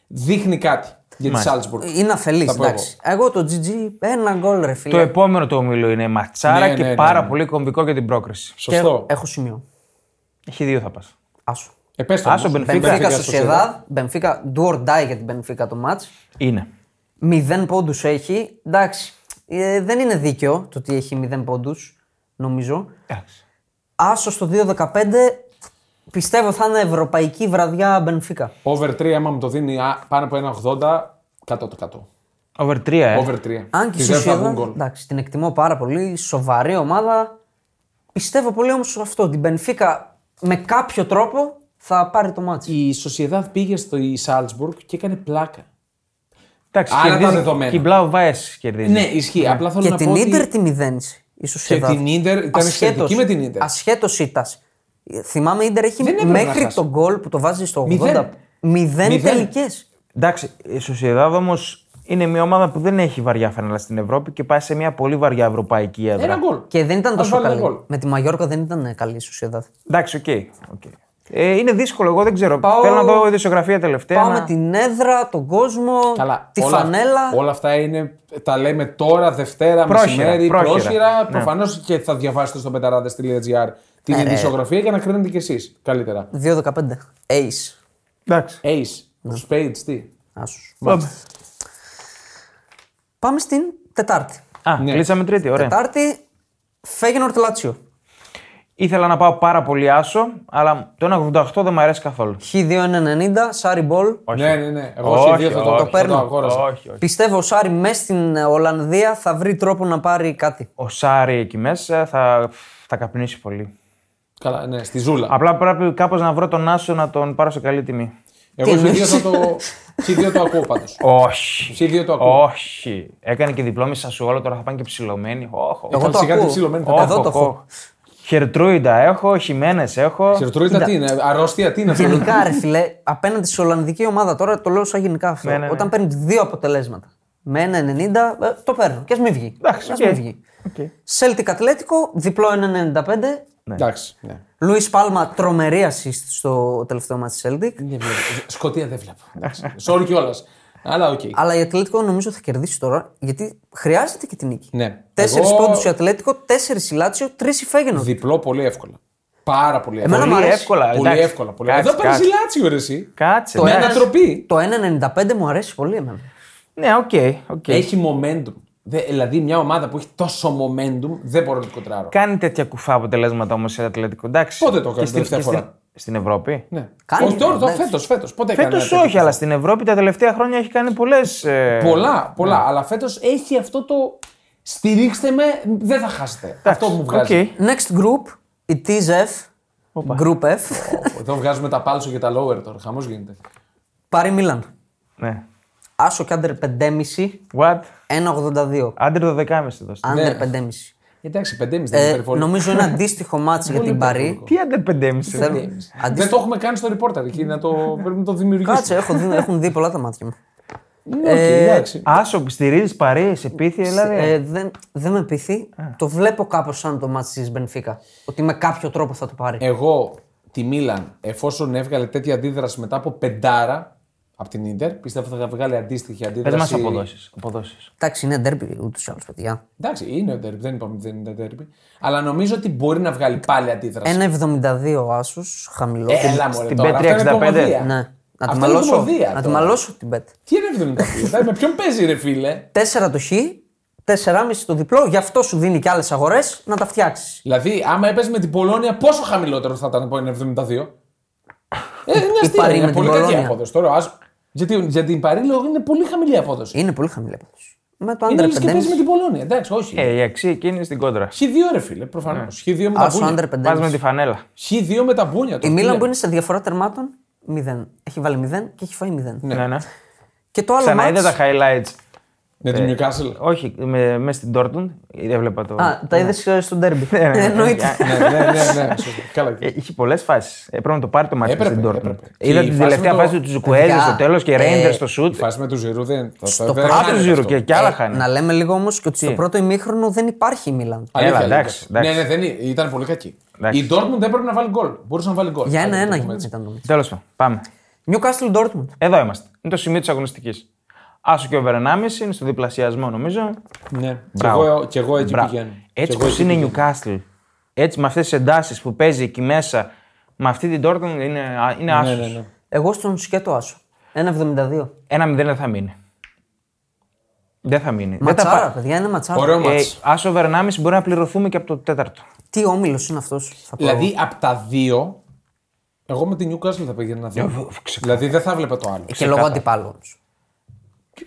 δείχνει κάτι για τη Μάλιστα. Σάλτσμπουργκ. Είναι αφελής. Θα πω Εντάξει. Εγώ το GG ένα γκολ ρε φίλε. Το επόμενο του ομίλου είναι ματσάρα Ναι, και ναι, ναι, πάρα ναι. πολύ κομβικό για την πρόκριση. Και Σωστό. Ε, Ε, Έχω σημείο. Έχει δύο θα πας. Άσου. Επέστω. Άσο, Μπενφίκα. Μπενφίκα Μπενφίκα στο Σεδάδ. Μπενφίκα do or die για την Μπενφίκα το match. Είναι. Μηδέν πόντους έχει. Εντάξει. ε, δεν είναι δίκαιο το ότι έχει μηδέν πόντους, νομίζω. Εντάξει. Άσο στο 2-15 πιστεύω θα είναι ευρωπαϊκή βραδιά Μπενφίκα. Over 3, άμα μου το δίνει α, πάνω από 1,80, 100%. Over 3, ε. Over 3. Αν και η Τη δεν θα βγουν Σοσιαδάδ, γκολ. εντάξει, την εκτιμώ πάρα πολύ, σοβαρή ομάδα. Πιστεύω πολύ όμως σε αυτό, την Μπενφίκα με κάποιο τρόπο θα πάρει το μάτι. Η Σοσιαδάδ πήγε στο Σάλτσμπουργκ και έκανε πλάκα. Εντάξει, Άρα τα κερδίζει δεδομένα. Και η Blau Weiss κερδίζει. Ναι, ισχύει. Απλά θέλω Και να την πω ότι- Ίντερ τη μηδένισε η Και Σοσιαδάδ. την Ίντερ ήταν εξαιρετική με την Ίντερ. Ασχέτως ήτας. Θυμάμαι η Ίντερ Δεν έχει έπρεπε να μέχρι χάσει. τον γκολ που το βάζει στο 80. Μηδέν. Μηδέν, Μηδέν. τελικές. Εντάξει, η Sociedad όμως είναι μια ομάδα που δεν έχει βαριά φανέλα στην Ευρώπη και πάει σε μια πολύ βαριά ευρωπαϊκή έδρα. Ένα γκολ. Και δεν ήταν Ας τόσο βάλει ένα καλή. γκολ. Με τη Μαγιόρκα δεν ήταν ε, καλή η Σοσιαδάδ. Εντάξει, οκ. οκ. Ε, είναι δύσκολο, εγώ δεν ξέρω. Πάω- Θέλω να δω ειδησιογραφία τελευταία. Πάμε να- την έδρα, τον κόσμο, Καλά. τη όλα, φανέλα. Όλα αυτά είναι, τα λέμε τώρα, Δευτέρα, Πρόχειρα, μεσημέρι, πρόχειρα. πρόχειρα. Ναι. Προφανώς και θα διαβάσετε στο πενταράδε.gr την Ε, Ναι. ρε. ειδησιογραφία για να κρίνετε κι εσείς καλύτερα. 2-15. Ace. Εντάξει. Ace, του Spades, τι. Άσους. Πάμε. Πάμε στην Τετάρτη. Α, Ναι. κλείσαμε τρίτη, ωραία. Τετάρτη, Φέγενορτ Λάτσιο. Ήθελα να πάω πάρα πολύ άσο, αλλά το 1,88 δεν μου αρέσει καθόλου. Χ2-1-90, Σάρι Μπολ. Ναι, ναι, ναι. Εγώ Όχι, όχι, δύο θα το, όχι, θα το παίρνω. αγόραζα. Όχι, όχι. Πιστεύω ο Σάρι μέσα στην ε, Ολλανδία θα βρει τρόπο να πάρει κάτι. Ο Σάρι εκεί μέσα θα, θα καπνίσει πολύ. Καλά, ναι, στη ζούλα. Απλά πρέπει κάπως να βρω τον Άσο να τον πάρω σε καλή τιμή. Εγώ Τι χι δύο εννοείς? θα το. χι δύο το ακούω πάντως. Όχι. Χι δύο το ακούω. Όχι. Έκανε και διπλώμηση σου όλο, τώρα θα πάνε και ψηλωμένοι. Όχι. Εγώ το σιγά ακούω. την ψηλωμένη θα Εδώ τα το έχω. Χερτρούιντα έχω, Χιμένε έχω. Χειροτρούιτα τι είναι, αρρώστια τι είναι αυτό. Γενικά, ρε φιλέ, απέναντι στην Ολλανδική ομάδα, τώρα το λέω σαν γενικά αυτό. Ναι, ναι, ναι. Όταν παίρνει δύο αποτελέσματα με ένα 90, ε, το παίρνω. Και ας μην βγει. Εντάξει, Ας οκ. μην βγει. Οκ. Σέλτικ Ατλέτικο, διπλό 1,95. Εντάξει. ναι. Λουίς Πάλμα, τρομερή assist στο τελευταίο μάτι Σέλτικ. Ναι. Δεν βλέπω. Σκοτία δεν βλέπω. Sorry κιόλας. Αλλά οκ. Αλλά η Ατλέτικο νομίζω θα κερδίσει τώρα, γιατί χρειάζεται και την νίκη. Ναι. Τέσσερις Εγώ- πόντους η Ατλέτικο, τέσσερις η Λάτσιο, τρεις η Φέγενο. Διπλό πολύ εύκολα. Πάρα πολύ Εμένα εύκολα. Πολύ μ' αρέσει. εύκολα. Πολύ εντάξει. εύκολα. Πολύ... Κάτσε, Εδώ παίρνει κάτσε. ζηλάτσιο ρε εσύ. Κάτσε. Το Με ναι. ένας- ανατροπή. Το 1,95 μου αρέσει πολύ εμένα. Ναι, οκ. οκ. Έχει momentum. Δε- δηλαδή μια ομάδα που έχει τόσο momentum δεν μπορώ να την κοντράρω. Κάνει τέτοια κουφά αποτελέσματα όμως η Ατλέτικο. Εντάξει. Πότε το έκανε Και στην- τελευταία και στην- φορά? Στην Ευρώπη. Ναι. Κάνει, Όχι τώρα, εντάξει. φέτος, φέτος. Πότε έκανε. Φέτος ένα τέτοιο όχι, αλλά στην Ευρώπη τα τελευταία χρόνια έχει κάνει ε, πολλέ. ναι. Πολλά, πολλά. Αλλά φέτος έχει αυτό το. Στηρίξτε με, δεν θα χάσετε. Αυτό μου βγάζει. Next group, η TZF, Group F, Εδώ βγάζουμε τα πάλσο και τα lower τώρα. Χαμός γίνεται. πάρει Μίλαν. Ναι. Άσο και άντερ 5,5, What? 1,82. Άντερ 12,5 εδώ. Ναι. Άντερ 5,5. Εντάξει, 5,5 δεν είναι Ε, υπερβολή. νομίζω ένα αντίστοιχο μάτσο για την Παρή. Τι άντερ 5,5. Θέλω- Δεν αντίστοιχο- το έχουμε κάνει στο reporter εκεί, να το, πρέπει να Ναι. το δημιουργήσουμε. Κάτσε, Ε, έχω δει- έχουν δει πολλά τα μάτια μου. Ναι, οκ, εντάξει. Άσο, στηρίζεις Παρή, σε πίθη, δηλαδή. Ε, δεν, δεν με πείθει. Το βλέπω κάπως σαν το μάτι της Μπενφίκα. Ότι με κάποιο τρόπο θα το πάρει. Ε. Εγώ τη Μίλαν, εφόσον έβγαλε τέτοια αντίδραση μετά από πεντάρα από την Ιντερ, πιστεύω θα βγάλει αντίστοιχη Πες μα αντίδραση. αποδόσεις. Αποδόσεις. Εντάξει, είναι ντέρμπι ούτως ή άλλως, παιδιά. Εντάξει, είναι ο derby, δεν είπαμε ότι δεν είναι derby. Αλλά νομίζω ότι μπορεί να βγάλει πάλι αντίδραση. 1,72 ο Άσο, χαμηλό. Έλα μου, στην τώρα. Bet Αυτό είναι 365. κομμωδία. Ε, Ναι. Να τη Ε, Αυτό είναι μαλώσω. κομμωδία Να τη τώρα. μαλώσω την πέτ. Τι είναι 72, με ποιον παίζει ρε φίλε. 4 το χ, 4,5 το διπλό, γι' αυτό σου δίνει και άλλες αγορές να τα φτιάξεις. Δηλαδή, άμα έπαιζε με την Πολώνια, πόσο χαμηλότερο θα ήταν από ένα 72. Ε, είναι αστείο. Παρή με Είναι την πολύ κακή Πολόνια. απόδοση. Τώρα, ας... γιατί, για την Παρή λέω είναι πολύ χαμηλή απόδοση. Είναι πολύ χαμηλή απόδοση. Με το Είναι άντρε λες και 5,5. παίζει με την Πολώνια. Εντάξει, όχι. Ε, Ναι. η αξία εκείνη είναι στην κόντρα. Χ2 ρε φίλε, προφανώς. Χ2 με τα Άσο μπούνια. άντρε Πας με τη 5,5. φανέλα. Χ2 με τα μπούνια. Η τώρα, τι Μίλαν λέμε. που είναι σε διαφορά τερμάτων 0. Έχει βάλει 0 και έχει φάει 0. Ναι, ναι. Και το άλλο Ξαναείδα τα μάτς, highlights. Με την Ε. Newcastle. Όχι, με, μέσα στην Dortmund. Δεν βλέπα το. Α, τα είδε στον τέρμπι. ναι, ναι. Εννοείται. ναι, ναι, ναι. ναι. Καλά. Ε, Είχε πολλές φάσεις. Πρέπει να το πάρει το μάτι Έπρεπε, στην Dortmund. έπρεπε. Και Είδα η την φάση τελευταία με το- φάση του Τζουκουέζε Παιδιά, στο τέλος και ε, Ρέιντερ στο Η σουτ. φάση με του Ζηρού δεν. το- Ε, Στο δεν πρώτο χάνεται Άπτο Ζήρου αυτό. ναι. και, και άλλα χάνει. Ε, Να λέμε λίγο όμως και ότι στο Τι? πρώτο ημίχρονο δεν υπάρχει η Μίλαν. Αλήθεια, Έλα, αλήθεια. εντάξει, εντάξει. Ναι, ναι, δεν είναι. Ήταν πολύ κακή. Εντάξει. Η Dortmund δεν έπρεπε να βάλει γκολ. Μπορούσε να βάλει γκολ. Για Άντε, ένα-ένα το πούμε γινόταν έτσι. το Τέλο μάτι. πάντων, πάμε. Newcastle Dortmund. Εδώ είμαστε. Είναι το σημείο της αγωνιστικής. Άσο και ο 1,5 είναι στο διπλασιασμό νομίζω. Ναι. Και Μπράβο. εγώ, και εγώ εκεί Μπράβο. πηγαίνω. Έτσι Κι εγώ όπως εκεί είναι η πηγαίνω. Newcastle, έτσι με αυτές τις εντάσεις που παίζει εκεί μέσα, με αυτή την Dortmund είναι, α- είναι άσος. ναι, ναι. Εγώ στον σκέτο άσο. 1,72. Ένα μηδέν δεν θα μείνει. Δεν θα μείνει. Δεν τα Ματσάρα, πα- παιδιά, είναι ματσάρα. Ωραίο Ε, μάτς. άσο over 1,5 μπορεί να πληρωθούμε και από το τέταρτο. Τι όμιλος είναι αυτός. Δηλαδή από τα δύο, εγώ με την Newcastle θα πήγαινα να δω. Δηλαδή δεν θα βλέπα το άλλο. Ε, Και λόγω αντιπάλου όμω.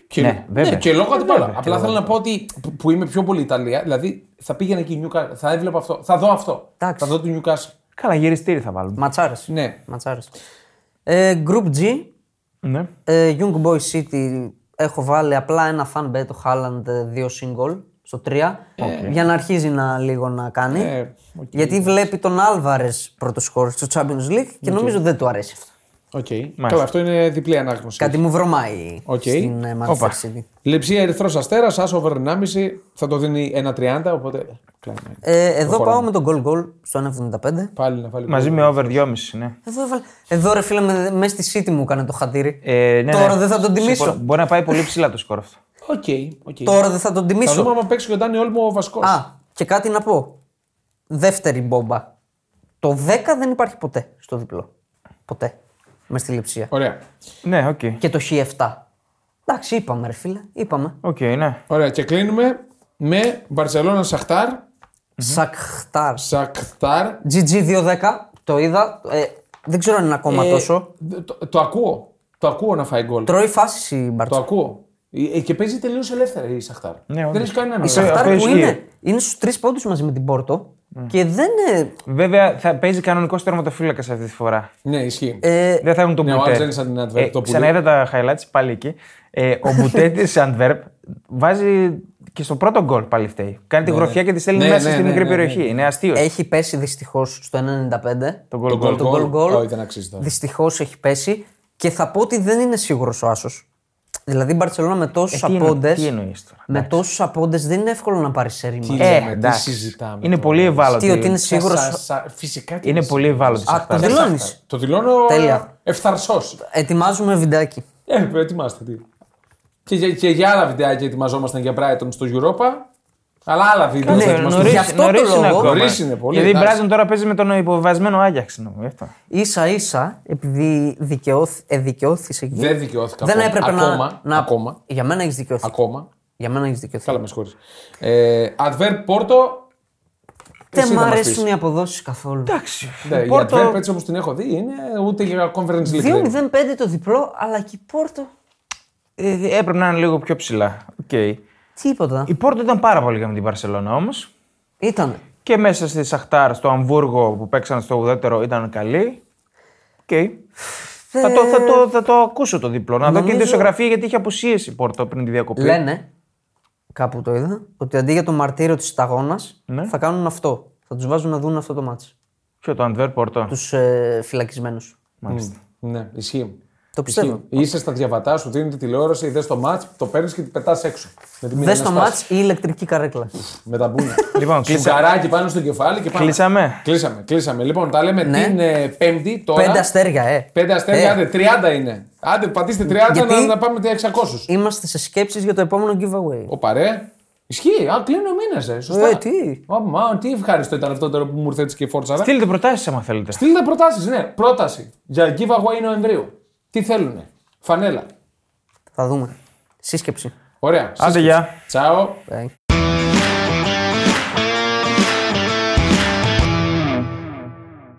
Και, Ναι, βέβαια. και λόγω αντιπάλου. Απλά θέλω να πω ότι που- που είμαι πιο πολύ Ιταλία, δηλαδή θα πήγαινα εκεί η Newcastle, θα έβλεπα αυτό. Θα δω αυτό. Εντάξει. Θα δω την Newcastle. Καλά, γυριστήρι θα βάλουμε. Ματσάρες. Ναι. Ματσάρες. Ε, group G, Ναι. ε, Young Boy City. Έχω βάλει απλά ένα fan bet, το Haaland, ε, δύο single στο 3. Για να αρχίζει να λίγο να κάνει. Ε, οκ. γιατί βλέπει τον Άλβαρες πρώτος χώρος στο Champions League και νομίζω δεν του αρέσει αυτό. Οκ. Καλά, αυτό είναι διπλή ανάγνωση. Κάτι μου βρωμάει Οκ. στην ε, Manchester Όπα. City. Λεψία Ερυθρός Αστέρας, άσο over 1,5 θα το δίνει 1,30. Οπότε. κλαίμε. Ε, εδώ πάω με τον goal goal στο 1,75. Πάλι να βάλει. Μαζί γκολ. με over 2,5 ναι. Εδώ, έβαλε... Εδώ ρε φίλε, με- μέσα στη City μου έκανε το χατήρι. Ε, ναι, Τώρα ναι. δεν θα τον τιμήσω. Συμφωνώ. Μπορεί να πάει πολύ ψηλά το σκορ αυτό. Οκ. οκ. Τώρα δεν θα τον Θα τιμήσω. δούμε άμα παίξει και ο Ντάνι Όλμο ο Βασκός. Α, και κάτι να πω. Δεύτερη μπόμπα. Το 10 δεν υπάρχει ποτέ στο διπλό. Ποτέ. Με στη λειψία. Ωραία. Ναι, οκ. Και το Χ7. Εντάξει, είπαμε, ρε φίλε. Είπαμε. Οκ, ναι. Ωραία. Και κλείνουμε με Μπαρσελόνα Σαχτάρ. Σακχτάρ. Σαχτάρ. GG210. Το είδα. Ε, δεν ξέρω αν είναι ακόμα Ε, τόσο. Το, το ακούω. Το ακούω να φάει γκολ. Τρώει φάσεις η Μπαρτσα. Το ακούω. Ε, και παίζει τελείως ελεύθερα η Σαχτάρ. όντως. Δεν έχει κανένα Η νόημα. αυτό Σαχτάρ που ισχύει. είναι, είναι στους τρεις πόντους μαζί με την Πόρτο. Και δεν. ε, Βέβαια θα παίζει κανονικός τερματοφύλακας αυτή τη φορά. Ναι, ισχύει. ε, Δεν θα έχουν τον Ναι, ο Μπουτέ. άλλος δεν είναι σαν την Antwerp, το πουλί. Ξαναείδα τα highlights πάλι εκεί. Ε, ο Μπουτέ της Αντβέρπ βάζει και στο πρώτο γκολ πάλι φταίει. Κάνει τη γροθιά και τη στέλνει Ναι, μέσα ναι, στη ναι, μικρή ναι, ναι. περιοχή. Είναι αστείο. έχει πέσει δυστυχώς στο 95. Το Το γκολ γκολ. γκολ Το goal goal. Ω, ήταν αξίζει τώρα. Δυστυχώς έχει πέσει και θα πω ότι δεν είναι σίγουρος ο άσος. Δηλαδή η Μπαρσελόνα με τόσους Ε, τι εννο- απόντες. τι εννοείς τώρα, Με τόσους απόντες δεν είναι εύκολο να πάρεις σε ρήμα. Ε, Ε, τι εντάξει. συζητάμε Είναι τώρα. πολύ ευάλωτη. Τι, ότι είναι Σα- σίγουρος. σα- σα- Φυσικά και Είναι πολύ ευάλωτη. Α, το Σαχτάρ. δηλώνει. Το δηλώνω Τέλεια. ευθαρσός. Ετοιμάζουμε βιντεάκι. Ε, ετοιμάστε τι. Και, για- και για άλλα βιντεάκια ετοιμαζόμασταν για Brighton στο Europa. Αλλά άλλα βίντεο Ναι, θα ετοιμαστούμε. νωρίς- Γι' αυτό το νωρίς είναι λόγο. ακόμα. Νωρίς είναι πολύ, Γιατί η εντάξει. Μπράζον τώρα παίζει με τον υποβιβασμένο Άγιαξ. νομίζω, αυτό. σα ίσα, επειδή δικαιώθη, ε, δικαιώθης εκεί. Δεν δικαιώθηκα Δεν ακόμα. έπρεπε Ακόμα, να. να- ακόμα. Για μένα έχεις δικαιωθεί. Ακόμα. Για μένα έχεις δικαιωθεί. Καλά, με συγχωρείς. Ε, Adverb Porto. Δεν εσύ μ' θα μας αρέσουν πεις. οι αποδόσεις καθόλου. Εντάξει. Ναι, η Πόρτο- Adverb έτσι όπως την έχω δει είναι ούτε για Conference League. δεν είναι. 2-0-5 το διπλό, αλλά και η Πόρτο. Ε, έπρεπε να είναι λίγο πιο ψηλά. Οκ. Τίποτα. Η Πόρτο ήταν πάρα πολύ καλή με την Παρσελόνα όμως. Ήτανε. Και μέσα στη Σαχτάρ, στο Αμβούργο που παίξαν στο ουδέτερο ήταν καλή. Οκ. Θα, το, θα, το, θα το ακούσω το διπλό. Να δω και την Νομίζω- ισογραφία γιατί είχε αποσίεση η Πόρτο πριν τη διακοπή. Λένε, κάπου το είδα, ότι αντί για το μαρτύριο της σταγόνας Ναι. θα κάνουν αυτό. Θα τους βάζουν να δουν αυτό το μάτσο. Ποιο το Αντβέρ Πόρτο. Τους ε, φυλακισμένους. Ναι, ισχύει. Το πιστεύω. Ισχύει. Είσαι στα διαβατά σου, δίνει τη τηλεόραση, δε το μάτ, το παίρνεις και τη πετάς έξω. Με τη μύρα Δε να το σπάσει. μάτ η ηλεκτρική καρέκλα. Με τα μπούνια. Λοιπόν, κλείσα- Σουγκαράκι πάνω στο κεφάλι και πάμε. Κλείσαμε. Κλείσαμε, κλείσαμε. Λοιπόν, τα λέμε Ναι. την ε, Πέμπτη τώρα. Πέντε αστέρια, ε. Πέντε αστέρια, Ε. άντε, 30 είναι. Άντε, πατήστε 30 Γιατί- να, να πάμε τα 600. Είμαστε σε σκέψεις για το επόμενο giveaway. Ο παρέ. Ισχύει, α, κλείνουν μήνε, ε. Σωστά. Ε, τι. Αμά, τι ευχάριστο ήταν αυτό τώρα που μου ήρθε έτσι και φόρτσαρα. Στείλτε προτάσεις άμα θέλετε. Στείλτε προτάσεις, ναι. Πρόταση για giveaway Νοεμβρίου. Τι θέλουνε. Φανέλα. Θα δούμε. Σύσκεψη. Ωραία. Άντε, σύσκεψη. γεια. Τσάω. Bye.